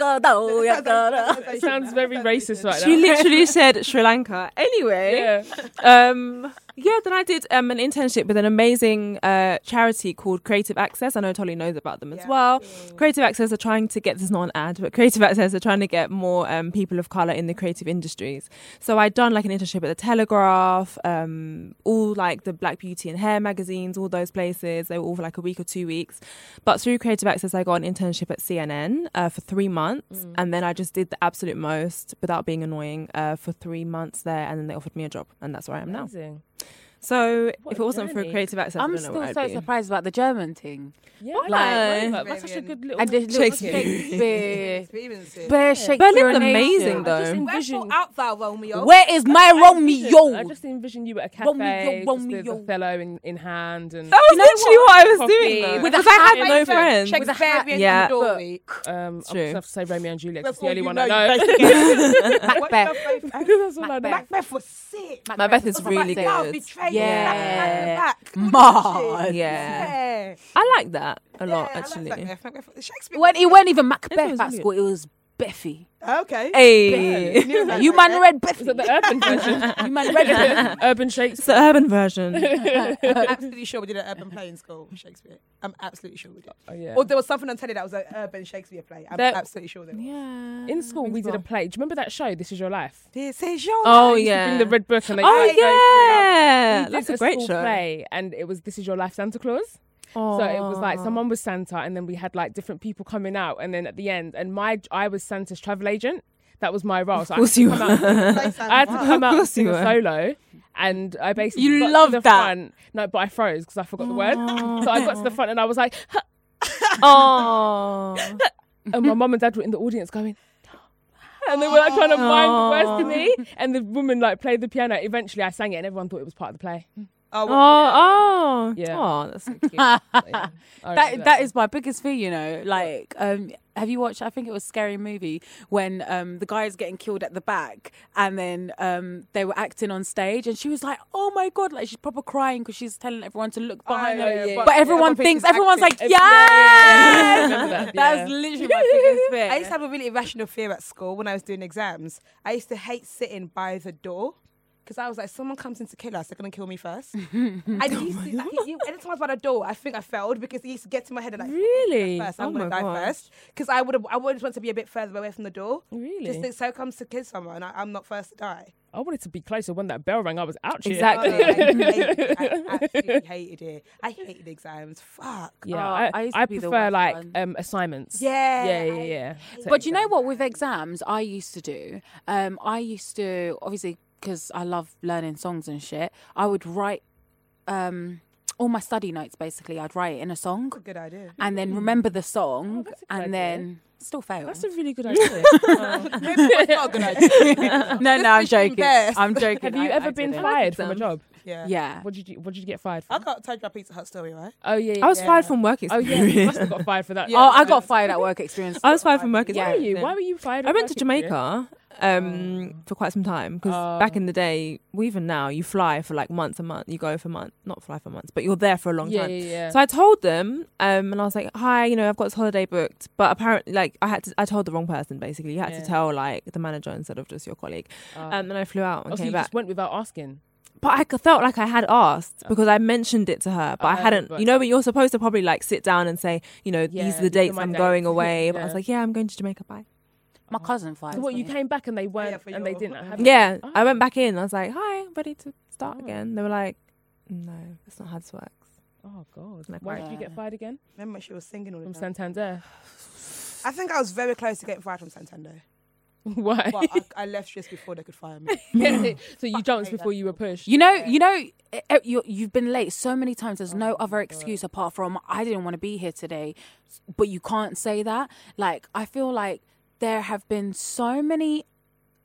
Speaker 1: It sounds very racist right
Speaker 3: She
Speaker 1: now.
Speaker 3: literally said Sri Lanka. Anyway,
Speaker 1: yeah.
Speaker 3: um, yeah. Then I did um, an internship with an amazing uh, charity called Creative Access. I know Tolly knows about them as
Speaker 2: Yeah.
Speaker 3: well. Creative Access are trying to get this is not an ad, but Creative Access are trying to get more um, people of color in the creative industries. So I'd done like an internship at the Telegraph, um, all like the Black Beauty and Hair magazines, all those places. They were all for like a week or two weeks. But through Creative Access, I got an internship at CNN uh, for three months,
Speaker 1: Mm.
Speaker 3: and then I just did the absolute most without being annoying uh, for three months there, and then they offered me a job, and that's where I am now.
Speaker 1: Amazing.
Speaker 3: So
Speaker 1: What
Speaker 3: if
Speaker 1: a
Speaker 3: it wasn't for
Speaker 1: journey.
Speaker 3: Creative Access, I
Speaker 4: I'm
Speaker 3: don't know
Speaker 4: still
Speaker 3: what
Speaker 4: so
Speaker 3: I'd be.
Speaker 4: surprised about the German thing.
Speaker 1: Yeah, I
Speaker 3: What?
Speaker 1: like,
Speaker 3: No.
Speaker 1: that. That's such a good little.
Speaker 4: And the little
Speaker 3: Shakespeare.
Speaker 4: Shakespeare.
Speaker 2: Experiences.
Speaker 4: Bear Shakespeare.
Speaker 3: Berlin's
Speaker 4: nation.
Speaker 1: I just
Speaker 3: amazing though.
Speaker 2: Where's your
Speaker 1: envision.
Speaker 2: out there, Romeo?
Speaker 4: Where is my
Speaker 1: I
Speaker 4: Romeo?
Speaker 1: just envision you at a cafe,
Speaker 4: Romeo,
Speaker 1: just with
Speaker 4: Romeo.
Speaker 1: a fellow in, in hand, and
Speaker 3: That was
Speaker 4: You know
Speaker 3: literally
Speaker 4: what?
Speaker 3: what? I was
Speaker 1: Coffee,
Speaker 3: doing though.
Speaker 1: with
Speaker 4: a
Speaker 3: because I
Speaker 4: hat
Speaker 3: had no
Speaker 2: Shakespeare-
Speaker 3: friends.
Speaker 2: Shakespearean
Speaker 3: Yeah.
Speaker 2: in the doorway.
Speaker 1: um, I'm
Speaker 3: true.
Speaker 1: just have to say Romeo and Juliet. 'cause It's
Speaker 2: That's
Speaker 1: the
Speaker 2: all
Speaker 1: only
Speaker 2: you
Speaker 1: one
Speaker 2: know,
Speaker 1: I
Speaker 2: you
Speaker 1: know.
Speaker 4: Macbeth.
Speaker 1: That's all I know.
Speaker 4: Macbeth.
Speaker 2: Macbeth was sick.
Speaker 3: Macbeth is
Speaker 2: was
Speaker 3: really
Speaker 2: like, "Love,
Speaker 3: good.
Speaker 2: betrayal,
Speaker 4: Yeah.
Speaker 2: slap you in the back." All this
Speaker 4: Mad.
Speaker 2: shit.
Speaker 3: Yeah.
Speaker 2: yeah.
Speaker 3: I like that a lot
Speaker 2: Yeah, I like
Speaker 3: actually.
Speaker 2: Macbeth. Macbeth- Shakespeare.
Speaker 4: When it wasn't even
Speaker 3: was
Speaker 4: Macbeth at
Speaker 3: brilliant.
Speaker 4: school, it was Beffy.
Speaker 2: okay.
Speaker 3: Hey, it's
Speaker 4: You man read
Speaker 1: Is that
Speaker 4: Beffy.
Speaker 1: the urban version?
Speaker 4: You man read
Speaker 1: urban Shakespeare.
Speaker 3: the urban version.
Speaker 2: I'm absolutely sure we did an urban play in school, Shakespeare. I'm absolutely sure we did.
Speaker 1: Oh, yeah.
Speaker 2: Or there was something on telly that was an urban Shakespeare play. I'm
Speaker 1: That-
Speaker 2: absolutely sure there was.
Speaker 3: yeah.
Speaker 1: In school, we did a play. Do you remember that show? This is your life.
Speaker 2: This is your
Speaker 3: Oh
Speaker 2: life.
Speaker 3: yeah.
Speaker 1: Bring the red book and they.
Speaker 3: oh
Speaker 1: they go-
Speaker 3: yeah.
Speaker 1: We
Speaker 3: That's
Speaker 1: did
Speaker 3: a great
Speaker 1: school
Speaker 3: show.
Speaker 1: Play, and it was This Is Your Life Santa Claus. So it was like someone was Santa, and then we had like different people coming out, and then at the end, and my I was Santa's travel agent. That was my role. So
Speaker 3: Of course
Speaker 1: I
Speaker 3: you
Speaker 1: had to come out-
Speaker 2: Play sounds
Speaker 1: I had to
Speaker 2: wild.
Speaker 1: come out and
Speaker 3: course
Speaker 1: sing
Speaker 3: you
Speaker 1: a
Speaker 3: were.
Speaker 1: solo, and I basically
Speaker 4: You
Speaker 1: got to
Speaker 4: love
Speaker 1: the
Speaker 4: that.
Speaker 1: Front. No, but I froze because I forgot the word. So I got to the front, and I was like,
Speaker 3: Oh.
Speaker 1: and my mum and dad were in the audience going. And they were like trying to find the words to me, and the woman like played the piano. Eventually, I sang it, and everyone thought it was part of the play.
Speaker 2: Oh,
Speaker 3: Oh,
Speaker 2: well,
Speaker 3: oh,
Speaker 1: Yeah.
Speaker 3: Oh, that's so cute.
Speaker 4: Beffy.
Speaker 1: I remember
Speaker 4: that that is my biggest fear, you know. Like, um, have you watched? I think it was Scary Movie when um the guy is getting killed at the back, and then um they were acting on stage, and she was like, "Oh my god!" Like she's proper crying because she's telling everyone to look behind her.
Speaker 1: yeah, yeah,
Speaker 4: But
Speaker 1: yeah.
Speaker 4: everyone
Speaker 2: Everyone
Speaker 4: thinks
Speaker 2: thinks
Speaker 4: everyone's like,
Speaker 1: It's-
Speaker 4: "Yeah."
Speaker 1: yeah, yeah, yeah. I remember that,
Speaker 4: That's
Speaker 1: yeah.
Speaker 4: literally my biggest fear.
Speaker 2: I used to have a really irrational fear at school when I was doing exams. I used to hate sitting by the door because I was like, someone comes in to kill us, they're going to kill me first. and it used to, like, it- anytime I was by the door, I think I failed because it used to get to my head and like,
Speaker 1: Really?
Speaker 2: first, I'm
Speaker 3: Oh
Speaker 2: going to
Speaker 3: my
Speaker 2: die
Speaker 3: gosh.
Speaker 2: first. Because I would have, I always want to be a bit further away from the door.
Speaker 1: Really?
Speaker 2: Just so it comes to kill someone, I, I'm not first to die.
Speaker 1: I wanted to be closer when that bell rang. I was out. here.
Speaker 3: Exactly.
Speaker 2: Oh, I, hated it. I absolutely hated it. I hated exams. Fuck.
Speaker 1: Yeah,
Speaker 4: Oh,
Speaker 1: I,
Speaker 4: I
Speaker 1: I,
Speaker 4: used to be the
Speaker 1: prefer
Speaker 4: worst
Speaker 1: like
Speaker 4: one.
Speaker 1: um, assignments.
Speaker 2: Yeah,
Speaker 1: yeah, yeah.
Speaker 2: I-
Speaker 1: yeah. So
Speaker 4: But you know what? With exams, I used to do. Um, I used to obviously because I love learning songs and shit. I would write um all my study notes. Basically, I'd write it in a song
Speaker 2: Good idea.
Speaker 4: and then remember the song
Speaker 2: Oh,
Speaker 1: that's a good
Speaker 4: and
Speaker 1: idea.
Speaker 4: then still fail.
Speaker 1: that's a really
Speaker 4: Oh.
Speaker 1: good idea.
Speaker 2: It's not a good idea.
Speaker 4: no, no, I'm
Speaker 2: is the
Speaker 4: joking.
Speaker 2: best.
Speaker 4: I'm joking.
Speaker 1: Have you
Speaker 4: I-
Speaker 1: ever
Speaker 4: I
Speaker 1: been
Speaker 4: didn't.
Speaker 1: fired from a job?
Speaker 2: Yeah.
Speaker 4: Yeah.
Speaker 1: What did you What did you get fired
Speaker 2: I
Speaker 1: from?
Speaker 2: can't tell you about Pizza Hut story, right?
Speaker 1: Oh yeah, yeah,
Speaker 3: I was
Speaker 1: yeah.
Speaker 3: fired from work
Speaker 1: Oh yeah, you
Speaker 3: experience.
Speaker 1: must have got fired for that.
Speaker 2: Yeah.
Speaker 4: Oh, I got fired at work experience.
Speaker 3: I was fired from work
Speaker 1: why
Speaker 3: experience.
Speaker 1: were you? Why were you fired?
Speaker 3: I
Speaker 1: at
Speaker 3: went to
Speaker 1: work experience?
Speaker 3: Jamaica um, for quite some time because
Speaker 1: Oh.
Speaker 3: back in the day, well, even now, you fly for like months a month. You go for months, not fly for months, but you're there for a long
Speaker 1: Yeah,
Speaker 3: time.
Speaker 1: yeah, yeah.
Speaker 3: So I told them, um, and I was like, "Hi, you know, I've got this holiday booked, but apparently, like, I had to. I told the wrong person. Basically, you had
Speaker 1: Yeah.
Speaker 3: to tell like the manager instead of just your colleague. Um, and I flew out and
Speaker 1: Oh, so
Speaker 3: came
Speaker 1: you
Speaker 3: back.
Speaker 1: just went without
Speaker 4: Oh,
Speaker 1: asking.
Speaker 3: But I c- felt like I had asked because I mentioned it to her, but I
Speaker 1: Oh,
Speaker 3: hadn't.
Speaker 1: but-
Speaker 3: You know, but you're supposed to probably like sit down and say, you know,
Speaker 1: Yeah,
Speaker 3: these are
Speaker 1: these are
Speaker 3: the dates
Speaker 1: my
Speaker 3: I'm
Speaker 1: dates.
Speaker 3: going away. But I was
Speaker 1: Yeah.
Speaker 3: like, yeah, I'm going to Jamaica. Bye.
Speaker 4: My cousin fired.
Speaker 1: So what? You
Speaker 4: me.
Speaker 1: came back and they weren't,
Speaker 2: for
Speaker 1: and they
Speaker 2: your-
Speaker 1: didn't have.
Speaker 3: Yeah, I went back in. I was like, hi, I'm ready to start again. They were like, no, that's not how this works.
Speaker 1: Oh God!
Speaker 3: Like,
Speaker 1: Why did you get fired again
Speaker 2: Remember, she was singing all the
Speaker 1: from
Speaker 2: time.
Speaker 1: Santander?
Speaker 2: I think I was very close to getting fired from Santander,
Speaker 1: Why?
Speaker 2: but I, I left just before they could fire me.
Speaker 1: so you jumped before you were pushed.
Speaker 4: You know, you know, eh, eh, you you've been late so many times.
Speaker 1: Oh
Speaker 4: There's no other excuse apart from I didn't want to be here today. S- But you can't say that. Like I feel like there have been so many,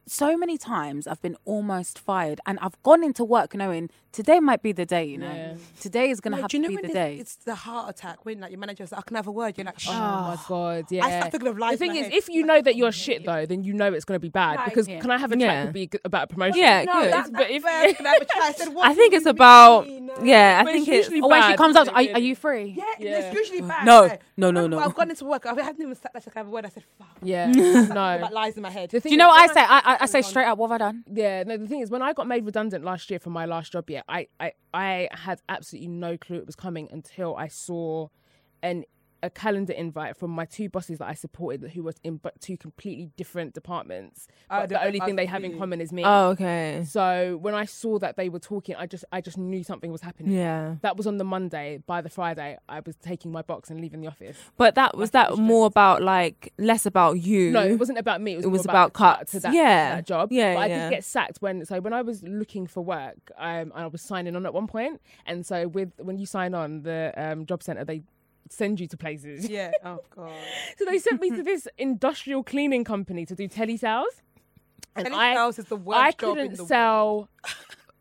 Speaker 4: so many times I've been almost fired, and I've gone into work knowing today might be the day. You know,
Speaker 1: Yeah.
Speaker 4: today is gonna
Speaker 2: No,
Speaker 4: have
Speaker 2: do you know
Speaker 4: to be
Speaker 2: when
Speaker 4: the
Speaker 2: it's,
Speaker 4: day.
Speaker 2: it's the heart attack when like your manager's like, I can have a word. You're like,
Speaker 1: Oh,
Speaker 2: shh.
Speaker 1: my god! Yeah.
Speaker 2: thinking of lies
Speaker 1: The thing
Speaker 2: in
Speaker 1: is,
Speaker 2: my head.
Speaker 1: if you know that you're shit though, then you know it's going to be bad.
Speaker 2: Like,
Speaker 1: because
Speaker 4: yeah.
Speaker 1: can I have a chat?
Speaker 3: Yeah.
Speaker 1: Could be g- about a promotion.
Speaker 3: Yeah,
Speaker 2: No,
Speaker 3: good.
Speaker 2: that-
Speaker 1: But
Speaker 2: that
Speaker 1: if-
Speaker 2: first can I have a try? I said, what
Speaker 3: I think
Speaker 2: do
Speaker 3: it's
Speaker 2: you
Speaker 3: about
Speaker 2: mean?
Speaker 3: yeah. I
Speaker 1: But
Speaker 3: think
Speaker 1: it's
Speaker 3: it's
Speaker 1: usually
Speaker 4: Oh, when she
Speaker 1: bad,
Speaker 4: comes out,
Speaker 1: isn't
Speaker 4: are,
Speaker 1: it,
Speaker 4: are you
Speaker 1: really?
Speaker 4: free?
Speaker 2: Yeah,
Speaker 1: Yeah.
Speaker 2: it's usually bad.
Speaker 4: No,
Speaker 2: like,
Speaker 4: no,
Speaker 2: I-
Speaker 4: no, no.
Speaker 2: I've gone into work. I haven't even sat. That's like I have a word. I said, fuck.
Speaker 1: Yeah.
Speaker 2: I've
Speaker 1: no.
Speaker 2: got lies in my head.
Speaker 1: The thing
Speaker 4: Do you know
Speaker 1: is,
Speaker 4: what I
Speaker 1: when
Speaker 4: say? I I, I say straight up, what have I done?
Speaker 1: Yeah, no, the thing is, when I got made redundant last year from my last job, yeah, I, I, I had absolutely no clue it was coming until I saw an a calendar invite from my two bosses that I supported who was in but two completely different departments. But
Speaker 2: they-
Speaker 1: the only
Speaker 2: I
Speaker 1: thing they have in
Speaker 2: see.
Speaker 1: common is me.
Speaker 3: Oh, okay.
Speaker 1: So when I saw that they were talking, I just I just knew something was happening.
Speaker 3: Yeah.
Speaker 1: That was on the Monday. By the Friday, I was taking my box and leaving the office.
Speaker 3: But that was that more about like less about you.
Speaker 1: No, it wasn't about me. It was,
Speaker 3: It was
Speaker 1: more
Speaker 3: about
Speaker 1: the cut
Speaker 3: cuts.
Speaker 1: to that,
Speaker 3: Yeah.
Speaker 1: to that job.
Speaker 3: Yeah,
Speaker 1: but I
Speaker 3: yeah.
Speaker 1: did get sacked when so when I was looking for work, um, I was signing on at one point, and so with when you sign on, the um, job center they send you to places.
Speaker 2: Yeah. Oh god.
Speaker 1: So they sent me to this industrial cleaning company to do telesales, and
Speaker 2: Telling
Speaker 1: I
Speaker 2: sales is the worst
Speaker 1: I
Speaker 2: job in
Speaker 1: couldn't
Speaker 2: the world.
Speaker 1: sell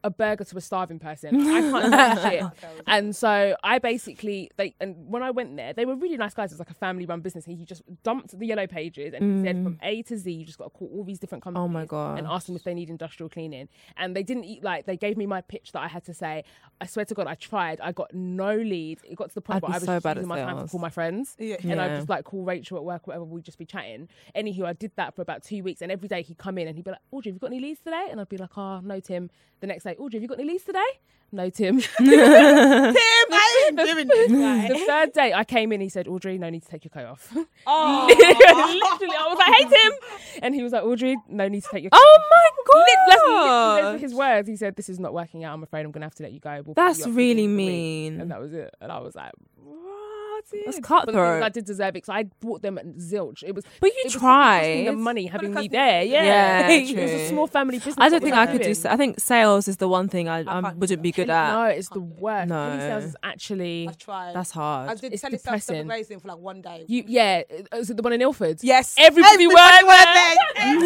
Speaker 1: a burger to a starving person. I can't do shit. And so I basically they and when I went there, they were really nice guys. It was like a family run business. And he just dumped the yellow pages and he said from A to Z, you just got to call all these different companies.
Speaker 3: Oh my God.
Speaker 1: And ask them if they need industrial cleaning. And they didn't eat like they gave me my pitch that I had to say. I swear to God, I tried. I got no lead. It got to the
Speaker 3: I'd
Speaker 1: point where
Speaker 3: be
Speaker 1: I was
Speaker 3: so
Speaker 1: just
Speaker 3: bad
Speaker 1: using
Speaker 3: at
Speaker 1: my time to
Speaker 3: sales.
Speaker 1: call my friends.
Speaker 2: Yeah.
Speaker 1: And I'd
Speaker 3: Yeah.
Speaker 1: just like call Rachel at work, whatever, we'd just be chatting. Anywho, I did that for about two weeks and every day he'd come in and he'd be like, Audrey, have you got any leads today? And I'd be like, oh, no, Tim. The next day, Audrey, have you got any leads today? No, Tim.
Speaker 2: Damn, I ain't doing this.
Speaker 1: the third day I came in, he said, Audrey, no need to take your coat off. Literally,
Speaker 2: Oh,
Speaker 1: I was like, hey, Tim. And he was like, Audrey, no need to take your coat
Speaker 3: Oh
Speaker 1: off.
Speaker 3: my
Speaker 1: That's literally-
Speaker 3: god.
Speaker 1: those were his words. He said, this is not working out. I'm afraid I'm going to have to let you go. We'll put
Speaker 3: That's
Speaker 1: you up for
Speaker 3: really
Speaker 1: the week."
Speaker 3: mean.
Speaker 1: And that was it. And I was like, what?
Speaker 3: That's
Speaker 1: dude?" But the thing is, I
Speaker 3: cutthroat.
Speaker 1: did deserve it because I bought them at zilch. It was,
Speaker 3: But
Speaker 1: it
Speaker 3: you
Speaker 1: was
Speaker 3: tried.
Speaker 1: costing them money having
Speaker 2: because
Speaker 1: me there. Yeah,
Speaker 3: Yeah,
Speaker 1: it was
Speaker 3: true.
Speaker 1: a small family business.
Speaker 3: I don't
Speaker 1: that
Speaker 3: think
Speaker 1: was
Speaker 3: I could do.
Speaker 1: happening.
Speaker 3: sa- I think sales is the one thing I, I
Speaker 2: can't do
Speaker 3: wouldn't be good
Speaker 1: No,
Speaker 3: at.
Speaker 1: it's the worst.
Speaker 3: No.
Speaker 1: Telesales sales is actually
Speaker 2: I tried.
Speaker 3: That's
Speaker 2: I
Speaker 3: hard.
Speaker 2: did
Speaker 1: It's
Speaker 2: tell yourself
Speaker 1: depressing.
Speaker 2: something raising for like one day.
Speaker 1: you. Yeah, uh, is it the one in Ilford?
Speaker 2: Yes.
Speaker 1: everybody, worked there.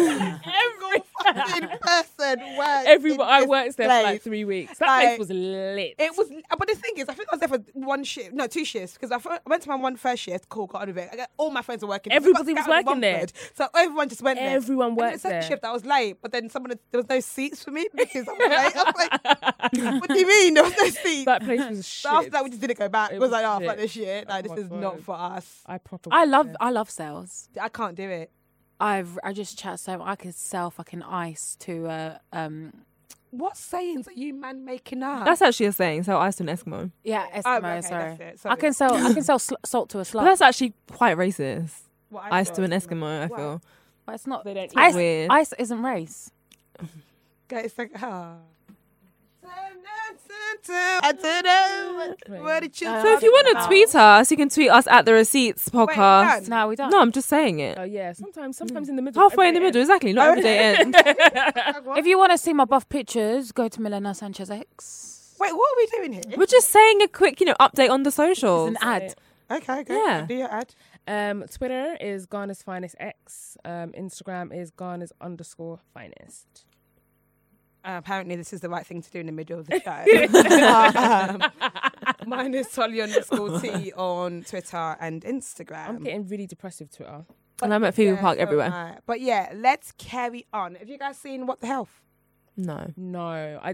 Speaker 2: Every fucking person worked.
Speaker 1: Everyone
Speaker 2: in
Speaker 1: I
Speaker 2: this
Speaker 1: worked there for like
Speaker 2: place.
Speaker 1: three weeks. That
Speaker 2: Like-
Speaker 1: place was lit.
Speaker 2: It was, but the thing is, I think I was there for one shift, no, two shifts, because I, fir- I went to my one first shift, cool, got on with it. I got, all my friends were working. It
Speaker 1: Everybody
Speaker 2: about-
Speaker 1: was
Speaker 2: that
Speaker 1: working there.
Speaker 2: one third. So everyone just went there.
Speaker 1: Everyone
Speaker 2: And then the
Speaker 1: worked
Speaker 2: second
Speaker 1: there.
Speaker 2: shift, I was late, but then someone, had- there was no seats for me because I was late. I was like, what do you mean there was no seats?
Speaker 1: that place was
Speaker 2: so
Speaker 1: shit.
Speaker 2: after that, we just didn't go back.
Speaker 1: It
Speaker 2: It was,
Speaker 1: was
Speaker 2: like, oh, fuck
Speaker 1: shit.
Speaker 2: this shit. Like,
Speaker 1: Oh
Speaker 2: this
Speaker 1: my
Speaker 2: is not
Speaker 1: God.
Speaker 2: for us.
Speaker 1: I proper.
Speaker 4: I
Speaker 1: worked
Speaker 4: love,
Speaker 1: there.
Speaker 4: I love sales.
Speaker 2: I can't do it.
Speaker 4: I've I just chat so I could sell fucking ice to uh um
Speaker 2: What sayings are you man making up?
Speaker 3: That's actually a saying. So I an Eskimo.
Speaker 4: yeah
Speaker 2: Oh,
Speaker 4: Eskimo
Speaker 2: okay, that's
Speaker 4: sorry.
Speaker 2: it,
Speaker 4: I
Speaker 2: sorry.
Speaker 4: can sell I can sell sl- salt to a
Speaker 3: But
Speaker 4: slut.
Speaker 3: that's actually quite racist.
Speaker 2: What
Speaker 3: Ice to
Speaker 2: thought.
Speaker 3: an Eskimo. I
Speaker 2: Why?
Speaker 3: feel.
Speaker 4: But it's not
Speaker 1: They don't eat
Speaker 4: ice,
Speaker 3: weird.
Speaker 4: ice isn't race.
Speaker 2: Okay, it's like, ah. I don't know. Where did you?
Speaker 4: So
Speaker 3: So if you want to tweet us, you can tweet us at the Receipts
Speaker 2: we
Speaker 3: Podcast.
Speaker 2: can.
Speaker 4: No, we don't.
Speaker 3: no, I'm just saying it.
Speaker 1: Oh yeah, sometimes, sometimes in the middle.
Speaker 3: Hmm. Halfway in the
Speaker 1: every
Speaker 3: middle,
Speaker 1: day.
Speaker 3: exactly. Not every day ends.
Speaker 4: If you want to see my buff pictures, go to Milena Sanchez X.
Speaker 2: Wait, what are we doing here?
Speaker 3: We're just saying a quick, you know, update on the socials.
Speaker 4: An ad.
Speaker 2: Okay, okay.
Speaker 3: Yeah.
Speaker 2: Do your ad.
Speaker 1: Um, Twitter is Ghana's finest X. Um, Instagram is Ghana's underscore finest.
Speaker 2: Uh, apparently, this is the right thing to do in the middle of the show. um, mine is Solly underscore T on Twitter and
Speaker 1: I'm
Speaker 2: Instagram.
Speaker 1: getting really depressive Twitter.
Speaker 3: and I'm at Phoebe
Speaker 2: Yeah,
Speaker 3: Park
Speaker 2: so
Speaker 3: everywhere.
Speaker 2: am I. But yeah, let's carry on. Have you guys seen What the Health?
Speaker 3: No.
Speaker 1: No, I, I,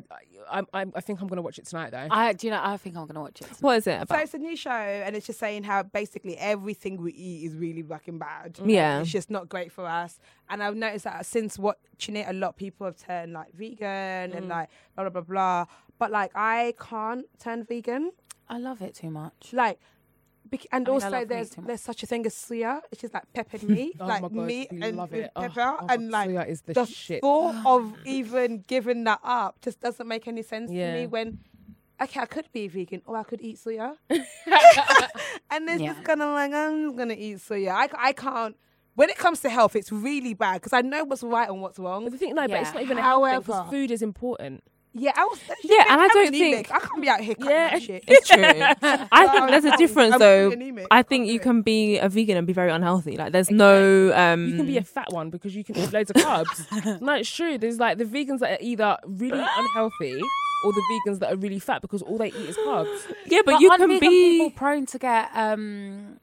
Speaker 1: I'm- I'm, I think I'm gonna watch it tonight though.
Speaker 4: I do you know I think I'm gonna watch it.
Speaker 3: What is it
Speaker 2: So
Speaker 3: about?
Speaker 2: it's a new show, and it's just saying how basically everything we eat is really fucking bad.
Speaker 3: Yeah.
Speaker 2: it's just not great for us. And I've noticed that since watching it, a lot of people have turned like vegan and like blah blah blah blah. But like I can't turn vegan.
Speaker 4: I love it too much.
Speaker 2: Like Bec- and
Speaker 4: I mean, I
Speaker 2: also
Speaker 4: love meat
Speaker 2: there's
Speaker 4: too much.
Speaker 2: there's such a thing as suya, which is like peppered meat,
Speaker 1: Oh
Speaker 2: like
Speaker 1: my God,
Speaker 2: meat
Speaker 1: we
Speaker 2: and
Speaker 1: love
Speaker 2: with
Speaker 1: it. Oh,
Speaker 2: pepper,
Speaker 1: oh my
Speaker 2: and
Speaker 1: God,
Speaker 2: like
Speaker 1: suya is the shit.
Speaker 2: thought of even giving that up just doesn't make any sense
Speaker 1: Yeah.
Speaker 2: to me. When okay, I could be vegan or I could eat suya, and it's
Speaker 4: Yeah.
Speaker 2: just kind of like I'm just gonna eat suya. I, I can't. When it comes to health, it's really bad because I know what's right and what's
Speaker 1: But
Speaker 2: wrong.
Speaker 1: the thing, no, but it's
Speaker 4: Yeah.
Speaker 1: not even a health thing 'cause
Speaker 2: However-
Speaker 1: food is important.
Speaker 2: Yeah, I was. that shit
Speaker 3: Yeah,
Speaker 2: makes-
Speaker 3: and I
Speaker 2: I'm
Speaker 3: don't
Speaker 2: anemic. I can't be out here cutting
Speaker 1: Yeah.
Speaker 2: that shit.
Speaker 3: It's true. I think there's a
Speaker 2: I'm-
Speaker 3: difference
Speaker 2: I'm
Speaker 3: though.
Speaker 2: anemic.
Speaker 3: I think you can be a vegan and be very unhealthy. Like there's no um
Speaker 1: You can be a fat one because you can eat loads of carbs. no, it's true. There's like the vegans that are either really unhealthy or the vegans that are really fat because all they eat is carbs.
Speaker 3: Yeah, but, you
Speaker 4: aren't
Speaker 3: can
Speaker 4: vegan people
Speaker 3: be
Speaker 4: prone to get um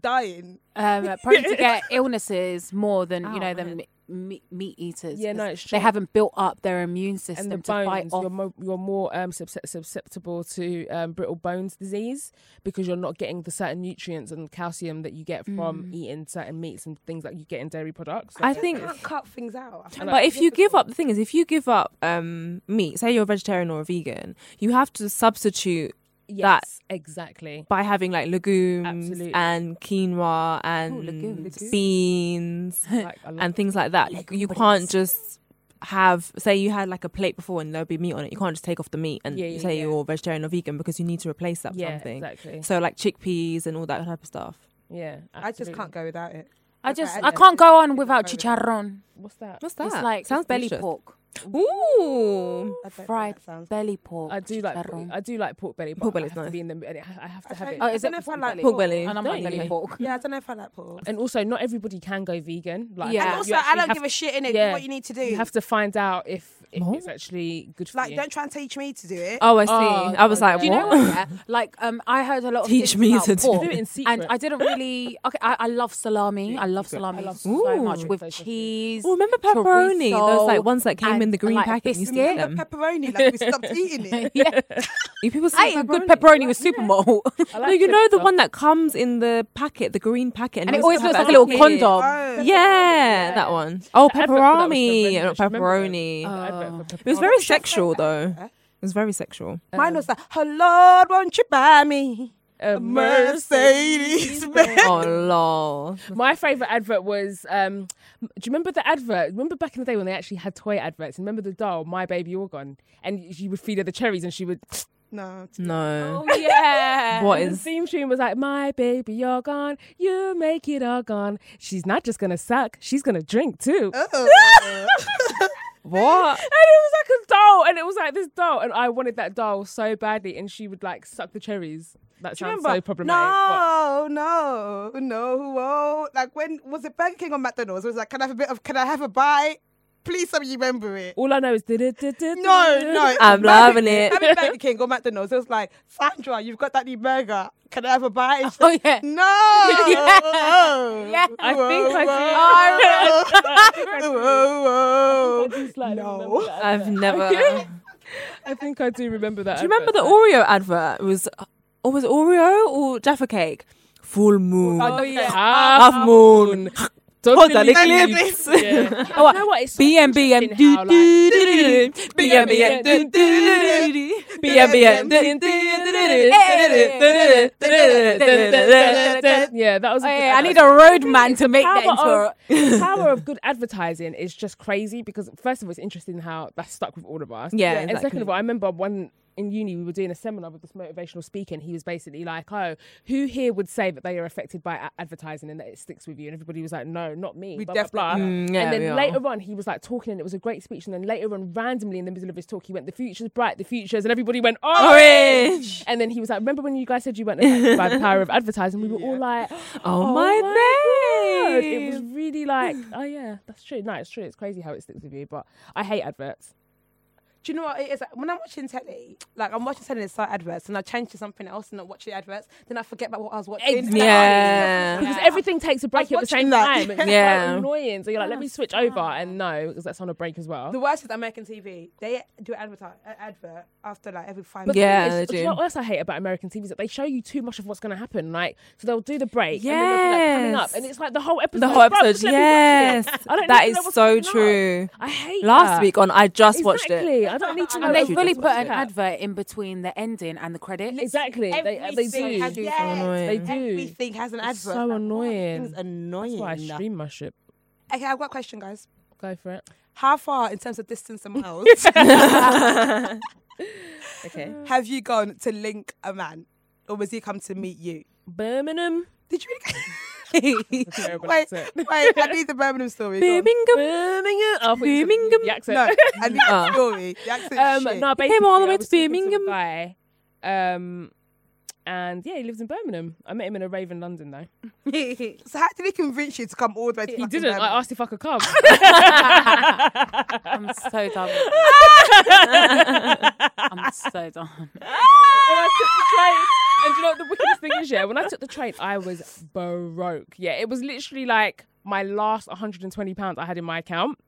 Speaker 2: dying.
Speaker 4: um prone to get illnesses more than you know them meat, meat eaters.
Speaker 1: Oh, Yeah, no,
Speaker 4: 'cause
Speaker 1: it's
Speaker 4: they
Speaker 1: true.
Speaker 4: haven't built up their immune system
Speaker 1: and the
Speaker 4: to fight
Speaker 1: bones,
Speaker 4: off.
Speaker 1: you're, mo- you're more um, subse- susceptible to um, brittle bones disease because you're not getting the certain nutrients and calcium that you get from eating certain meats and things that you get in dairy products.
Speaker 3: I think
Speaker 2: can't cut things out.
Speaker 3: but if you give up the thing is if you give up um meat, say you're a vegetarian or a vegan, you have to substitute
Speaker 1: yes, exactly.
Speaker 3: by having like legumes
Speaker 1: Absolutely.
Speaker 3: and quinoa and
Speaker 4: legumes.
Speaker 3: beans
Speaker 1: Like, I love
Speaker 3: and things like that. You- You can't just have say you had like a plate before and there'll be meat on it. You can't just take off the meat and
Speaker 1: Yeah, yeah,
Speaker 3: say
Speaker 1: yeah.
Speaker 3: you're vegetarian or vegan because you need to replace that with
Speaker 1: yeah,
Speaker 3: something.
Speaker 1: exactly.
Speaker 3: So like chickpeas and all that type of stuff.
Speaker 1: Yeah,
Speaker 2: I just
Speaker 1: absolutely.
Speaker 2: can't go without it.
Speaker 4: I
Speaker 2: Okay,
Speaker 4: just
Speaker 2: I
Speaker 4: I
Speaker 2: know.
Speaker 4: can't go on without
Speaker 2: Private.
Speaker 4: chicharron.
Speaker 1: What's that?
Speaker 3: What's that?
Speaker 4: It's like
Speaker 3: sounds
Speaker 4: it's belly
Speaker 3: delicious.
Speaker 4: pork,
Speaker 3: Ooh.
Speaker 2: I don't think
Speaker 4: fried
Speaker 2: that sounds-
Speaker 4: belly pork.
Speaker 1: I do like pork-
Speaker 4: chicharrón.
Speaker 1: I do like pork belly, but
Speaker 3: Pork
Speaker 1: pork
Speaker 3: belly's
Speaker 1: belly I have
Speaker 3: nice.
Speaker 1: to be in the and it ha- I have to
Speaker 2: I
Speaker 1: have
Speaker 2: don't-
Speaker 1: it.
Speaker 4: Oh, is
Speaker 2: I
Speaker 4: it
Speaker 2: don't know if I
Speaker 4: pork
Speaker 2: like
Speaker 4: belly?
Speaker 3: Pork belly.
Speaker 4: And I'm
Speaker 3: Don't
Speaker 4: like
Speaker 3: you?
Speaker 4: belly pork.
Speaker 2: Yeah, I don't know if I like pork.
Speaker 1: And also, not everybody can go vegan. Like,
Speaker 4: Yeah.
Speaker 2: And
Speaker 4: you
Speaker 2: also, I don't give a shit in it.
Speaker 1: yeah.
Speaker 2: What you need to do,
Speaker 1: You have to find out if, if
Speaker 3: What?
Speaker 1: it's actually good for
Speaker 2: like,
Speaker 1: you.
Speaker 2: don't try and teach me to do it.
Speaker 3: Oh, I see.
Speaker 1: Oh,
Speaker 3: I was
Speaker 1: God,
Speaker 3: like,
Speaker 1: yeah.
Speaker 4: Do you know
Speaker 3: what?
Speaker 4: what? Yeah? Like, um, I heard a lot of
Speaker 3: Teach
Speaker 4: things
Speaker 3: me
Speaker 4: about
Speaker 3: to do
Speaker 4: pork,
Speaker 1: it. Do it in
Speaker 4: and
Speaker 1: secret.
Speaker 4: I didn't really. Okay, I, I love salami. I love
Speaker 1: I
Speaker 4: salami
Speaker 1: love
Speaker 4: so
Speaker 3: Ooh.
Speaker 4: much with
Speaker 1: Those are good.
Speaker 4: cheese.
Speaker 3: Oh, remember pepperoni? Those like
Speaker 4: chorizo,
Speaker 3: ones that came in
Speaker 4: and-
Speaker 3: the green
Speaker 4: and, like, a
Speaker 3: packet. and You used to
Speaker 4: biscuit.
Speaker 3: eat them.
Speaker 2: pepperoni, like we stopped eating it.
Speaker 4: yeah,
Speaker 3: You people
Speaker 4: I
Speaker 3: say
Speaker 4: ate a good pepperoni with supermalt,
Speaker 1: I
Speaker 3: No,
Speaker 1: like
Speaker 3: you
Speaker 1: good
Speaker 3: know the
Speaker 1: stuff.
Speaker 3: one that comes in the packet, the green packet,
Speaker 4: and it
Speaker 3: used
Speaker 4: always
Speaker 3: to have
Speaker 4: looks like a
Speaker 3: as
Speaker 4: little
Speaker 3: kid.
Speaker 4: condom.
Speaker 2: Oh.
Speaker 3: Yeah, that one. Oh,
Speaker 1: The advert for that was
Speaker 3: pepperoni,
Speaker 1: horrendous.
Speaker 3: not
Speaker 1: Remember that?
Speaker 3: pepperoni.
Speaker 1: The advert for
Speaker 4: Oh.
Speaker 3: It was
Speaker 2: Oh,
Speaker 1: pepperoni.
Speaker 3: very sexual, though. It was very sexual.
Speaker 2: Mine was like, "Oh Lord, won't you buy me
Speaker 1: A
Speaker 2: a Mercedes?" Benz?"
Speaker 3: Oh lol.
Speaker 1: My favorite advert was. Um, do you remember the advert? Remember back in the day when they actually had toy adverts? And remember the doll, my baby organ, and you would feed her the cherries, and she would.
Speaker 2: No,
Speaker 3: Mm. No.
Speaker 4: Oh, yeah.
Speaker 3: What
Speaker 1: The
Speaker 3: is
Speaker 1: theme tune was like, "My baby, you're gone. You make it all gone. She's not just gonna suck. She's gonna drink too."
Speaker 2: Oh.
Speaker 3: what?
Speaker 1: And it was like a doll, and it was like this doll, and I wanted that doll so badly, and she would like suck the cherries. That
Speaker 2: Do you
Speaker 1: sounds
Speaker 2: remember?
Speaker 1: so problematic. What?
Speaker 2: No, no, no. Whoa. Like when was it Burger King or McDonald's? It was like, can I have a bit of? Can I have a bite? Please, somebody remember it.
Speaker 1: All I know is no,
Speaker 2: No, no.
Speaker 3: I'm loving it.
Speaker 2: I mean, Burger King or McDonald's. It was like, Sandra, you've got that new burger. Can I have a bite? And she's
Speaker 4: Oh
Speaker 2: like,
Speaker 4: yeah.
Speaker 2: No.
Speaker 4: Yeah.
Speaker 1: I think I oh, did. I
Speaker 2: Whoa, whoa, whoa, whoa.
Speaker 1: do slightly
Speaker 2: No.
Speaker 1: remember that
Speaker 3: I've
Speaker 1: advert.
Speaker 3: never. Do
Speaker 1: I think I do remember that.
Speaker 3: you remember the
Speaker 1: advert.
Speaker 3: Oreo advert? It was or was it Oreo or Jaffa cake? Full moon.
Speaker 1: Oh yeah,
Speaker 3: Half moon.
Speaker 1: Don't
Speaker 3: Total
Speaker 1: believe me.
Speaker 3: eclipse.
Speaker 1: Yeah. Oh, you know what? It's so
Speaker 3: BMBM.
Speaker 1: interesting how, like, yeah, that was. A good
Speaker 4: Hey, I
Speaker 1: advert.
Speaker 4: need a roadman to make that
Speaker 1: power
Speaker 4: into
Speaker 1: of-
Speaker 4: a
Speaker 1: the power of good advertising is just crazy because first of all, it's interesting how that's stuck with all of us.
Speaker 3: Yeah,
Speaker 1: And second
Speaker 3: exactly.
Speaker 1: of all, I remember one in uni we were doing a seminar with this motivational speaker, and he was basically like, "Oh, who here would say that they are affected by a- advertising and that it sticks with you?" And everybody was like, "No, not me."
Speaker 2: We
Speaker 1: blah, blah, blah.
Speaker 2: definitely
Speaker 3: Mm, yeah,
Speaker 1: and
Speaker 3: we
Speaker 1: then
Speaker 3: are.
Speaker 1: later on, he was like talking, and it was a great speech. And then later on, randomly in the middle of his talk, he went, "The future's bright, the future's," and everybody went,
Speaker 3: Orange.
Speaker 1: And then he was like, "Remember when you guys said you weren't affected by the power of advertising?" We were all like,
Speaker 3: Oh
Speaker 1: my
Speaker 3: my
Speaker 1: God. It
Speaker 3: days.
Speaker 1: was really like, oh yeah, that's true. No, it's true. It's crazy how it sticks with you, but I hate adverts.
Speaker 2: Do you know what it is? Like, when I'm watching telly, like I'm watching telly and start adverts, and I change to something else and not watch the adverts, then I forget about what I was watching.
Speaker 3: Yeah.
Speaker 1: Because everything takes a break
Speaker 2: I
Speaker 1: at the
Speaker 2: watched
Speaker 1: same
Speaker 2: that.
Speaker 1: time. It's
Speaker 3: Yeah.
Speaker 1: so annoying. So you're like, let me switch over. And no, because that's on a break as well.
Speaker 2: The worst is American TV. They do advertise uh, advert after like every five.
Speaker 1: But
Speaker 2: minutes.
Speaker 1: the thing
Speaker 3: Yeah,
Speaker 1: is,
Speaker 3: they
Speaker 1: do you
Speaker 3: do.
Speaker 1: know what else I hate about American TV is that they show you too much of what's going to happen. Like, so they'll do the break, and then they'll be like coming up,
Speaker 3: Yes.
Speaker 1: and it's like the whole episode.
Speaker 3: The whole
Speaker 1: Bruh, just
Speaker 3: episode.
Speaker 1: let me watch it.
Speaker 3: Yes.
Speaker 1: I don't need
Speaker 3: That
Speaker 1: to know
Speaker 3: is
Speaker 1: what's
Speaker 3: so
Speaker 1: coming up.
Speaker 3: true.
Speaker 1: I hate
Speaker 3: Last
Speaker 1: that.
Speaker 3: week on I just watched
Speaker 1: exactly.
Speaker 3: it.
Speaker 1: I don't need to know.
Speaker 4: And they
Speaker 1: what you
Speaker 4: fully
Speaker 1: just
Speaker 4: put
Speaker 1: watched
Speaker 4: an
Speaker 1: at.
Speaker 4: advert in between the ending and the credits.
Speaker 1: Exactly. They, they
Speaker 2: Everything
Speaker 1: do.
Speaker 2: has-
Speaker 3: do.
Speaker 2: yes,
Speaker 3: Annoying. They
Speaker 1: do.
Speaker 2: Everything has an advert.
Speaker 1: so
Speaker 2: Like, what?
Speaker 1: annoying.
Speaker 2: It's annoying.
Speaker 1: That's why I stream my shit.
Speaker 2: Okay, I've got a question, guys.
Speaker 1: Go for it.
Speaker 2: How far, in terms of distance and miles,
Speaker 1: Okay.
Speaker 2: have you gone to link a man, or was he come to meet you?
Speaker 1: Birmingham.
Speaker 2: Did you? Really...
Speaker 1: terrible
Speaker 2: wait,
Speaker 1: accent.
Speaker 2: wait. I need the Birmingham story. Go on.
Speaker 1: Birmingham. Oh, I thought you said
Speaker 3: Birmingham.
Speaker 1: The accent.
Speaker 2: No, I need the
Speaker 3: Oh.
Speaker 2: story. The accent
Speaker 1: Ah. um,
Speaker 2: shit.
Speaker 1: no,
Speaker 3: He
Speaker 1: basically,
Speaker 3: came all the way
Speaker 1: I
Speaker 3: to
Speaker 1: was talking some
Speaker 3: Birmingham.
Speaker 1: guy, um, and yeah, he lives in Birmingham. I met him in a rave in London, though.
Speaker 2: So how did he convince you to come all the way? To
Speaker 1: He
Speaker 2: fucking
Speaker 1: didn't.
Speaker 2: Birmingham?
Speaker 1: I asked if I could come.
Speaker 4: I'm so done. I'm so done.
Speaker 1: and I took the train. And do you know what the wickedest thing is? Yeah, when I took the train, I was broke. Yeah, it was literally like my last 120 pounds I had in my account.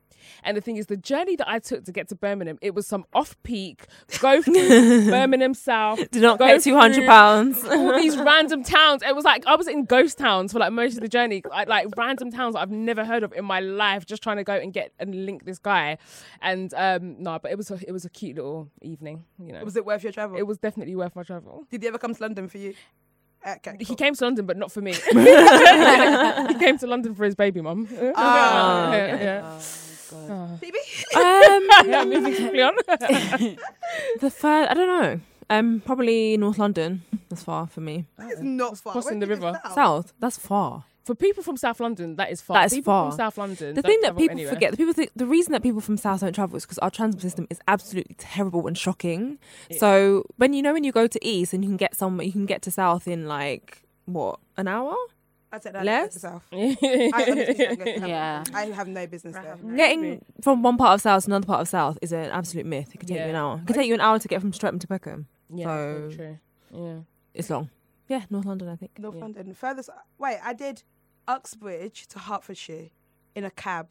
Speaker 1: And the thing is, the journey that I took to get to Birmingham, it was some off-peak, go through Birmingham South.
Speaker 3: Did not
Speaker 1: go
Speaker 3: pay two hundred
Speaker 1: through
Speaker 3: pounds.
Speaker 1: All these random towns. It was like I was in ghost towns for like most of the journey. Like, like random towns that I've never heard of in my life, just trying to go and get and link this guy. And um no, but it was a, it was a cute little evening. You know,
Speaker 2: Was it worth your travel?
Speaker 1: it was definitely worth my travel.
Speaker 2: Did he ever come to London for you? Okay.
Speaker 1: He
Speaker 3: Oh.
Speaker 2: cool.
Speaker 1: came to London, but not for me. he came to London for his baby mum.
Speaker 2: Ah,
Speaker 1: yeah, yeah.
Speaker 2: Phoebe?
Speaker 3: um,
Speaker 1: Yeah, moving quickly on.
Speaker 3: the third, I don't know. Um, probably North London. That's far for me.
Speaker 2: It's not far.
Speaker 1: crossing
Speaker 2: Where
Speaker 1: the
Speaker 2: did
Speaker 1: river.
Speaker 2: it start?
Speaker 3: South. That's far.
Speaker 1: For people from South London, that is far.
Speaker 3: That is
Speaker 1: people
Speaker 3: far.
Speaker 1: from South London.
Speaker 3: The
Speaker 1: don't
Speaker 3: thing that
Speaker 1: travel
Speaker 3: people
Speaker 1: anywhere.
Speaker 3: forget, the people think, the reason that people from South don't travel is because our transport system is absolutely terrible and shocking. So when you know when you go to East and you can get somewhere, you can get to South in like what an hour.
Speaker 2: I take that
Speaker 3: Less?
Speaker 2: to South. I honestly don't go to South.
Speaker 4: Yeah.
Speaker 2: I have no business there.
Speaker 3: Getting from one part of South to another part of South is an absolute myth. It could take you an
Speaker 1: Yeah.
Speaker 3: hour. It could take you an hour to get from Streatham to Peckham.
Speaker 1: Yeah,
Speaker 3: So-
Speaker 1: very true. Yeah.
Speaker 3: It's long. Yeah, North London, I think.
Speaker 2: North London. Furthest. Wait, I did Uxbridge to Hertfordshire in a cab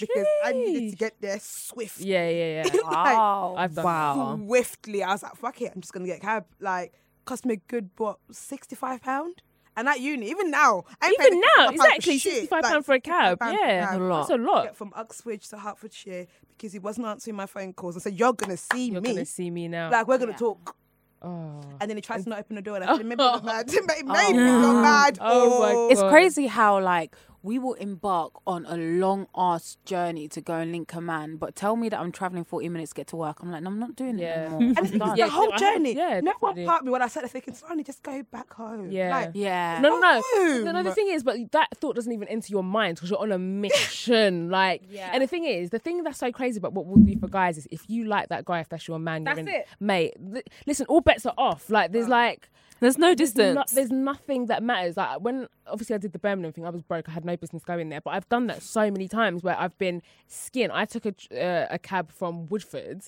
Speaker 2: because I needed to get there swift.
Speaker 1: Yeah, yeah, yeah.
Speaker 3: Ah.
Speaker 2: Like,
Speaker 1: I've done
Speaker 3: Wow.
Speaker 2: swiftly. I was like, fuck it, I'm just gonna get a cab. Like, cost me a good what, sixty five pound? And at uni, even now, I ain't
Speaker 1: Even
Speaker 2: paying
Speaker 1: now,
Speaker 2: £65 for
Speaker 1: exactly,
Speaker 2: shit.
Speaker 1: £65 for a cab,
Speaker 2: £65
Speaker 1: yeah.
Speaker 2: for a
Speaker 1: That's
Speaker 2: cab.
Speaker 1: a
Speaker 3: lot.
Speaker 1: That's a lot.
Speaker 2: Get from Uxbridge to Hertfordshire because he wasn't answering my phone calls and said, You're gonna see
Speaker 1: You're
Speaker 2: me.
Speaker 1: gonna see me now.
Speaker 2: Like, we're gonna talk.
Speaker 1: oh.
Speaker 2: And then he tries to not open the door and I said, Maybe you're mad. Maybe you're mad.
Speaker 1: Oh my
Speaker 2: or-
Speaker 4: It's
Speaker 1: God.
Speaker 4: crazy how like we will embark on a long ass journey to go and link a man, but tell me that I'm traveling 40 minutes to get to work. I'm like, no, I'm not doing
Speaker 1: Yeah.
Speaker 4: it anymore.
Speaker 2: And
Speaker 4: I'm
Speaker 2: it's
Speaker 4: done.
Speaker 2: the
Speaker 1: Yeah,
Speaker 2: whole
Speaker 1: I haven't-
Speaker 2: journey.
Speaker 1: yeah,
Speaker 2: no one
Speaker 1: definitely.
Speaker 2: part of me when I sat there thinking, Sonny, just go back home.
Speaker 1: Yeah.
Speaker 2: Like,
Speaker 4: yeah.
Speaker 1: No, no,
Speaker 2: Home.
Speaker 1: no. No, no, the thing is, but that thought doesn't even enter your mind because you're on a mission. Like, and the thing is, the thing that's so crazy about what would be for guys is if you like that guy, if that's your man,
Speaker 2: That's
Speaker 1: you're in,
Speaker 2: it.
Speaker 1: mate. Li- listen, all bets are off. Like, there's like.
Speaker 3: There's no
Speaker 1: there's
Speaker 3: distance.
Speaker 1: no- there's nothing that matters. Like when obviously I did the Birmingham thing, I was broke. I had no business going there, but I've done that so many times where I've been skin. I took a tr- uh, a cab from Woodford,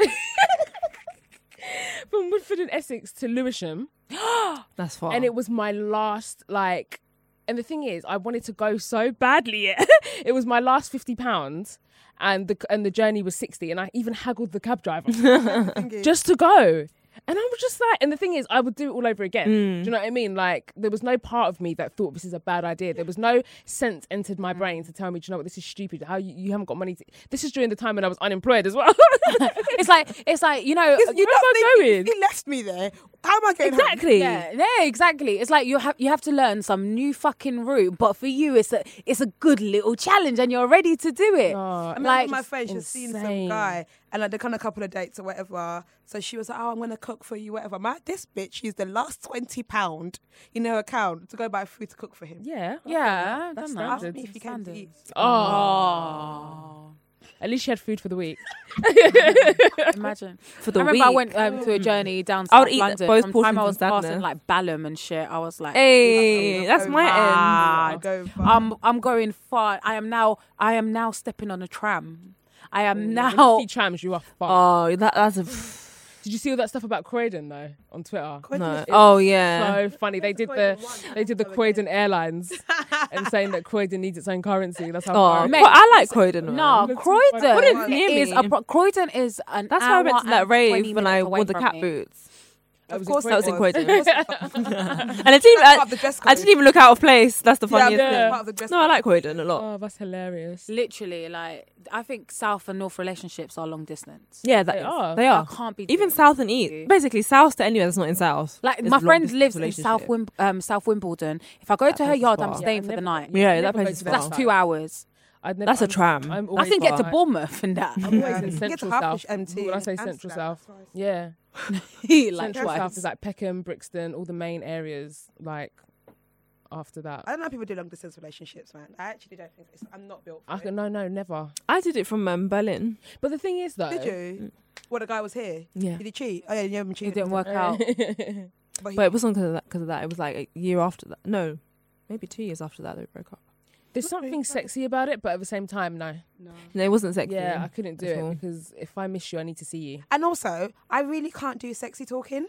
Speaker 1: from Woodford in Essex to Lewisham,
Speaker 3: That's far.
Speaker 1: and it was my last like. And the thing is, I wanted to go so badly. yeah. it was my last fifty pounds, and the and the journey was sixty, and I even haggled the cab driver just to go. And I was just like, and the thing is, I would do it all over again. Do you know what I mean? Like, there was no part of me that thought this is a bad idea. There was no sense entered my brain to tell me, do you know what, this is stupid. How you, you haven't got money to. This is during the time when I was unemployed as well.
Speaker 4: It's like it's like you know
Speaker 1: Where
Speaker 2: you don't
Speaker 1: am I
Speaker 2: think
Speaker 1: going?
Speaker 2: if He left me there. How am I getting home?
Speaker 1: exactly.
Speaker 4: Yeah, yeah, exactly. It's like you have you have to learn some new fucking route, but for you, it's a it's a good little challenge, and you're ready to do it.
Speaker 1: Oh,
Speaker 2: I
Speaker 4: like
Speaker 2: remember my friend, she's seen some
Speaker 1: insane.
Speaker 2: guy and like they kind of couple of dates or whatever. So she was like, Oh, I'm gonna cook for you, whatever. My this bitch used the last twenty pound in her account to go buy food to cook for him.
Speaker 1: yeah.
Speaker 4: yeah, that's
Speaker 1: standard.
Speaker 2: Ask me if you came to eat.
Speaker 1: Oh. At least she had food for the week.
Speaker 4: Imagine.
Speaker 3: for the
Speaker 4: I remember
Speaker 3: week. Mm.
Speaker 4: I went um, to a journey down
Speaker 3: I would
Speaker 4: South
Speaker 3: eat
Speaker 4: London.
Speaker 3: both
Speaker 4: From
Speaker 3: portions
Speaker 4: time I
Speaker 3: of
Speaker 4: was passing
Speaker 3: sadness.
Speaker 4: like Balham and shit. I was like,
Speaker 3: Hey, that's my end.
Speaker 4: Ah,
Speaker 2: I go um,
Speaker 4: I'm I'm going far. I am now I am now stepping on a tram. I am
Speaker 1: When you
Speaker 4: now.
Speaker 1: see trams, you are fucked.
Speaker 3: Oh, that, that's a.
Speaker 1: Did you see all that stuff about Croydon though on Twitter?
Speaker 3: no. Oh yeah.
Speaker 1: so funny. They did the they did the Croydon Airlines and saying that Croydon needs its own currency. That's how.
Speaker 3: oh,
Speaker 1: far-
Speaker 4: mate,
Speaker 3: well, I like Croydon. man.
Speaker 4: No,
Speaker 1: That's
Speaker 4: Croydon
Speaker 1: what
Speaker 3: it is near
Speaker 4: is
Speaker 3: me.
Speaker 4: appro- Croydon is an
Speaker 3: That's why I went
Speaker 4: hour
Speaker 3: to that
Speaker 4: and
Speaker 3: rave
Speaker 4: 20
Speaker 3: when I
Speaker 4: minutes away
Speaker 3: wore the
Speaker 4: from
Speaker 3: cat
Speaker 4: me.
Speaker 3: boots.
Speaker 1: That
Speaker 2: Of course,
Speaker 3: That was in Croydon.
Speaker 2: Of course it
Speaker 3: and I didn't.
Speaker 2: That's part
Speaker 3: I,
Speaker 2: of the dress
Speaker 3: I
Speaker 2: code.
Speaker 3: didn't even look out of place. That's the
Speaker 2: Yeah,
Speaker 3: funniest
Speaker 1: yeah.
Speaker 3: thing.
Speaker 2: part of the dress
Speaker 3: No, I
Speaker 2: code.
Speaker 3: like Croydon a lot.
Speaker 1: Oh, that's hilarious.
Speaker 4: Literally, like I think South and North relationships are long distance.
Speaker 3: yeah, that
Speaker 1: They
Speaker 3: is-
Speaker 1: are.
Speaker 3: They are.
Speaker 4: I can't be
Speaker 3: Even
Speaker 4: doing
Speaker 3: South and
Speaker 4: you.
Speaker 3: East. Basically, South to anywhere that's not in South.
Speaker 4: Like
Speaker 3: is
Speaker 4: my
Speaker 3: a
Speaker 4: friend
Speaker 3: long-distance
Speaker 4: lives in
Speaker 3: relationship.
Speaker 4: South Wim- um, South Wimbledon. If I go to her
Speaker 3: place is
Speaker 4: yard, I'm
Speaker 3: far.
Speaker 4: staying for
Speaker 1: I'd
Speaker 4: the
Speaker 1: never-
Speaker 4: night.
Speaker 3: Yeah,
Speaker 1: I'd
Speaker 3: that
Speaker 1: never
Speaker 3: place
Speaker 1: go
Speaker 3: is
Speaker 1: to
Speaker 3: far.
Speaker 1: that
Speaker 4: That's
Speaker 1: side.
Speaker 4: two hours.
Speaker 1: I'd never,
Speaker 3: That's a
Speaker 1: I'm-
Speaker 3: tram.
Speaker 1: I'm
Speaker 4: I
Speaker 1: always
Speaker 4: can get to
Speaker 1: far.
Speaker 4: Bournemouth and that.
Speaker 1: I'm always
Speaker 2: Yeah.
Speaker 1: in
Speaker 2: You get to
Speaker 1: central
Speaker 2: Hartbush
Speaker 1: south.
Speaker 2: MT
Speaker 1: When I say
Speaker 2: and
Speaker 1: central
Speaker 2: Amsterdam,
Speaker 1: south,
Speaker 2: that's right.
Speaker 1: yeah.
Speaker 4: like
Speaker 1: Central
Speaker 4: twice.
Speaker 1: South is like Peckham, Brixton, all the main areas. Like after that,
Speaker 2: I don't know how people do long distance relationships, man. I actually don't think it's, I'm not built for
Speaker 1: I
Speaker 2: it.
Speaker 1: can no, no, never.
Speaker 3: I did it from um, Berlin.
Speaker 1: But the thing is, though,
Speaker 2: Did you? Well, the guy was here.
Speaker 3: Yeah.
Speaker 2: Did he cheat? Oh yeah, you haven't
Speaker 4: It
Speaker 2: cheated.
Speaker 4: didn't work out.
Speaker 2: But he,
Speaker 3: But it wasn't because of that. Because of that, it was like a year after that. No, maybe two years after that they broke up.
Speaker 1: there's something sexy about it, but at the same time, no.
Speaker 2: no.
Speaker 3: No, it wasn't sexy.
Speaker 1: Yeah, I couldn't do
Speaker 3: That's
Speaker 1: it
Speaker 3: all.
Speaker 1: because if I miss you, I need to see you.
Speaker 2: And also, I really can't do sexy talking.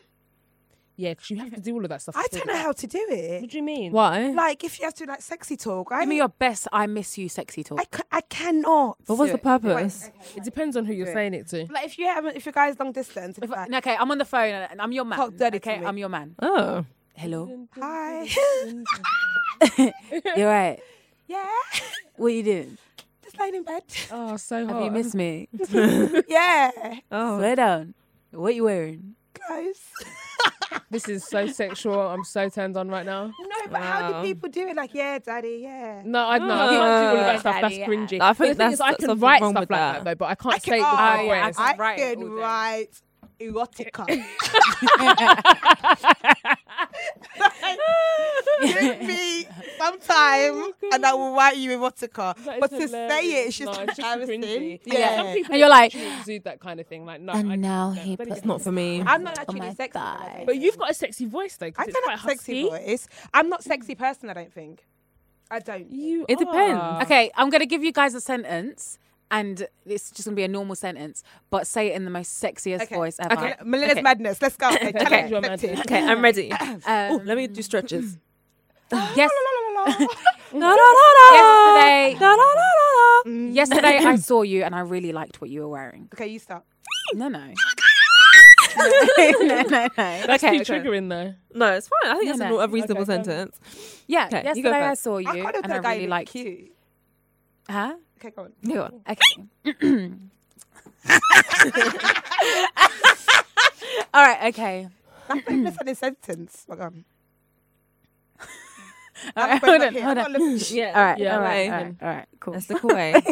Speaker 1: Yeah, because you have to do all of that stuff.
Speaker 2: I
Speaker 1: to
Speaker 2: don't
Speaker 1: talk
Speaker 2: know
Speaker 1: about-
Speaker 2: how to do
Speaker 1: What
Speaker 2: it.
Speaker 1: do you mean?
Speaker 3: Why?
Speaker 2: Like if you have to like sexy talk, I
Speaker 4: Give me your best. I miss you, sexy talk.
Speaker 2: I, ca- I cannot.
Speaker 3: but what's the purpose?
Speaker 1: It depends on who you're saying it to.
Speaker 2: Like if you haven't, if your guy's long distance, it's
Speaker 4: If I-
Speaker 2: like,
Speaker 4: okay, I'm on the phone and I'm your man.
Speaker 2: Talk dirty to
Speaker 4: okay,
Speaker 2: me.
Speaker 4: I'm your man.
Speaker 3: Oh,
Speaker 4: Hello.
Speaker 2: hi,
Speaker 4: You're right.
Speaker 2: yeah,
Speaker 4: What you doing?
Speaker 2: just laying in bed.
Speaker 1: Oh, so hard.
Speaker 4: Have you missed me?
Speaker 2: yeah,
Speaker 3: oh,
Speaker 4: Swear down. What you wearing?
Speaker 2: close.
Speaker 1: This is so sexual. I'm so turned on right now.
Speaker 2: No, but how
Speaker 3: Wow.
Speaker 2: do people do it? Like, yeah, daddy, yeah.
Speaker 1: No, I no, I can't do all of that stuff. That's
Speaker 4: Yeah.
Speaker 1: cringy.
Speaker 3: Oh. I
Speaker 1: But
Speaker 3: think
Speaker 1: the thing
Speaker 3: that's-
Speaker 1: is, I
Speaker 3: that's
Speaker 1: can
Speaker 3: something
Speaker 1: write
Speaker 3: wrong
Speaker 1: stuff like
Speaker 3: with
Speaker 1: that.
Speaker 3: that.
Speaker 1: though, but I can't say it with
Speaker 2: oh,
Speaker 1: my
Speaker 4: yeah, I
Speaker 1: voice.
Speaker 4: can
Speaker 2: I
Speaker 4: write it
Speaker 2: can
Speaker 4: all day.
Speaker 2: write erotica. Give me some time and I will write you erotica.
Speaker 1: Oh That is
Speaker 2: But to say
Speaker 1: hilarious.
Speaker 2: it, it's just
Speaker 1: No, it's just
Speaker 2: embarrassing.
Speaker 1: cringy.
Speaker 2: Yeah.
Speaker 1: Some people
Speaker 4: And you're like,
Speaker 1: actually do that kind of thing. Like, no,
Speaker 4: And
Speaker 1: I,
Speaker 4: now
Speaker 1: no,
Speaker 4: he
Speaker 1: but
Speaker 4: puts-
Speaker 1: it's
Speaker 3: not for me.
Speaker 2: I'm not actually
Speaker 4: Oh my
Speaker 2: sexy. when I
Speaker 4: God.
Speaker 2: date.
Speaker 1: But you've got a sexy voice though. 'cause
Speaker 2: I
Speaker 1: it's
Speaker 2: don't
Speaker 1: quite
Speaker 2: have sexy
Speaker 1: husky.
Speaker 2: voice. I'm not sexy person, I don't think. I don't.
Speaker 1: You
Speaker 3: It depends.
Speaker 1: are.
Speaker 4: Okay, I'm gonna give you guys a sentence, and it's just gonna be a normal sentence, but say it in the most sexiest
Speaker 2: Okay.
Speaker 4: voice ever.
Speaker 2: Okay. Melina's madness. Let's go. Okay.
Speaker 1: Okay.
Speaker 2: Challenge
Speaker 1: Your
Speaker 2: accepted.
Speaker 1: madness.
Speaker 3: okay, I'm ready.
Speaker 4: Um,
Speaker 3: oh, let me do stretches.
Speaker 4: yes.
Speaker 2: La, la, la, la.
Speaker 3: La, la, la, la.
Speaker 4: Yesterday-
Speaker 3: Ah! La, la, la, la, la.
Speaker 4: Yesterday I saw you and I really liked what you were wearing.
Speaker 2: Okay, you start.
Speaker 4: No, no. no, no, no.
Speaker 1: That's
Speaker 3: Okay,
Speaker 1: too
Speaker 3: okay.
Speaker 1: triggering though.
Speaker 3: No, it's fine. I think
Speaker 4: No,
Speaker 3: that's a
Speaker 4: no.
Speaker 3: nor- a reasonable
Speaker 1: Okay, go.
Speaker 3: sentence.
Speaker 4: Yeah,
Speaker 3: Okay, you go
Speaker 4: yesterday I
Speaker 3: first.
Speaker 4: saw you
Speaker 2: I kind of
Speaker 4: and I
Speaker 2: thought
Speaker 4: really liked you.
Speaker 2: cute.
Speaker 4: Huh?
Speaker 2: Okay, go on.
Speaker 3: Yeah, go on.
Speaker 4: Okay. All right, okay.
Speaker 2: That's not even a sentence. sentence. Hold on.
Speaker 4: All
Speaker 2: That's
Speaker 4: right, hold
Speaker 2: not
Speaker 4: on,
Speaker 2: here.
Speaker 4: hold
Speaker 2: I'm
Speaker 4: on.
Speaker 2: not looking-
Speaker 3: Yeah.
Speaker 4: All right,
Speaker 1: Yeah,
Speaker 4: all right,
Speaker 1: okay.
Speaker 4: all right, all right, cool.
Speaker 3: Let's look away.
Speaker 2: Do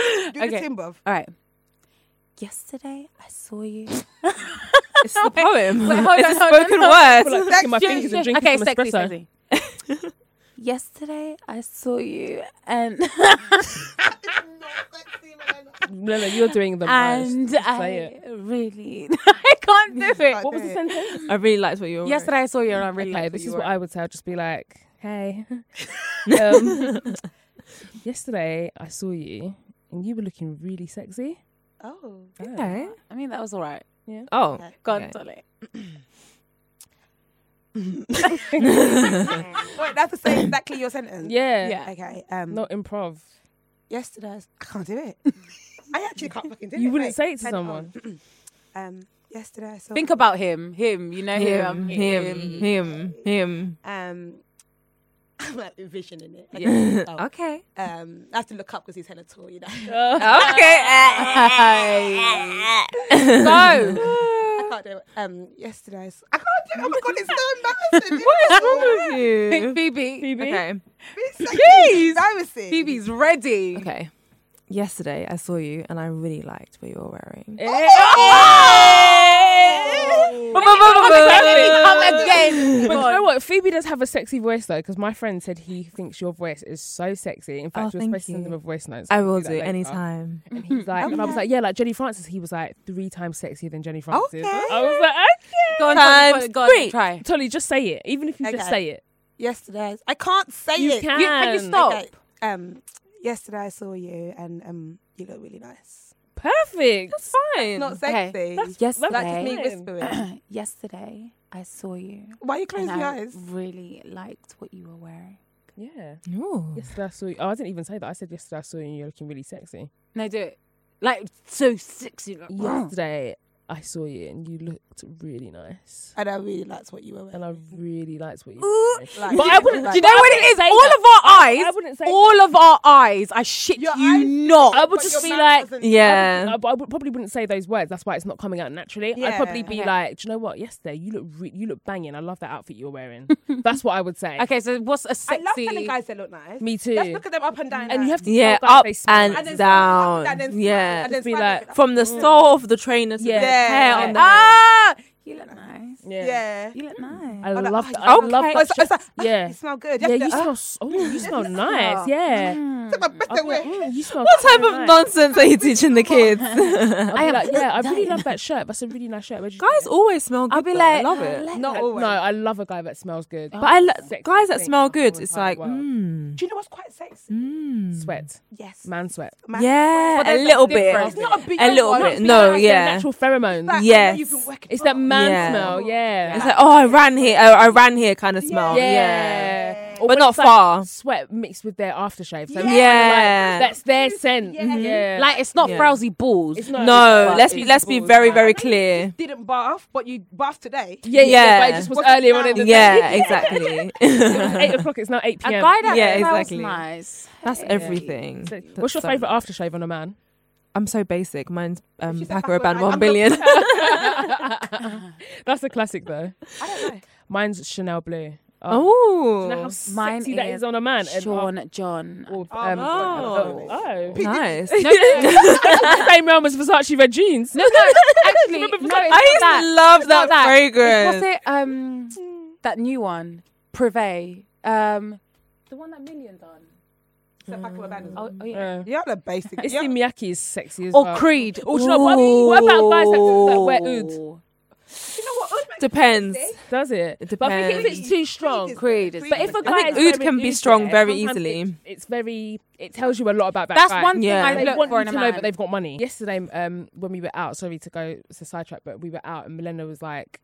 Speaker 4: Okay.
Speaker 2: the timbre.
Speaker 4: All right. Yesterday I saw you.
Speaker 3: It's the poem.
Speaker 4: Wait, hold
Speaker 3: it's
Speaker 4: on, hold
Speaker 3: a
Speaker 4: on,
Speaker 3: spoken
Speaker 4: hold
Speaker 1: I feel
Speaker 3: word.
Speaker 1: like sucking my
Speaker 2: Sexy.
Speaker 1: fingers and drinking
Speaker 4: okay,
Speaker 1: some
Speaker 4: sexy,
Speaker 1: espresso.
Speaker 4: sexy. Yesterday I saw you and
Speaker 1: No, no, you're doing the most.
Speaker 4: and I
Speaker 1: Say it.
Speaker 4: really I can't do it.
Speaker 1: What was the sentence?
Speaker 3: I really liked what you were.
Speaker 4: Yesterday I saw you and I really
Speaker 1: Okay,
Speaker 4: liked
Speaker 1: this
Speaker 4: you
Speaker 1: is what
Speaker 4: were.
Speaker 1: I would say. I'd just be like, hey. um, yesterday, I saw you and you were looking really sexy.
Speaker 2: Oh.
Speaker 3: wearing. Okay.
Speaker 4: I mean that was all right.
Speaker 3: Oh.
Speaker 2: Okay.
Speaker 4: God,
Speaker 3: Okay.
Speaker 4: darling.
Speaker 2: Wait, that's to say exactly your sentence.
Speaker 1: Yeah.
Speaker 4: Yeah.
Speaker 2: Okay. Um.
Speaker 1: Not improv.
Speaker 2: Yesterday, I s- I can't do it. I actually can't fucking do it.
Speaker 1: You wouldn't
Speaker 2: Wait,
Speaker 1: say it to
Speaker 2: pen on.
Speaker 1: someone.
Speaker 2: Um. Yesterday, I saw.
Speaker 4: Think about him, him, you know him,
Speaker 3: Him, him, him, him.
Speaker 2: Um. I'm like envisioning it. Okay.
Speaker 3: Yeah.
Speaker 2: Oh.
Speaker 3: Okay.
Speaker 2: Um. I have to look up because he's hella tall, you know.
Speaker 3: Okay.
Speaker 4: Go.
Speaker 2: I can't do it. Um. Yesterday, I, s- I can't do it. Oh my god, it's so embarrassing. what
Speaker 3: What's wrong with you?
Speaker 4: Phoebe.
Speaker 3: Okay.
Speaker 2: Please. Embarrassing.
Speaker 4: Phoebe's ready.
Speaker 3: Okay. Yesterday, I saw you and I really liked what you were wearing.
Speaker 4: again.
Speaker 1: But you know what? Phoebe does have a sexy voice though, because my friend said he thinks your voice is so sexy. In
Speaker 3: Oh,
Speaker 1: fact, we we're
Speaker 3: thank
Speaker 1: supposed to send
Speaker 3: you.
Speaker 1: him a voice note. so
Speaker 3: I
Speaker 1: we'll
Speaker 3: will
Speaker 1: that
Speaker 3: do
Speaker 1: later.
Speaker 3: anytime.
Speaker 1: And he's like, and I was like, yeah, like Jenny Francis. He was like three times sexier than Jenny Francis.
Speaker 2: Okay.
Speaker 1: I was like, okay.
Speaker 4: Go on,
Speaker 3: Times
Speaker 4: go on, go on
Speaker 3: three.
Speaker 4: try.
Speaker 1: Tolly, just say it. Even if you just
Speaker 2: Okay.
Speaker 1: say it,
Speaker 2: Yesterday, I can't say
Speaker 1: you
Speaker 2: it.
Speaker 1: can.
Speaker 4: You, can you stop?
Speaker 2: Okay. Um. Yesterday, I saw you, and um, you look really nice.
Speaker 1: Perfect.
Speaker 3: It's fine.
Speaker 2: Not
Speaker 4: Okay.
Speaker 2: sexy.
Speaker 4: Yesterday,
Speaker 2: That's just me
Speaker 1: Fine.
Speaker 2: whispering.
Speaker 4: yesterday I saw you
Speaker 2: Why are you closing
Speaker 4: and
Speaker 2: your
Speaker 4: I
Speaker 2: eyes?
Speaker 4: really liked what you were wearing.
Speaker 1: Yeah.
Speaker 3: Ooh.
Speaker 1: Yesterday I saw you. Oh, I didn't even say that. I said yesterday I saw you and you're looking really sexy.
Speaker 4: No, do it. Like so sexy. Like,
Speaker 1: Yesterday I saw you and you looked really nice.
Speaker 2: And I really liked what you were wearing.
Speaker 1: And I really liked what you
Speaker 3: Ooh,
Speaker 1: were doing.
Speaker 2: Like-
Speaker 1: But I wouldn't,
Speaker 2: Like-
Speaker 1: do you know
Speaker 4: Do you know what
Speaker 1: what
Speaker 4: it is?
Speaker 1: say
Speaker 4: All
Speaker 1: that.
Speaker 4: of our eyes,
Speaker 1: I wouldn't say
Speaker 4: all of our eyes. I shit
Speaker 2: Your
Speaker 4: you
Speaker 2: eyes-
Speaker 4: not.
Speaker 1: I would
Speaker 2: But
Speaker 1: just
Speaker 2: your
Speaker 1: be
Speaker 2: mouth
Speaker 1: like,
Speaker 2: doesn't-
Speaker 3: Yeah.
Speaker 1: I, would, I would- probably wouldn't say those words. That's why it's not coming out naturally. I'd
Speaker 2: Yeah.
Speaker 1: probably be
Speaker 4: Okay.
Speaker 1: like, do you know what? Yesterday, you look re- you look banging. I love that outfit you're wearing. That's what I would say.
Speaker 4: Okay, so what's a
Speaker 2: I
Speaker 4: sexy?
Speaker 2: love telling guys that look nice.
Speaker 1: Me too.
Speaker 2: Let's look at them up and down.
Speaker 1: and you have to
Speaker 3: Yeah,
Speaker 1: tell guys
Speaker 3: up
Speaker 1: they smell
Speaker 3: and
Speaker 1: nice.
Speaker 2: then
Speaker 3: down.
Speaker 2: smile, and then smile,
Speaker 3: Yeah.
Speaker 2: and then
Speaker 1: Just be
Speaker 2: smile,
Speaker 1: like,
Speaker 2: and then-
Speaker 3: From the sole of the trainer to
Speaker 1: Yeah.
Speaker 3: the
Speaker 2: Yeah.
Speaker 3: hair on the
Speaker 4: ah, you look nice.
Speaker 1: yeah.
Speaker 2: yeah.
Speaker 4: You look nice.
Speaker 1: I
Speaker 2: Oh, no,
Speaker 1: love
Speaker 2: oh,
Speaker 1: that. I love
Speaker 3: okay.
Speaker 2: Oh,
Speaker 1: that.
Speaker 2: it's, it's like, "Ah,
Speaker 1: Yeah.
Speaker 2: you smell good.
Speaker 1: yeah,
Speaker 2: Yesterday,
Speaker 1: you
Speaker 2: "Ah,
Speaker 3: uh,
Speaker 1: smell. s- Oh, you smell nice. Yeah.
Speaker 2: took my breath
Speaker 1: I'd be like,
Speaker 2: away."
Speaker 1: mm, you smell
Speaker 3: Mm. What
Speaker 1: so
Speaker 3: type of
Speaker 1: nice.
Speaker 3: nonsense are you teaching the kids?
Speaker 1: I'd be
Speaker 4: am
Speaker 1: like, yeah, I really
Speaker 4: dying.
Speaker 1: love that shirt. That's a really nice shirt. Where'd you
Speaker 3: guys always smell good.
Speaker 4: I'll be
Speaker 3: though.
Speaker 4: like,
Speaker 3: I love
Speaker 4: "Oh,
Speaker 3: it.
Speaker 4: let-
Speaker 2: Not
Speaker 1: I-
Speaker 2: always.
Speaker 1: No, I love a guy that smells good.
Speaker 3: But I lo-
Speaker 1: Sexy
Speaker 3: guys that
Speaker 1: thing
Speaker 3: smell
Speaker 1: in the
Speaker 3: good,
Speaker 1: whole
Speaker 3: it's
Speaker 1: entire
Speaker 3: like,
Speaker 1: world.
Speaker 3: mm,
Speaker 2: Do you know what's quite sexy?
Speaker 3: mm.
Speaker 1: sweat,
Speaker 2: Yes.
Speaker 1: man sweat.
Speaker 2: Man-
Speaker 3: Yeah,
Speaker 1: there's
Speaker 3: a little
Speaker 1: something
Speaker 3: bit.
Speaker 1: different.
Speaker 2: It's not a big
Speaker 3: A little bit.
Speaker 1: It's
Speaker 3: No,
Speaker 1: like the
Speaker 3: yeah.
Speaker 1: natural pheromones.
Speaker 2: Like,
Speaker 3: Yes.
Speaker 2: you've been working
Speaker 1: it's that man
Speaker 3: Yeah.
Speaker 1: smell. Yeah.
Speaker 3: It's like, oh, I ran here. Oh, I ran here kind of smell.
Speaker 1: yeah.
Speaker 3: Yeah.
Speaker 1: Or
Speaker 3: But
Speaker 1: when
Speaker 3: not
Speaker 1: it's like
Speaker 3: far.
Speaker 1: sweat mixed with their aftershave. So
Speaker 3: Yeah.
Speaker 1: it's like, that's their scent. Yeah.
Speaker 4: Like it's not
Speaker 3: Yeah.
Speaker 4: frowsy balls.
Speaker 1: It's not-
Speaker 3: No,
Speaker 1: but
Speaker 3: let's be
Speaker 1: it's
Speaker 3: let's be
Speaker 1: balls,
Speaker 3: very
Speaker 1: like-
Speaker 3: very
Speaker 2: You
Speaker 3: clear.
Speaker 2: just didn't bath, but you bathed today.
Speaker 1: yeah, yeah,
Speaker 3: Yeah.
Speaker 1: But it just was
Speaker 2: What's
Speaker 1: earlier
Speaker 2: it
Speaker 1: on in the
Speaker 3: Yeah,
Speaker 1: day.
Speaker 3: exactly.
Speaker 1: Eight o'clock. It's now eight
Speaker 4: a
Speaker 1: p.m.
Speaker 4: guy that
Speaker 3: Yeah,
Speaker 4: smells
Speaker 3: exactly.
Speaker 4: nice.
Speaker 3: That's everything.
Speaker 1: So, What's your
Speaker 3: So-
Speaker 1: favorite aftershave on a man?
Speaker 3: I'm so basic. Mine's um,
Speaker 2: She's a
Speaker 3: Paco Rabanne
Speaker 2: Paco
Speaker 3: one
Speaker 2: Rabanne.
Speaker 3: billion.
Speaker 1: That's a classic though.
Speaker 2: I don't know.
Speaker 1: Mine's Chanel Blue.
Speaker 3: Oh,
Speaker 1: Do you know how
Speaker 4: Mine
Speaker 1: sexy that
Speaker 4: is
Speaker 1: is on a man? And, oh,
Speaker 4: Sean John.
Speaker 1: oh, um,
Speaker 3: Oh.
Speaker 1: oh.
Speaker 3: nice.
Speaker 1: the same realm as Versace red jeans.
Speaker 4: No, no, actually, no,
Speaker 1: Remember
Speaker 4: it's
Speaker 1: that?
Speaker 4: not
Speaker 1: I
Speaker 3: used to
Speaker 4: that.
Speaker 3: love
Speaker 4: It's not
Speaker 3: that fragrance.
Speaker 4: It's- What's it? Um, that new one, Privé. Um, the one that Million done.
Speaker 2: It's a pack of abandons.
Speaker 4: Oh, oh yeah.
Speaker 1: Uh,
Speaker 2: You're the basic.
Speaker 1: Issey
Speaker 2: You're-
Speaker 1: Miyake is sexy as
Speaker 4: or
Speaker 1: well.
Speaker 4: Creed.
Speaker 1: Oh, do you know what, what about guys that, that wear ood?
Speaker 4: Ooh.
Speaker 2: You know what? Oud makes
Speaker 3: Depends.
Speaker 2: me sexy.
Speaker 1: Does it?
Speaker 3: It
Speaker 1: But I think if
Speaker 3: depends.
Speaker 1: it's too
Speaker 2: Creed
Speaker 1: strong.
Speaker 2: is-
Speaker 4: Creed is-
Speaker 2: Creed
Speaker 1: But if a
Speaker 2: is-
Speaker 1: guy
Speaker 3: think
Speaker 1: is
Speaker 3: oud can
Speaker 1: wearing
Speaker 3: be
Speaker 1: oud
Speaker 3: strong
Speaker 1: there,
Speaker 3: very
Speaker 1: sometimes
Speaker 3: easily.
Speaker 1: it- it's very. It tells you a lot about that.
Speaker 4: That's
Speaker 1: guy.
Speaker 4: one thing
Speaker 3: Yeah.
Speaker 4: I
Speaker 3: They
Speaker 1: They
Speaker 4: look
Speaker 1: want
Speaker 4: for
Speaker 1: you
Speaker 4: in a
Speaker 1: to know,
Speaker 4: man.
Speaker 1: but they've got money. Yesterday, um, when we were out, sorry to go to sidetrack, but we were out and Melinda was like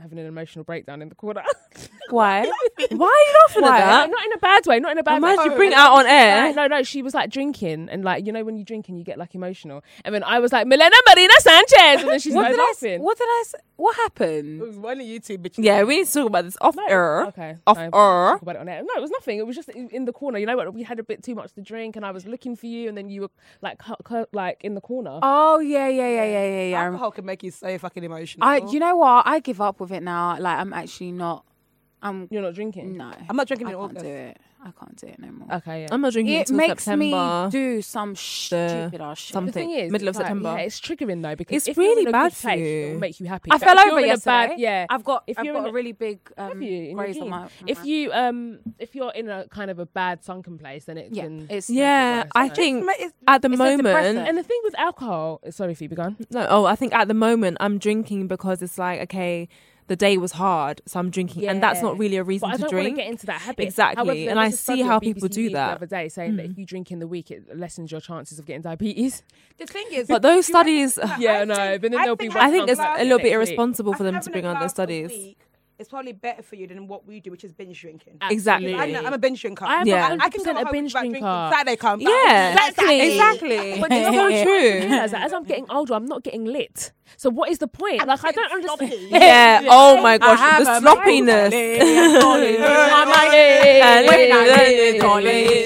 Speaker 1: having an emotional breakdown in the corner.
Speaker 4: Why?
Speaker 3: Why are you laughing
Speaker 4: Why?
Speaker 1: No,
Speaker 3: at that?
Speaker 1: not in a bad way. Not in a bad way.
Speaker 3: Imagine you bring it out on
Speaker 1: Right,
Speaker 3: air.
Speaker 1: no, no, she was like drinking, and like you know when you drink and you get like emotional, and then I was like Milena Marina Sanchez, and then she's
Speaker 4: What
Speaker 1: like
Speaker 4: did, I, s-
Speaker 1: laughing.
Speaker 4: what did I? s- What happened?
Speaker 2: It was one of you two bitches.
Speaker 3: Yeah, we need to talk about this off air.
Speaker 1: Okay.
Speaker 3: Off
Speaker 1: no,
Speaker 3: air.
Speaker 1: talk about it on air. No, it was nothing. It was just in in the corner. You know what? We had a bit too much to drink, and I was looking for you, and then you were like cu- cu- like in the corner.
Speaker 4: Oh yeah, yeah, yeah, yeah, yeah, yeah. I'm-
Speaker 2: Alcohol can make you so fucking emotional.
Speaker 4: I, you know what? I give up with it now. Like I'm actually not. I'm
Speaker 1: You're not drinking.
Speaker 4: no.
Speaker 2: I'm not drinking
Speaker 4: I
Speaker 2: in
Speaker 4: can't
Speaker 2: August.
Speaker 4: do it. I can't do it no more.
Speaker 1: Okay. Yeah.
Speaker 3: Mm. I'm not drinking
Speaker 4: It
Speaker 3: until
Speaker 4: makes
Speaker 3: September.
Speaker 4: me do some stupid ass shit.
Speaker 1: the
Speaker 3: something.
Speaker 1: thing is,
Speaker 3: middle of
Speaker 1: it's like,
Speaker 3: September.
Speaker 1: yeah, it's triggering though because
Speaker 3: It's
Speaker 1: if you're in
Speaker 3: really
Speaker 1: a good
Speaker 3: bad for
Speaker 1: place,
Speaker 3: you.
Speaker 1: It'll make you happy.
Speaker 4: I
Speaker 1: But
Speaker 4: fell
Speaker 1: if you're
Speaker 4: over
Speaker 1: in a
Speaker 4: yesterday.
Speaker 1: bad- yeah,
Speaker 4: I've got.
Speaker 1: If
Speaker 4: I've
Speaker 1: you're
Speaker 4: got
Speaker 1: in
Speaker 4: a
Speaker 1: a-
Speaker 4: really big um,
Speaker 1: Have you in your
Speaker 4: graze on
Speaker 1: jeans?
Speaker 4: my. on
Speaker 1: if
Speaker 4: my-
Speaker 1: you um if you're in a kind of a bad sunken place, then it
Speaker 4: yeah,
Speaker 1: can.
Speaker 4: it's
Speaker 3: Yeah, I
Speaker 1: It's
Speaker 3: think
Speaker 2: Mate, it's-
Speaker 3: at the
Speaker 4: it's a
Speaker 3: moment.
Speaker 4: depressant.
Speaker 1: and the thing with alcohol, sorry, Phoebe, gone.
Speaker 3: No, oh, I think at the moment I'm drinking because it's like, okay, the day was hard, so I'm drinking, and that's not
Speaker 1: Yeah.
Speaker 3: really a reason
Speaker 1: But I
Speaker 3: to
Speaker 1: don't want
Speaker 3: drink.
Speaker 1: to get into that habit
Speaker 3: Exactly.
Speaker 1: there
Speaker 3: And I
Speaker 1: was a
Speaker 3: see
Speaker 1: study
Speaker 3: how
Speaker 1: on
Speaker 3: people
Speaker 1: BBC
Speaker 3: do
Speaker 1: News
Speaker 3: that.
Speaker 1: the other day saying that if you drink in the week, it lessens your chances of getting diabetes.
Speaker 2: The thing is,
Speaker 3: But those
Speaker 2: you reckon-
Speaker 3: studies-
Speaker 2: like,
Speaker 1: Yeah,
Speaker 2: I
Speaker 1: no,
Speaker 2: think-
Speaker 1: but then
Speaker 2: I
Speaker 1: there'll
Speaker 2: think
Speaker 1: be
Speaker 2: I
Speaker 3: I think
Speaker 2: think
Speaker 3: it's a little bit
Speaker 1: Next week.
Speaker 3: irresponsible for them to
Speaker 2: having a
Speaker 3: bring out their
Speaker 2: glass a
Speaker 3: studies.
Speaker 2: week is probably better for you than what we do, which is binge drinking.
Speaker 3: Exactly.
Speaker 2: I know, I'm a binge drinker.
Speaker 1: I'm
Speaker 3: Yeah.
Speaker 2: I can come
Speaker 1: 100% a
Speaker 2: home
Speaker 1: binge
Speaker 2: without drinking.
Speaker 1: drinker.
Speaker 2: Saturday comes.
Speaker 3: Yeah,
Speaker 2: Saturday.
Speaker 3: exactly.
Speaker 1: But
Speaker 3: it's so true.
Speaker 1: Realize that as I'm getting older, I'm not getting lit. So what is the point? Like I don't understand.
Speaker 3: Yeah. Oh my gosh, the
Speaker 1: When I
Speaker 3: sloppiness. And then
Speaker 1: did
Speaker 3: it
Speaker 1: it,
Speaker 3: only-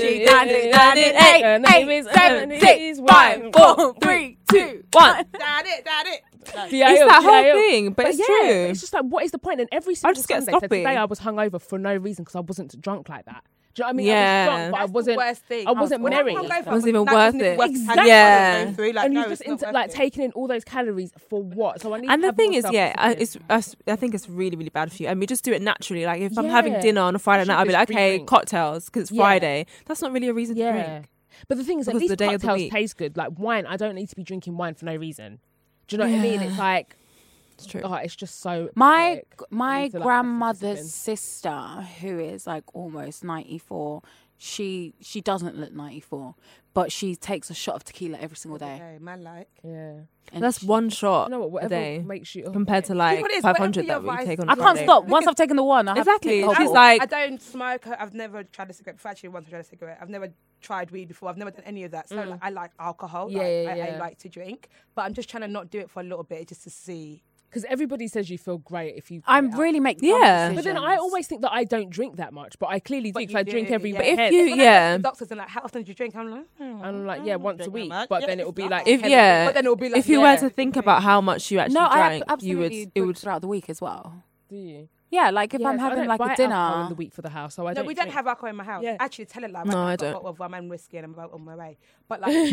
Speaker 1: she
Speaker 3: done it, done it. Eight,
Speaker 1: Her name
Speaker 3: eight,
Speaker 1: is-
Speaker 3: seven,
Speaker 1: her name
Speaker 3: six,
Speaker 1: is
Speaker 3: five,
Speaker 1: one,
Speaker 3: four, three, two, one.
Speaker 2: That it, that it. Like,
Speaker 3: It's that whole thing, but it's
Speaker 1: yeah,
Speaker 3: true.
Speaker 1: It's just like, what is the point? And every single
Speaker 3: just get
Speaker 1: Sunday, so
Speaker 3: sloppy.
Speaker 1: today I was hungover for no reason because I wasn't drunk like that. Do you know what I mean? I was
Speaker 3: Yeah.
Speaker 1: drunk, but I
Speaker 2: That's the
Speaker 1: wasn't.
Speaker 2: worst thing.
Speaker 1: I wasn't
Speaker 2: When I
Speaker 1: merry.
Speaker 2: can't go for
Speaker 3: It wasn't even
Speaker 2: that
Speaker 3: worth
Speaker 2: doesn't
Speaker 3: it.
Speaker 2: worth
Speaker 3: Exactly.
Speaker 2: I don't go through, like,
Speaker 1: and
Speaker 2: no,
Speaker 1: you
Speaker 2: it's
Speaker 1: just
Speaker 2: not
Speaker 1: into,
Speaker 2: worth
Speaker 1: like
Speaker 2: it.
Speaker 1: taking in all those calories for what? So I need.
Speaker 3: And
Speaker 1: to
Speaker 3: the
Speaker 1: have
Speaker 3: thing
Speaker 1: more
Speaker 3: is, yeah, I,
Speaker 1: self-discipline.
Speaker 3: it's I, s- I think it's really really bad for you. I mean, just do it naturally. Like if I'm having
Speaker 1: Yeah.
Speaker 3: dinner on a Friday
Speaker 1: should
Speaker 3: night, I'll be
Speaker 1: just
Speaker 3: like, okay,
Speaker 1: drink.
Speaker 3: cocktails because it's
Speaker 1: Yeah.
Speaker 3: Friday. That's not really a reason to
Speaker 1: yeah.
Speaker 3: drink.
Speaker 1: But the thing is, at
Speaker 3: Because
Speaker 1: least
Speaker 3: the day of the
Speaker 1: cocktails
Speaker 3: week.
Speaker 1: taste good. Like wine, I don't need to be drinking wine for no reason. Do you know what I mean? It's like,
Speaker 3: It's true.
Speaker 1: oh, it's just so.
Speaker 4: My
Speaker 1: pathetic. to,
Speaker 4: my
Speaker 1: like, have some
Speaker 4: grandmother's
Speaker 1: discipline.
Speaker 4: sister, who is like almost ninety four, she she doesn't look 94, but she takes a shot of tequila every single day.
Speaker 2: Okay, man, like.
Speaker 1: Yeah.
Speaker 4: And
Speaker 3: That's
Speaker 4: she-
Speaker 3: one shot
Speaker 1: You know what? Whatever
Speaker 3: a day
Speaker 1: makes you. oh,
Speaker 3: compared to
Speaker 2: You know
Speaker 3: like
Speaker 2: what it is?
Speaker 3: 500 that
Speaker 2: Whatever
Speaker 3: we
Speaker 2: your
Speaker 3: take on.
Speaker 2: vice-
Speaker 4: I
Speaker 3: a
Speaker 4: can't
Speaker 3: day.
Speaker 4: stop. Once I've taken the one, I have
Speaker 3: Exactly.
Speaker 4: To take the
Speaker 3: She's
Speaker 4: whole bottle.
Speaker 3: like-
Speaker 2: I don't smoke. I've never tried a cigarette. I've actually once tried a cigarette. I've never tried weed before. I've never done any of that.
Speaker 3: Mm.
Speaker 2: So like, I like alcohol.
Speaker 1: Yeah,
Speaker 2: like,
Speaker 1: yeah,
Speaker 2: I, I
Speaker 1: yeah.
Speaker 2: like to drink, but I'm just trying to not do it for a little bit just to see.
Speaker 1: Because everybody says you feel great if you.
Speaker 4: I'm
Speaker 1: Yeah.
Speaker 4: really make dumb
Speaker 3: Yeah.
Speaker 1: But then I
Speaker 4: decisions.
Speaker 1: always think that I don't drink that much, but I clearly do
Speaker 2: But
Speaker 1: 'cause
Speaker 2: you
Speaker 1: I
Speaker 2: do,
Speaker 1: drink every
Speaker 2: yeah.
Speaker 1: yeah.
Speaker 2: But
Speaker 3: if
Speaker 1: weekend.
Speaker 3: you,
Speaker 2: When I go to
Speaker 3: yeah.
Speaker 2: the doctors and like, how often do you drink? I'm like, hmm.
Speaker 1: And I'm like, yeah, once a
Speaker 2: drink that
Speaker 1: week,
Speaker 2: much.
Speaker 1: but
Speaker 2: Yeah,
Speaker 1: then it
Speaker 2: it's
Speaker 1: will be
Speaker 2: not.
Speaker 1: like.
Speaker 3: If-
Speaker 1: 10
Speaker 3: yeah.
Speaker 2: But then it'll be like,
Speaker 3: If you
Speaker 1: Yeah.
Speaker 3: were to think about how much you actually
Speaker 4: No, I ab-
Speaker 3: drank, you would
Speaker 4: absolutely
Speaker 3: it would
Speaker 4: drink throughout the week as well.
Speaker 1: Do you?
Speaker 4: Yeah, like if
Speaker 1: Yeah,
Speaker 4: I'm
Speaker 1: so I
Speaker 4: having
Speaker 1: don't
Speaker 4: like
Speaker 1: buy
Speaker 4: a
Speaker 1: alcohol in
Speaker 4: dinner.
Speaker 1: the week for the house, so I
Speaker 2: No,
Speaker 1: don't.
Speaker 2: we don't
Speaker 1: drink.
Speaker 2: have alcohol in my house.
Speaker 1: Yeah.
Speaker 2: Actually, tell it like
Speaker 3: No, I
Speaker 2: I
Speaker 3: don't.
Speaker 2: Got a bottle of man whiskey and I'm about on my way. But like the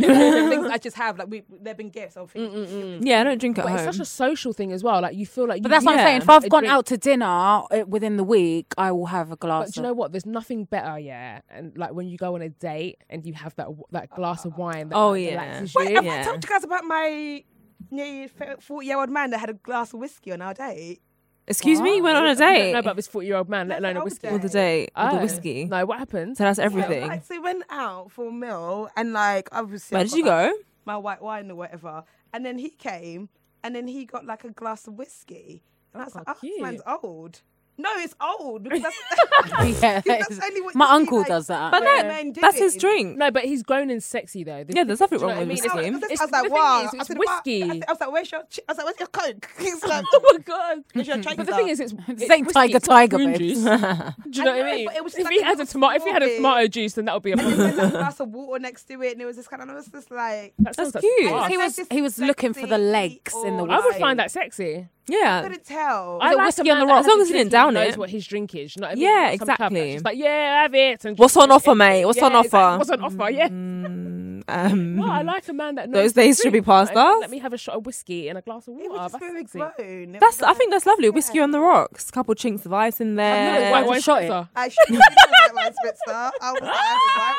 Speaker 2: things I just have, like we they've been gifts. Or things.
Speaker 3: Yeah, I don't drink at
Speaker 1: But
Speaker 3: home.
Speaker 1: it's such a social thing as well. Like you feel like.
Speaker 4: But
Speaker 1: you
Speaker 4: that's what
Speaker 3: Yeah.
Speaker 4: I'm saying. If I've
Speaker 1: A
Speaker 4: gone
Speaker 1: drink-
Speaker 4: out to dinner uh, within the week, I will have a glass.
Speaker 1: But do you know what? There's nothing better, yeah. And like when you go on a date and you have that that glass of wine that
Speaker 3: Oh,
Speaker 1: like,
Speaker 3: yeah.
Speaker 1: relaxes
Speaker 2: Wait,
Speaker 1: you.
Speaker 2: have I
Speaker 3: Yeah.
Speaker 2: told you guys about my nearly forty year old man that had a glass of whiskey on our date?
Speaker 3: Excuse me, you went on a
Speaker 1: I don't
Speaker 3: date
Speaker 1: know about this 40 year old man, let alone
Speaker 2: That's
Speaker 1: a
Speaker 2: our
Speaker 1: whiskey.
Speaker 2: date.
Speaker 3: with the date with
Speaker 1: Oh.
Speaker 3: the whiskey.
Speaker 1: No, what happened?
Speaker 3: So that's
Speaker 2: Yeah,
Speaker 3: everything.
Speaker 2: like, so we went out for a meal and like obviously I
Speaker 3: Where did
Speaker 2: got,
Speaker 3: you
Speaker 2: like,
Speaker 3: go?
Speaker 2: My white wine or whatever, and then he came and then he got like a glass of whiskey, and I was like, oh, this
Speaker 1: cute.
Speaker 2: man's old. No, it's old because that's,
Speaker 4: yeah,
Speaker 2: because that's only what
Speaker 4: my
Speaker 2: you see,
Speaker 4: uncle
Speaker 2: like,
Speaker 4: does that.
Speaker 3: But
Speaker 2: grown
Speaker 3: no,
Speaker 2: men
Speaker 3: that's his
Speaker 2: doing.
Speaker 3: drink.
Speaker 1: No, but he's grown and sexy though. The-
Speaker 3: Yeah, there's nothing
Speaker 1: do you know
Speaker 3: wrong
Speaker 1: what
Speaker 3: with
Speaker 1: I mean?
Speaker 3: whiskey.
Speaker 1: It's- it's-
Speaker 2: I was, I was
Speaker 1: the
Speaker 2: like,
Speaker 1: thing
Speaker 2: wow.
Speaker 1: is,
Speaker 2: I
Speaker 1: it's
Speaker 2: said, wow.
Speaker 1: whiskey.
Speaker 2: I said- I was like, where's your? Ch-? I was like, where's your coke? He's like,
Speaker 1: oh my god.
Speaker 2: where's your
Speaker 1: But
Speaker 2: James
Speaker 1: the
Speaker 2: at?
Speaker 1: thing is, it's, it's
Speaker 4: Same
Speaker 1: whiskey,
Speaker 4: Tiger
Speaker 1: it's not
Speaker 4: Tiger,
Speaker 1: prune
Speaker 4: babes.
Speaker 1: juice. Do you know
Speaker 2: I
Speaker 1: what I
Speaker 2: know,
Speaker 1: mean?
Speaker 2: but it was
Speaker 1: If
Speaker 2: like
Speaker 1: he
Speaker 2: a
Speaker 1: had a
Speaker 2: little
Speaker 1: tomato, if he had a
Speaker 2: small
Speaker 1: tomato juice, then that would be a problem.
Speaker 2: there's like a glass of water next to it, and it was this kind of. I was just like, "Oh,
Speaker 1: That sounds like
Speaker 3: cute.
Speaker 1: class.
Speaker 4: He was-
Speaker 2: this
Speaker 4: he was looking for the
Speaker 2: sexy
Speaker 4: legs in the
Speaker 2: or,
Speaker 1: I would
Speaker 2: like-
Speaker 1: find that sexy.
Speaker 3: Yeah.
Speaker 2: couldn't tell.
Speaker 1: I
Speaker 4: it
Speaker 1: like
Speaker 4: whiskey
Speaker 1: a
Speaker 4: on
Speaker 1: man
Speaker 4: the
Speaker 1: that
Speaker 4: rocks?
Speaker 1: has
Speaker 3: As long
Speaker 1: a
Speaker 3: as he
Speaker 1: drink
Speaker 3: didn't down
Speaker 1: and knows
Speaker 3: it.
Speaker 1: what his drink is. You know what I mean?
Speaker 3: Yeah,
Speaker 1: Not some cab that's
Speaker 3: exactly.
Speaker 1: just like, yeah, have it. and
Speaker 3: What's
Speaker 1: just-
Speaker 3: on offer, mate? What's
Speaker 1: Yeah,
Speaker 3: on
Speaker 1: exactly.
Speaker 3: offer?
Speaker 1: What's on offer? Yeah.
Speaker 3: Mm, um,
Speaker 1: Well, I like a man that knows
Speaker 3: Those
Speaker 1: his
Speaker 3: days should be
Speaker 1: drink. Like,
Speaker 3: past us.
Speaker 1: Let me have a shot of whiskey and a glass of
Speaker 2: It
Speaker 1: water.
Speaker 2: was just
Speaker 1: Oh, That's
Speaker 2: very
Speaker 1: sexy.
Speaker 2: grown. It
Speaker 3: That's.
Speaker 2: was
Speaker 3: I think that's lovely. Whiskey
Speaker 2: Yeah.
Speaker 3: on the rocks, couple chinks of ice in
Speaker 1: I've never
Speaker 3: there.
Speaker 1: tried
Speaker 4: Why
Speaker 1: one
Speaker 4: just shot it?
Speaker 1: spritzer.
Speaker 2: I should have had my spritzer. I was like,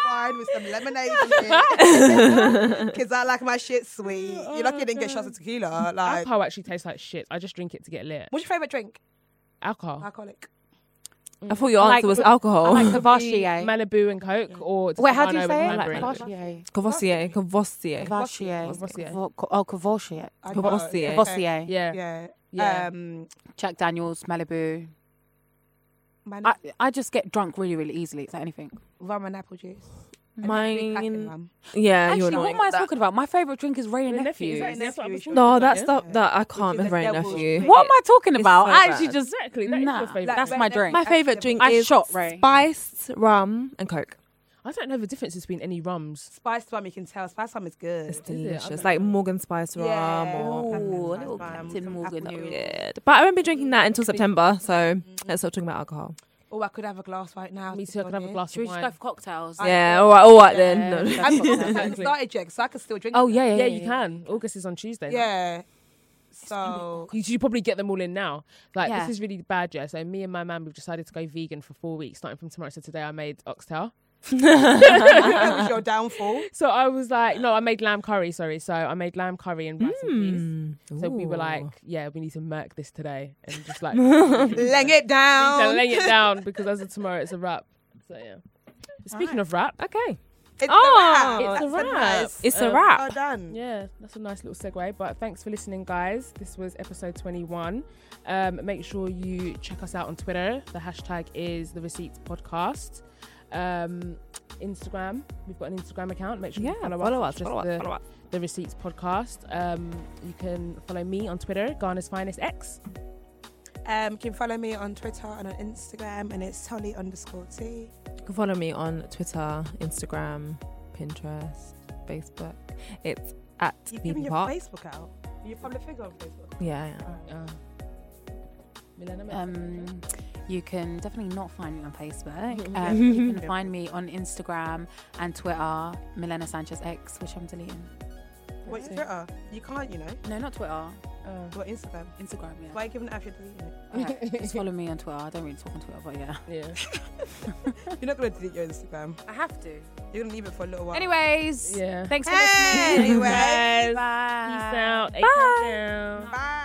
Speaker 2: white wine with some lemonade in it. Because I like my shit sweet. You're lucky you didn't get shots of tequila. Like,
Speaker 1: Alcohol actually tastes like shit. I just drink it to get lit.
Speaker 2: what's your favourite drink?
Speaker 1: Alcohol.
Speaker 2: Alcoholic.
Speaker 3: I thought your answer
Speaker 4: Like-
Speaker 3: was alcohol.
Speaker 4: like the Vachier.
Speaker 1: Malibu and Coke or
Speaker 4: Wait, how do
Speaker 1: Desperado
Speaker 4: you
Speaker 1: with
Speaker 4: say it?
Speaker 1: mandarin.
Speaker 4: Like
Speaker 3: Cavossier, Cavossier,
Speaker 4: Cavassier.
Speaker 1: Cavassier.
Speaker 4: Cavassier. Oh, Cavassier.
Speaker 2: I don't know.
Speaker 3: Cavossier.
Speaker 4: Cavassier.
Speaker 1: Yeah. Yeah.
Speaker 2: Yeah.
Speaker 1: Yeah.
Speaker 2: Um,
Speaker 4: Jack Daniels, Malibu.
Speaker 2: mine
Speaker 4: I, I just get drunk really, really easily. Is that anything?
Speaker 2: rum and apple juice. And three pack of
Speaker 3: Mine.
Speaker 2: rum.
Speaker 3: Yeah, you're
Speaker 4: Actually, what
Speaker 3: annoying.
Speaker 4: am I talking about? My favourite drink is Ray and
Speaker 1: Nephew.
Speaker 4: Nephew.
Speaker 2: Ray and
Speaker 1: That's what I was
Speaker 2: Nephew.
Speaker 1: thinking
Speaker 3: No,
Speaker 1: about,
Speaker 3: that
Speaker 1: yeah.
Speaker 3: stuff that I can't
Speaker 2: Which is
Speaker 3: remember
Speaker 2: a
Speaker 3: any
Speaker 2: devil's
Speaker 3: nephew.
Speaker 2: drink.
Speaker 4: What am I talking
Speaker 3: It's
Speaker 4: about?
Speaker 3: so
Speaker 4: I actually
Speaker 3: bad.
Speaker 4: just
Speaker 1: Exactly. That is
Speaker 4: Nah.
Speaker 1: your favourite.
Speaker 2: Like,
Speaker 4: That's
Speaker 2: Ray
Speaker 4: my
Speaker 2: and
Speaker 4: drink.
Speaker 3: My
Speaker 2: Nephew,
Speaker 3: favorite
Speaker 2: actually,
Speaker 3: drink
Speaker 4: I
Speaker 3: is
Speaker 4: shot Ray.
Speaker 3: spiced rum and Coke.
Speaker 1: I don't know the difference between any rums.
Speaker 2: Spiced rum, you can tell. Spiced rum is good.
Speaker 3: It's
Speaker 1: it? I
Speaker 3: delicious,
Speaker 1: don't
Speaker 3: like
Speaker 1: know.
Speaker 3: Morgan spiced rum
Speaker 2: Yeah.
Speaker 3: or
Speaker 2: Ooh,
Speaker 4: Ooh,
Speaker 2: a
Speaker 4: a little
Speaker 2: little
Speaker 4: Captain
Speaker 2: Captain
Speaker 4: Morgan.
Speaker 2: Morgan.
Speaker 4: up there.
Speaker 3: good. But I won't be drinking that until September, so let's stop talking about alcohol.
Speaker 2: Oh, I could have a glass right now.
Speaker 1: Me
Speaker 2: to
Speaker 1: too. I
Speaker 2: be
Speaker 1: could have a
Speaker 2: honest.
Speaker 1: glass
Speaker 4: Should we
Speaker 1: of
Speaker 4: just go
Speaker 1: wine.
Speaker 4: for cocktails?
Speaker 3: Yeah, all right, all right then.
Speaker 1: Yeah.
Speaker 3: No.
Speaker 2: I'm not
Speaker 1: Exactly.
Speaker 2: exactly. started yet, so I can still drink.
Speaker 4: Oh yeah, yeah,
Speaker 1: Yeah, you can. August is on Tuesday.
Speaker 2: Yeah. So
Speaker 1: You should probably get them all in now. Like
Speaker 4: Yeah.
Speaker 1: this is really bad, yeah. So me and my man, we've decided to go vegan for four weeks, starting from tomorrow. So today I made oxtail.
Speaker 2: that was your downfall.
Speaker 1: So I was like, no, I made lamb curry. Sorry, so I made lamb curry and rice and peas. So we were
Speaker 3: Mm. Hmm. Ooh.
Speaker 1: like, yeah, we need to merc this today and just like laying
Speaker 2: Laying it down.
Speaker 1: it down because as of tomorrow it's a wrap. So yeah. Speaking of wrap,
Speaker 3: Okay,
Speaker 2: It's
Speaker 3: Oh,
Speaker 2: a wrap.
Speaker 1: it's a
Speaker 2: That's
Speaker 1: wrap.
Speaker 2: nice-
Speaker 3: it's a
Speaker 1: Um,
Speaker 2: Well
Speaker 3: wrap.
Speaker 2: done.
Speaker 1: Yeah, that's a nice little segue. But thanks for listening, guys. This was episode 21. Um, make sure you check us out on Twitter. The hashtag is the Receipts Podcast. Um, Instagram, we've got an Instagram account. Make sure
Speaker 3: Yeah,
Speaker 1: you
Speaker 3: follow,
Speaker 1: follow, us.
Speaker 3: us,
Speaker 1: Just
Speaker 3: follow
Speaker 1: the,
Speaker 3: us, follow us.
Speaker 1: the Receipts Podcast. Um, you can follow me on Twitter, Garner's Finest X.
Speaker 2: Um, you can follow me on Twitter and on Instagram, and it's Tolly underscore T.
Speaker 3: You can follow me on Twitter, Instagram, Pinterest, Facebook. It's at
Speaker 2: You're giving
Speaker 3: Vegan
Speaker 2: your
Speaker 3: Park.
Speaker 2: Facebook out. Your public figure on Facebook.
Speaker 3: Yeah, yeah.
Speaker 1: Uh, Milena Mesa.
Speaker 4: Um, you can definitely not find me on Facebook. Um, you can find me on Instagram and Twitter, Milena Sanchez X, which I'm deleting.
Speaker 2: What's Twitter? You can't, you know.
Speaker 4: No, not Twitter.
Speaker 1: Uh,
Speaker 2: What Instagram?
Speaker 4: Instagram. Yeah.
Speaker 2: Why are you giving it out? You're deleting it.
Speaker 4: Alright, just follow me on Twitter. I don't really talk on Twitter, but yeah,
Speaker 1: yeah.
Speaker 2: You're not gonna delete your Instagram.
Speaker 4: I have to.
Speaker 2: You're gonna leave it for a little while.
Speaker 4: Anyways,
Speaker 1: Yeah.
Speaker 4: thanks for
Speaker 2: Hey,
Speaker 4: listening.
Speaker 2: anyway.
Speaker 4: Bye.
Speaker 1: Peace out. Eight
Speaker 4: Bye.
Speaker 1: countdown.
Speaker 2: Bye.